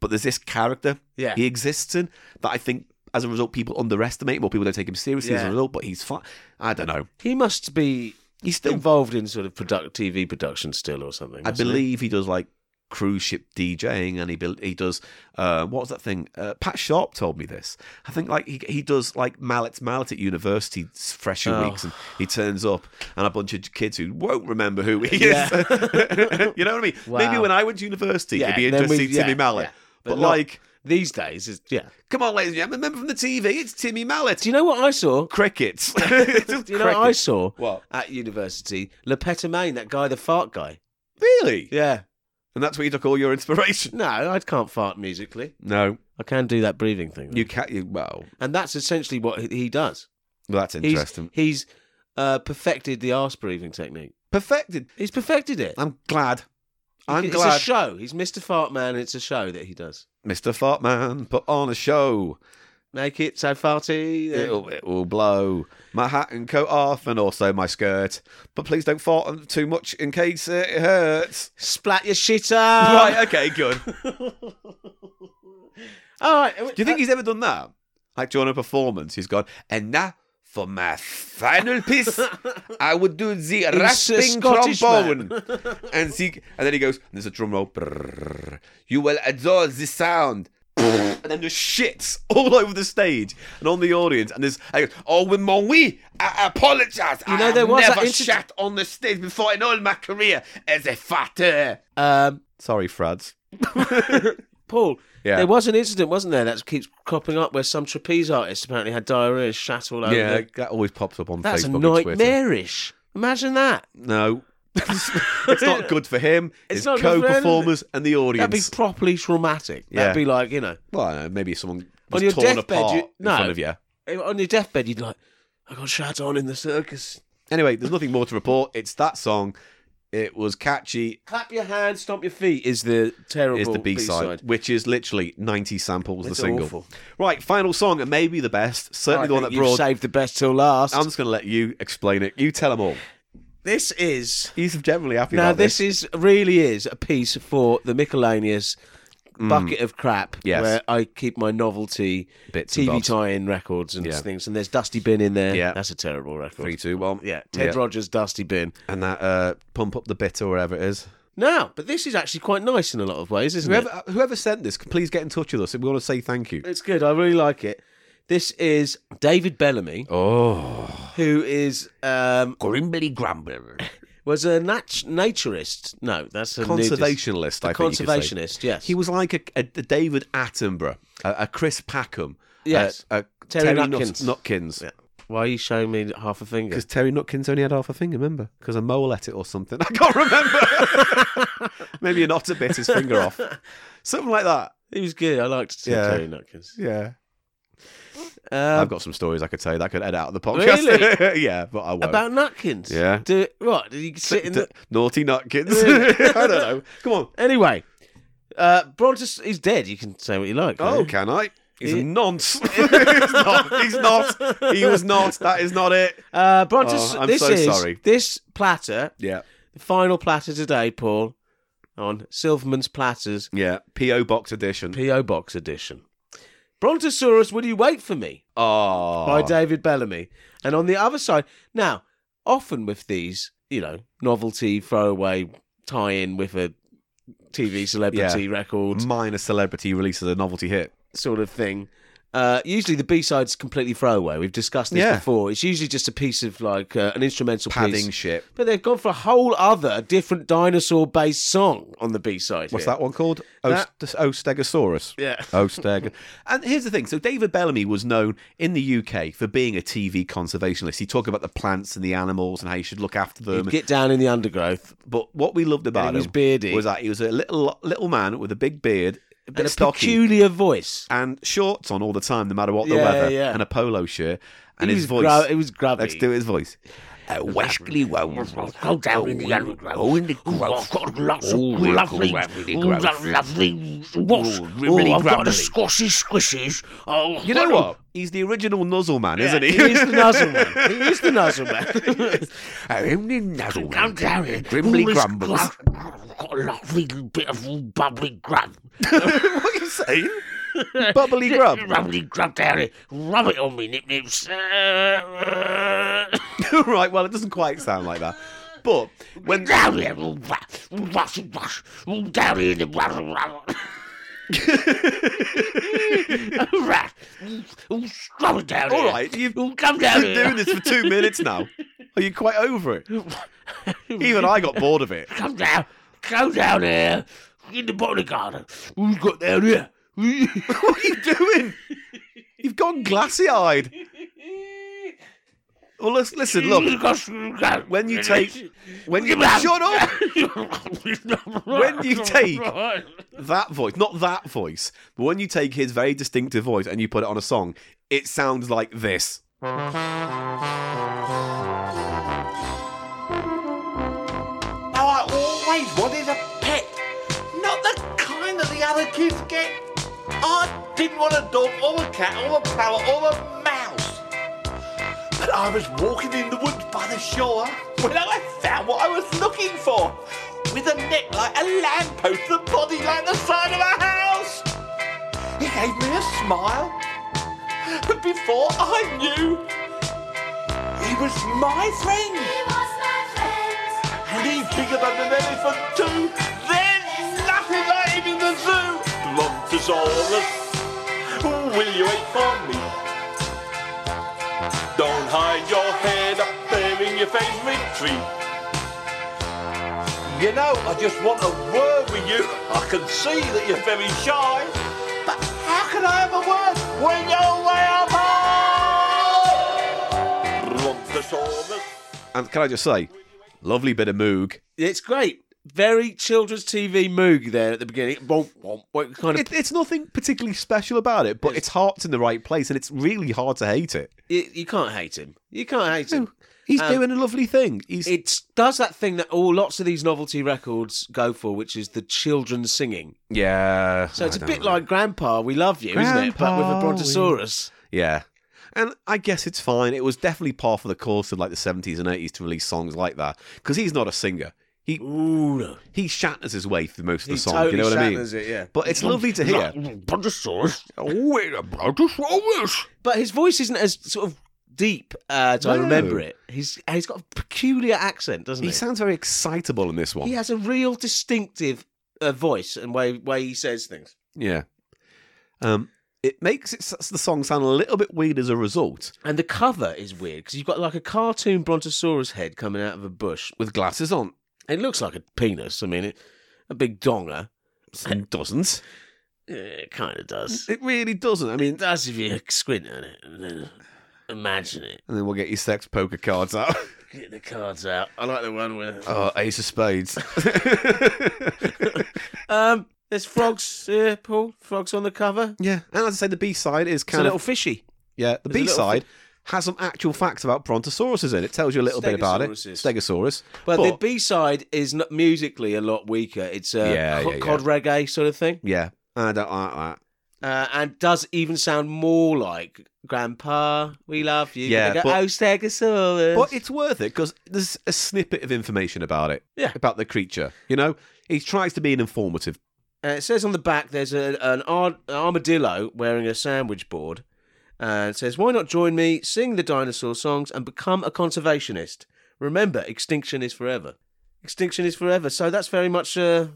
B: But there's this character
A: Yeah.
B: he exists in that I think as a result people underestimate him or people don't take him seriously as a
A: Yeah.
B: result, but he's fine. I don't know.
A: He must be
B: He's still
A: involved in sort of product TV production still or something.
B: I
A: mustn't he?
B: believe he does like cruise ship DJing, and he built he does uh, what was that thing? Uh, Pat Sharp told me this. I think like he he does like mallets mallet at university s- fresher
A: Oh.
B: weeks, and he turns up, and a bunch of kids who won't remember who he
A: Yeah.
B: is. you know what I mean? Maybe
A: Wow.
B: when I went to university, it'd be
A: then
B: interesting
A: we-
B: to see Timmy
A: yeah,
B: Mallet.
A: yeah.
B: But,
A: not-
B: like,
A: these days, is yeah.
B: come on, ladies and gentlemen, remember from the TV, it's Timmy Mallet.
A: Do you know what I saw?
B: crickets? It's just
A: Do you know what I
B: crickets.
A: saw
B: What?
A: at university? Lepetta Main, that guy, the fart guy.
B: Really?
A: Yeah.
B: And that's where you took all your inspiration?
A: No, I can't fart musically.
B: No,
A: I can do that breathing thing. though.
B: you can't. You, well,
A: and that's essentially what he- he does.
B: well, that's
A: He's,
B: interesting.
A: He's uh, perfected the arse breathing technique.
B: perfected.
A: He's perfected it.
B: I'm glad. I'm
A: it's
B: glad.
A: a show. He's Mr. Fart Man. It's a show that he does.
B: Mr. Fartman, put on a show.
A: Make it so farty. that-
B: It'll, it will blow my hat and coat off and also my skirt. But please don't fart on too much in case it hurts.
A: Splat your shit out.
B: right, okay, good. Do
A: All right.
B: you think he's ever done that? Like during a performance, he's gone, and now for my final piece, I would do the
A: a
B: rasping
A: Scottish
B: trombone. and, see, and then he goes, and there's a drum roll. Brrrr. you will adore this sound. and then there's shits all over the stage and on the audience. And there's, I go, oh, with mon oui, I apologize.
A: You know,
B: I
A: there
B: have
A: was that
B: never
A: incident-
B: shat on the stage before in all my career as a fatter.
A: um,
B: Sorry, Frads.
A: Paul,
B: Yeah.
A: there was an incident, wasn't there, that keeps cropping up where some trapeze artist apparently had diarrhea and shat all over.
B: Yeah,
A: their-
B: that always pops up on
A: That's
B: Facebook and Twitter.
A: nightmarish. Imagine that.
B: No. it's not good for him,
A: It's
B: his
A: not good for anyone.
B: co-performers, and the audience.
A: That'd be properly traumatic.
B: Yeah.
A: That'd be like, you know,
B: Well, I don't know, maybe someone
A: On
B: was
A: your
B: torn
A: deathbed,
B: apart
A: you-
B: in
A: no.
B: front of you.
A: on your deathbed, you'd like, I got shat on in the circus.
B: Anyway, there's nothing more to report. It's that song. It was catchy.
A: Clap your hands, stomp your feet is the terrible
B: Is the B side, which is literally 90 samples.
A: It's
B: the single.
A: awful.
B: Right, final song, and maybe the best. Certainly
A: I
B: the one
A: think
B: that
A: you've
B: brought.
A: saved the best till last.
B: I'm just going to let you explain it. You tell them all.
A: this is
B: He's generally happy
A: now
B: about
A: this, is really is a piece for the miscellaneous bucket of crap
B: Mm. Yes.
A: where I keep my novelty
B: Bits and
A: TV
B: bobs.
A: tie-in records and
B: Yeah.
A: things. And there's Dusty Bin in there.
B: Yeah.
A: that's a terrible record.
B: Three, two, one.
A: Yeah, Ted Rogers, Dusty Bin.
B: And that uh, pump up the bitter, wherever it is.
A: No, but this is actually quite nice in a lot of ways, isn't it?
B: Whoever, whoever sent this, please get in touch with us. We want to say thank you.
A: It's good. I really like it. This is David Bellamy,
B: Oh.
A: who is um,
B: Grimbly Grumble.
A: was a nat- naturist. No, that's a nudist.
B: Conservationalist,
A: A
B: I think. you could say.
A: conservationist. Yes,
B: He was like a, a, a David Attenborough, a, a Chris Packham,
A: Yes.
B: a, a
A: Terry
B: Terry,
A: Nutkins.
B: Nut- Nutkins.
A: Why are you showing me half a finger?
B: Because Terry Nutkins only had half a finger, remember? Because a mole at it or something. I can't remember. Maybe an otter bit his finger off. Something like that.
A: He was good. I liked
B: Yeah.
A: Terry Nutkins.
B: Yeah. I've
A: Um,
B: got some stories I could tell you that I could edit out of the podcast. yeah, but I won't.
A: about Nutkins.
B: Yeah.
A: Do, what? Did he sit in the.
B: Naughty Nutkins. I don't know. Come on.
A: Anyway, uh, Brontus is dead. You can say what you like.
B: Oh,
A: can't you?
B: can I? He's
A: He-
B: a nonce. he's not. He's not. He was not. That is not it.
A: Uh, Brontus,
B: Oh, I'm
A: this
B: so
A: is.
B: sorry.
A: This platter,
B: Yeah.
A: the final platter today, Paul, on Silverman's Platters
B: Yeah. P.O. Box edition.
A: P.O. Box Edition. Brontosaurus, Will You Wait For Me? Ah.
B: oh.
A: by David Bellamy. And on the other side, now, often with these, you know, novelty, throwaway tie in with a TV celebrity record Mm.
B: minor celebrity releases a novelty hit.
A: sort of thing, Uh, usually the B side's completely throwaway. We've discussed this
B: Yeah.
A: before. It's usually just a piece of like uh, an instrumental
B: Padding
A: piece.
B: shit.
A: But they've gone for a whole other different dinosaur based song on the B side.
B: What's that one called? Ost- Ostegosaurus.
A: Yeah.
B: Osteg. and here's the thing. So David Bellamy was known in the UK for being a TV conservationist. He talked about the plants and the animals and how you should look after them.
A: Get down in the undergrowth.
B: but what we loved about
A: And he was
B: him
A: beardy.
B: was that he was a little little man with a big beard, a bit
A: And a
B: stocky,
A: peculiar voice.
B: and shorts on all the time, no matter what the
A: Yeah,
B: weather,
A: yeah.
B: and a polo shirt, and
A: And it
B: his
A: was
B: voice.
A: Gra- it was grubby.
B: Let's do his voice. Uh, Wesley Wells.
H: Oh,
B: Go down in the underground. Oh, in the growth.
H: lots
B: Oh,
H: of lovely,
B: lovely
H: oh,
B: growth.
H: lo- lovely wasps.
B: Oh,
H: Oh,
B: really
H: I've got
B: grumbly.
H: the Scottish squishes. Oh,
B: You know what? He's the original Nuzzle Man, isn't he?
A: He is the nuzzle man. He is the nuzzle man.
B: Only Nuzzle
H: Come down here.
B: Grimly
H: All this
B: grumbles.
H: gruff- I've got a lovely bit of bubbly grub.
B: what are you saying? Bubbly grub.
H: Lovely grub down here. Rub it on me, nip nips.
B: right, well, it doesn't quite sound like that. But
H: When down here, all rush, all rush, all rush, all down here, the rush, rush. All right, all scrub it down
B: all
H: here.
B: right, you've
H: all come down
B: been
H: here.
B: doing this for two minutes now. Are you quite over it? Even I got bored of it.
H: Come down, come down here in the botanic garden. Who's got down here?
B: What are you doing? You've gone glassy eyed. Well, let's, listen, look. When you take, when you shut up,
H: when
B: you take- that voice, not that voice, but when you take his very distinctive voice and you put it on a song, it sounds like this.
F: Now I always wanted a pet, not the kind that the other kids get. I didn't want a dog or a cat or a parrot or a mouse. But I was walking in the woods by the shore when I found what I was looking for. With a neck like a lamppost, the body like the side of a house. It gave me a smile. But before I knew, he was my friend. And he's bigger than an elephant too. There's nothing like him in the zoo. Brontosaurus, will you wait for me? Don't hide your head up there in your favourite tree. You know, I just want a word with you. I can see that you're very shy. But how can I have a word when you're way up high? Brontosaurus.
B: And can I just say, lovely bit of moog.
A: It's great. Very children's TV moog there at the beginning. Womp, womp, womp, kind of
B: It, it's nothing particularly special about it, but its heart's in the right place, and it's really hard to hate it.
A: you, you can't hate him. You can't hate him.
B: He's
A: Um,
B: doing a lovely thing. He's
A: It does that thing that all lots of these novelty records go for, which is the children singing.
B: yeah.
A: So it's
B: a
A: a bit like Grandpa, we love you, isn't it? But with
B: Grandpa,
A: a
B: we-
A: brontosaurus.
B: yeah. And I guess it's fine. It was definitely par for the course of like the seventies and eighties to release songs like that because he's not a singer. He
A: Ooh, no.
B: he shatters his way through most of the
A: He
B: song.
A: totally
B: you know what I mean?
A: shatters it, yeah.
B: But it's lovely to hear.
H: Brontosaurus. Oh, wait, a brontosaurus.
A: But his voice isn't as sort of deep uh, as I
B: No.
A: remember it. He's he's got a peculiar accent, doesn't he?
B: He sounds very excitable in this one.
A: he has a real distinctive uh, voice and way way he says things.
B: Yeah. Um, it makes it, s- the song sound a little bit weird as a result.
A: And the cover is weird because you've got like a cartoon brontosaurus head coming out of a bush.
B: With glasses on,
A: It looks like a penis. I mean, it, a big donger.
B: it doesn't.
A: Yeah, It kind of does.
B: It really doesn't. I mean,
A: It does if you squint at it and then imagine it.
B: and then we'll get your sex poker cards out.
A: Get the cards out. I like the one with.
B: Oh, ace of spades.
A: Um, there's frogs, uh, Paul. Frogs on the cover.
B: yeah, and as I say, the B side is
A: It's a
B: kind
A: little
B: of
A: fishy.
B: yeah.
A: there's a
B: The B
A: little
B: side has some actual facts about brontosauruses in it. Tells you a little bit about it.
A: Stegosauruses.
B: Stegosaurus,
A: But, the B side is not musically a lot weaker. It's a
B: Yeah,
A: co-
B: yeah, yeah.
A: cod reggae sort of thing,
B: yeah, I don't like that.
A: uh, and does even sound more like "Grandpa, we love you."
B: Yeah,
A: They go,
B: but-
A: oh Stegosaurus.
B: But it's worth it because there's a snippet of information about it.
A: Yeah.
B: about the creature. You know, he tries to be an informative.
A: Uh, it says on the back there's a, an ar- an armadillo wearing a sandwich board. And it says, Why not join me, sing the dinosaur songs, and become a conservationist? Remember, extinction is forever. Extinction is forever. So that's very much a,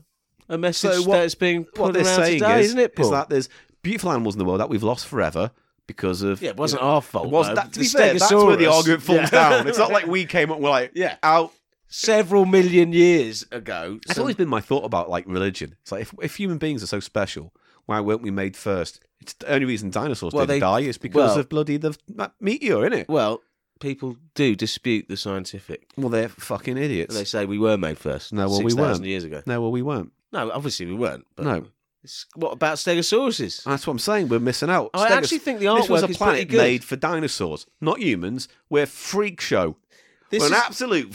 A: a message
B: what-
A: that's being put
B: what they're
A: around
B: saying
A: today,
B: is,
A: isn't it, Paul?
B: is that there's beautiful animals in the world that we've lost forever. because of
A: Yeah, it wasn't our fault.
B: It was
A: though.
B: that to
A: The
B: be fair? That's where the
A: Stegosaurus-
B: argument falls
A: Yeah.
B: down. It's not like we came up. and We're like,
A: Yeah.
B: out.
A: several million years ago.
B: It's
A: so-
B: always been my thought about like religion. It's like if, if human beings are so special, why weren't we made first? It's the only reason dinosaurs
A: Well,
B: didn't
A: they-
B: die is because
A: well-
B: of bloody the that meteor, innit?
A: well, people do dispute the scientific.
B: Well, they're fucking idiots.
A: They say we were made first.
B: No, well, we
A: 6,000
B: weren't.
A: years ago.
B: No, well, we weren't.
A: No, obviously we weren't. But
B: No, Uh,
A: It's- what about stegosauruses?
B: that's what I'm saying. We're missing out.
A: I
B: Stegos-
A: actually think the
B: this was
A: artwork
B: a
A: is
B: planet
A: pretty good.
B: made for dinosaurs, not humans. We're freak show.
A: This
B: We're
A: is,
B: an absolute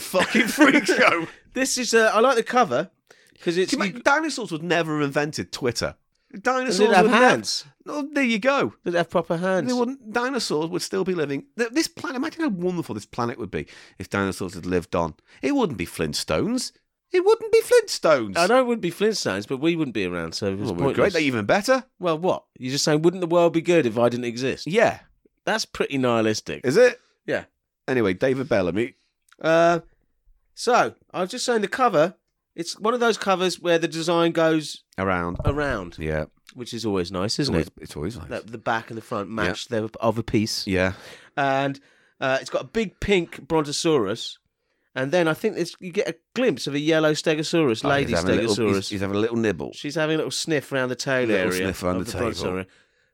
B: fucking freak show.
A: this is uh, I like the cover because it's
B: Do you
A: you-
B: mean dinosaurs would never have invented Twitter.
A: they
B: Dinosaurs
A: didn't have
B: would nev-
A: hands.
B: No, there you go.
A: They didn't have proper hands.
B: They wouldn't. Dinosaurs would still be living. Th- This planet. Imagine how wonderful this planet would be if dinosaurs had lived on. It wouldn't be Flintstones. It wouldn't be Flintstones.
A: I know it wouldn't be Flintstones, but we wouldn't be around, so it was
B: Well, we're great.
A: pointless.
B: They're even better.
A: Well, what? You're just saying, wouldn't the world be good if I didn't exist?
B: Yeah.
A: That's pretty nihilistic.
B: Is it?
A: Yeah.
B: Anyway, David Bellamy.
A: Uh, so, I was just saying the cover, it's one of those covers where the design goes
B: Around.
A: around,
B: Yeah.
A: which is always nice, Oh, isn't
B: Always-
A: it?
B: it's always nice.
A: That the back and the front match their of a piece.
B: yeah.
A: And uh, it's got a big pink Brontosaurus. And then I think it's, you get a glimpse of a yellow Stegosaurus, lady
B: Oh, he's having a
A: Stegosaurus.
B: little- he's, he's having a little nibble.
A: She's having a little sniff around the tail
B: Little
A: area.
B: sniff around
A: of the
B: the table.
A: Brontosaurus,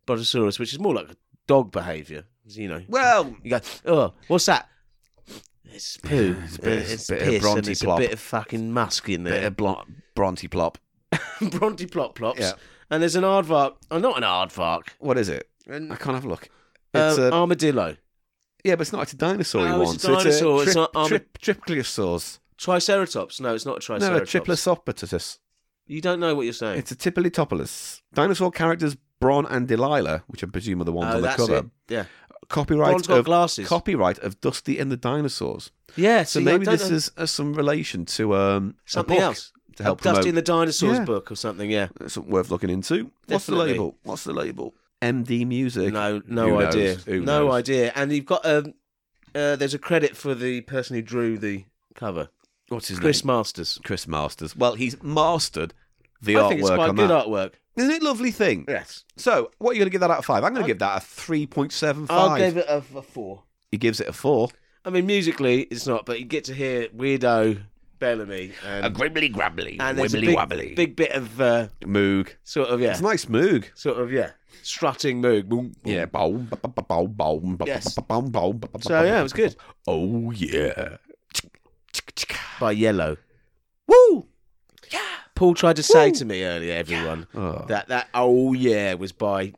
A: Brontosaurus, which is more like dog behaviour, you know.
B: Well,
A: You go, oh, what's that? It's poo.
B: It's
A: It's
B: a
A: a
B: bit-
A: bit,
B: it's a bit of
A: piss and
B: Bronte
A: it's
B: plop.
A: a bit of fucking musk in
B: bit
A: there.
B: of blo- Bronte plop.
A: Bronte plop plops.
B: Yeah.
A: And there's an aardvark. Oh, not an aardvark.
B: What is it?
A: An
B: I can't have a look. It's
A: uh,
B: a,
A: armadillo.
B: yeah, but it's not. It's a dinosaur.
A: No,
B: one.
A: Oh, it's a dinosaur, it's not um, arm-
B: trip, tripliosaurus.
A: Triceratops. No, it's not a
B: No, a
A: triceratops.
B: triplosopatus.
A: You don't know what you're saying.
B: It's a tipilitopolus. Dinosaur characters Bron and Delilah, which I presume are the ones
A: oh,
B: on the
A: that's
B: cover.
A: it. Yeah.
B: Copyright
A: Bron's got
B: of
A: glasses.
B: copyright of Dusty and the Dinosaurs.
A: Yeah.
B: So
A: see, I
B: maybe
A: don't
B: this
A: know.
B: is uh, some relation to um, a
A: something
B: book
A: else.
B: to help
A: A Dusty
B: promote.
A: in the Dinosaurs
B: Yeah.
A: book or something. Yeah.
B: That's something worth looking into. What's the
A: Definitely.
B: label? What's the label? MD Music.
A: No,
B: Who
A: no
B: knows?
A: idea.
B: Who
A: No
B: knows?
A: idea. And you've got um, uh, there's a credit for the person who drew the cover,
B: What's his
A: Chris
B: name?
A: Masters.
B: Chris Masters. Well, he's mastered the
A: I
B: artwork
A: think it's quite
B: on
A: good
B: that.
A: artwork.
B: Isn't it a lovely thing?
A: Yes.
B: So, what are you going to give that out of five? I'm going to give that a 3.75.
A: I'll give it a, a four.
B: He gives it a four.
A: I mean, musically, it's not, but you get to hear Weirdo Bellamy. And,
I: A gribbly grabbly,
A: and there's a
I: wibbly
A: big,
I: wobbly.
A: big bit of uh,
B: Moog.
A: sort of, yeah,
B: It's a nice Moog.
A: sort of, yeah, strutting moog. Boom, boom.
B: Yeah. boom, ba- ba- ba- boom, boom, ba-
A: Mm. Yes.
B: ba- boom, boom, ba- ba-
A: So, yeah, it was good.
B: Oh, yeah.
A: By Yellow.
B: Woo!
A: Paul tried to say to me earlier, everyone,
B: Oh.
A: that that oh yeah was by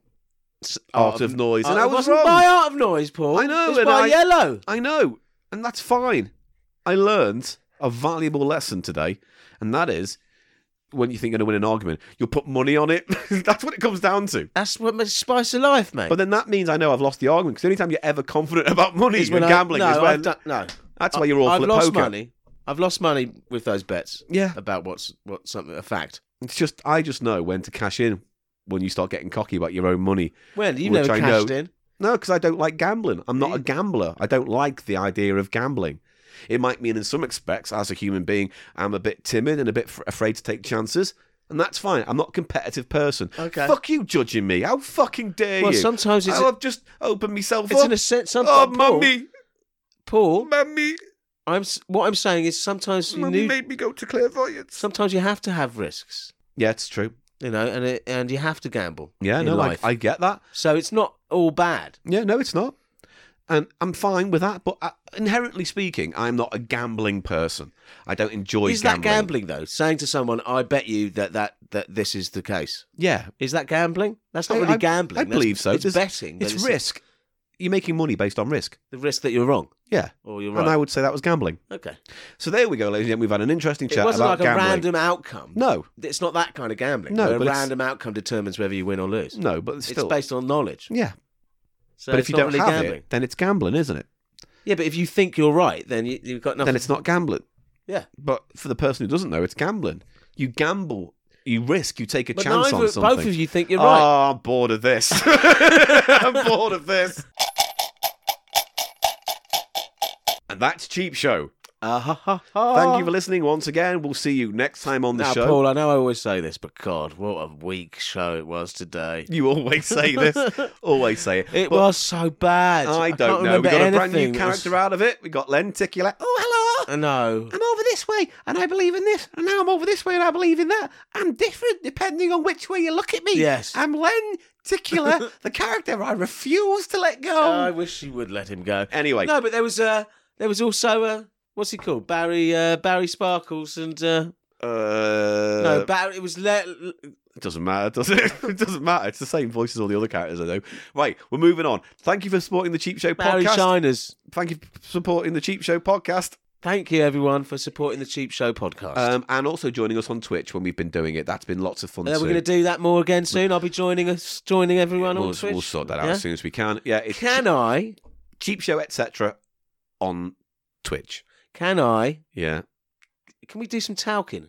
A: s-
B: Art of Noise, and I
A: it
B: was
A: Um, wasn't
B: wrong.
A: by Art of Noise, Paul.
B: I know,
A: It's
B: and
A: by
B: I-
A: Yellow.
B: I know. And that's fine. I learned a valuable lesson today, and that is when you think you're going to win an argument, you'll put money on it. that's what it comes down to.
A: That's what makes spice of life, mate.
B: But then that means I know I've lost the argument because the only time you're ever confident about money
A: Is
B: and
A: I-
B: gambling
A: no,
B: is when
A: I've done, no.
B: that's why you're awful
A: I've
B: at
A: lost
B: poker.
A: money. I've lost money with those bets.
B: Yeah,
A: about what's what something a fact.
B: it's just I just know when to cash in when you start getting cocky about your own money.
A: When you
B: Which
A: never
B: I
A: cashed
B: know-
A: in.
B: No, because I don't like gambling. I'm not a gambler. I don't like the idea of gambling. It might mean, in some respects, as a human being, I'm a bit timid and a bit f- afraid to take chances, and that's fine. I'm not a competitive person.
A: Okay.
B: Fuck you judging me. How fucking dare
A: Well,
B: you?
A: sometimes it's
B: Oh, I've just opened myself
A: it's
B: up.
A: in a sense.
B: oh,
A: Sometimes, Paul,
B: mummy,
A: Paul,
B: mummy,
A: I'm s- what I'm saying is sometimes you
B: mummy
A: need,
B: made me go to clairvoyance.
A: sometimes you have to have risks,
B: Yeah, it's true.
A: you know, and it, and you have to gamble.
B: Yeah,
A: in
B: no, I,
A: life.
B: I get that.
A: so it's not all bad.
B: Yeah, no, it's not. And I'm fine with that, but uh inherently speaking, I'm not a gambling person. I don't enjoy
A: Is that gambling though? Saying to someone, "I bet you that that that this is the case."
B: Yeah,
A: Is that gambling? That's not
B: I-
A: really
B: I-
A: gambling.
B: I
A: That's-
B: believe so.
A: It's
B: There's-
A: betting. but
B: it's risk. You're making money based on risk.
A: The risk that you're wrong
B: Yeah,
A: or you're
B: and I
A: right.
B: would say that was gambling.
A: okay.
B: So there we go, ladies and gentlemen. We've had an interesting
A: It
B: chat
A: wasn't
B: about
A: like a
B: gambling.
A: random outcome.
B: No,
A: It's not that kind of gambling.
B: No,
A: where
B: but
A: a
B: it's-
A: random outcome determines whether you win or lose.
B: no, but still,
A: It's based on knowledge.
B: yeah.
A: So
B: but
A: it's
B: if you
A: not
B: don't
A: really
B: have
A: gambling.
B: it, then it's gambling, isn't it?
A: Yeah, but if you think you're right, then you, you've got nothing.
B: Then it's not gambling.
A: yeah.
B: But for the person who doesn't know, it's gambling. You gamble, you risk, you take a
A: But
B: chance
A: neither,
B: on something.
A: both of you think you're
B: oh,
A: right.
B: I'm bored of this. I'm bored of this. And that's Cheap Show.
A: Ah, ha, ha, ha.
B: Thank you for listening once again. We'll see you next time on the
A: Now,
B: show.
A: Paul, I know I always say this, but God, what a weak show it was today.
B: You always say this. always say it.
A: It
B: But
A: was so bad.
B: I don't
A: can't
B: know. We
A: remember
B: got a brand new
A: anything. It was-
B: character out of it. We got Len Tickula. Oh, hello.
A: I know.
B: I'm over this way and I believe in this, and now I'm over this way and I believe in that. I'm different depending on which way you look at me.
A: Yes.
B: I'm Len Tickula, the character I refuse to let go.
A: I wish she would let him go.
B: Oh. Anyway.
A: no, but there was uh, there was also uh, what's he called? Barry uh, Barry Sparkles and uh,
B: Uh,
A: no, Barry. It was Le-
B: it doesn't matter, does it? it doesn't matter. It's the same voice as all the other characters I know. Right, we're moving on. Thank you for supporting the Cheap Show
A: Barry
B: podcast.
A: Shiners.
B: Thank you for supporting the Cheap Show podcast.
A: Thank you everyone for supporting the Cheap Show podcast.
B: Um, and also joining us on Twitch when we've been doing it. That's been lots of fun
A: Uh,
B: too.
A: we're going to do that more again soon. I'll be joining us, joining everyone
B: we'll,
A: on Twitch.
B: we'll sort that out
A: Yeah?
B: as soon as we can. Yeah, it's
A: Can I?
B: Cheap Show etc. on Twitch.
A: Can I?
B: Yeah,
A: Can we do some talking?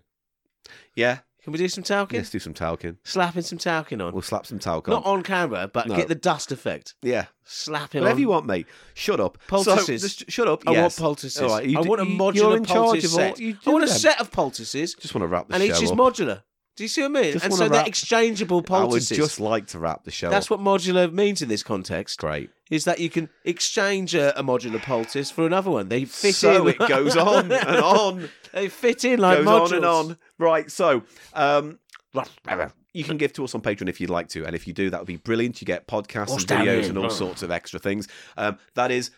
B: yeah.
A: Can we do some talking?
B: Let's do some talking.
A: Slapping some talking on.
B: We'll slap some talc on.
A: Not on camera, but
B: No.
A: get the dust effect.
B: yeah,
A: Slap him
B: whatever
A: on.
B: you want, mate. Shut up. So,
A: Poultices.
B: just shut up.
A: I
B: yes.
A: want poultices.
B: All right, you
A: I
B: do-
A: want a
B: you-
A: modular
B: You're in charge
A: poultice
B: of all.
A: set.
B: you do
A: I want a
B: them.
A: set of poultices,
B: Just want to wrap the
A: and
B: show
A: each is
B: up.
A: modular. Do you see what I mean?
B: Just
A: and
B: wanna
A: so they're
B: wrap-
A: exchangeable
B: I would
A: poultices.
B: just like to wrap the show.
A: That's
B: up.
A: what modular means in this context.
B: great.
A: Is that you can exchange a, a modular poultice for another one? They fit
B: so
A: in.
B: it goes on and on.
A: They fit in like
B: goes
A: modules.
B: on and on. Right, so um, you can give to us on Patreon if you'd like to, and if you do, that would be brilliant. You get podcasts
A: What's
B: and
A: that
B: videos
A: mean?
B: and all
A: Oh.
B: sorts of extra things. Um, that is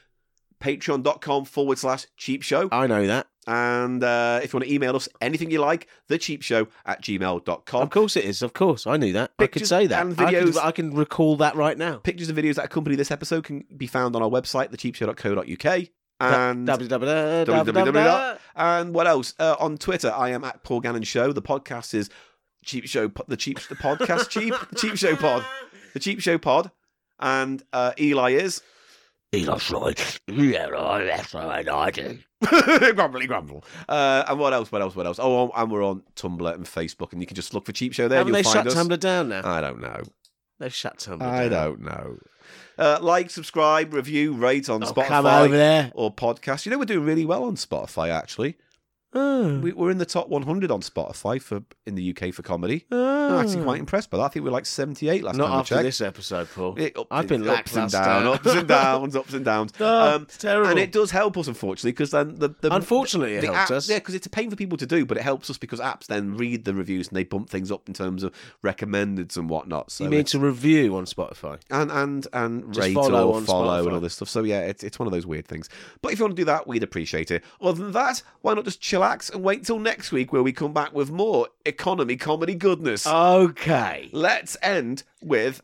B: patreon.com forward slash cheap show.
A: I know that.
B: And uh, if you want to email us anything you like, thecheapshow at gmail.com.
A: Of course it is. Of course, I knew that. I could
B: Oh. Pictures
A: say that.
B: and
A: I could-
B: videos.
A: I can recall that right now.
B: Pictures and videos that accompany this episode can be found on our website, thecheapshow.co.uk. And
A: Da- da- da- da- da- da- da-
B: www.
A: da-
B: And what else? Uh, on Twitter, I am at Paul Gannon Show. The podcast is Cheap Show. Po- The cheap the podcast cheap the Cheap Show Pod. The Cheap Show Pod. And uh, Eli is
H: Eli Floyd. Yeah, right, that's right, I do.
B: grumbly grumble. Uh, and what else? What else? What else? Oh, and we're on Tumblr and Facebook, and you can just look for Cheap Show there.
A: Haven't
B: You'll
A: they shut
B: find us.
A: Tumblr down now?
B: I don't know.
A: They've shut Tumblr
B: I
A: down.
B: don't know. Uh, like, subscribe, review, rate on
A: Oh,
B: Spotify
A: come over there.
B: or podcast. You know we're doing really well on Spotify. Actually,
A: Oh.
B: we, we're in the top 100 on Spotify for in the UK for comedy.
A: Oh.
B: I'm actually quite impressed by that. I think we were like 78 last
A: Not
B: time
A: after
B: I checked.
A: this episode, Paul.
B: It up-
A: I've been
B: ups and
A: lackluster.
B: down, ups and downs, ups and downs. Um,
A: Oh, it's terrible.
B: And it does help us, unfortunately, because then the, the
A: Unfortunately, it
B: the
A: helped
B: app-
A: us.
B: Yeah, because it's a pain for people to do, but it helps us because apps then read the reviews and they bump things up in terms of recommendeds and whatnot. So
A: you mean
B: it-
A: to review on Spotify?
B: and and and
A: Just
B: rate
A: follow
B: or
A: on
B: follow and
A: Spotify.
B: all this stuff. So yeah, it's it's one of those weird things. But if you want to do that, we'd appreciate it. Other than that, why not just chillax and wait till next week where we come back with more economy comedy goodness.
A: Oh. Okay.
B: Let's end with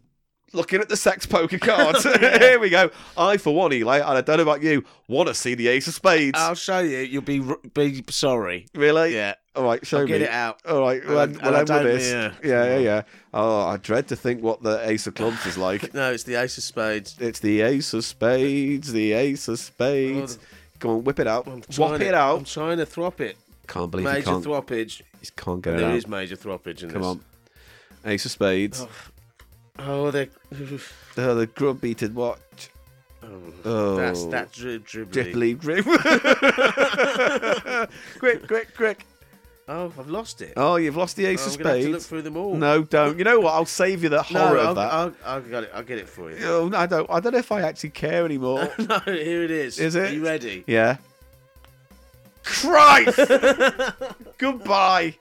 B: looking at the sex poker cards. Here we go. I, for one, Eli, and I don't know about you, want to see the ace of spades.
A: I'll show you. You'll be r- be sorry.
B: really?
A: Oh, Yeah.
B: All right, show
A: I'll
B: me.
A: get it out.
B: All right, we'll
A: I-
B: end,
A: and
B: we'll
A: I
B: end with
A: don't-
B: this.
A: yeah.
B: yeah, yeah, yeah. Oh, I dread to think what the ace of clubs is like.
A: No, it's the Ace of Spades.
B: It's the ace of spades, the ace of spades. Go on, whip it out.
A: I'm trying
B: Whop
A: to-
B: it out.
A: I'm trying to throp it.
B: can't believe you
A: Major
B: can't,
A: throppage.
B: you can't get it
A: There
B: out.
A: is major throppage in
B: Come
A: this.
B: on. Ace of spades.
A: Oh, they're.
B: Oh, the grub beated watch. Oh.
A: That's that drib dribbly.
B: Dribbly grip. quick, quick, quick.
A: Oh, I've lost it.
B: Oh, you've lost the ace
A: I'm
B: of
A: going to have
B: spades.
A: to look through them all.
B: No, don't. You know what? I'll save you the
A: No,
B: horror
A: I'll,
B: of that.
A: I'll, I'll, got it. I'll get it for you.
B: Oh, no, I don't. I don't know if I actually care anymore.
A: no, here it is.
B: Is it?
A: Are you ready?
B: yeah. Christ. Goodbye.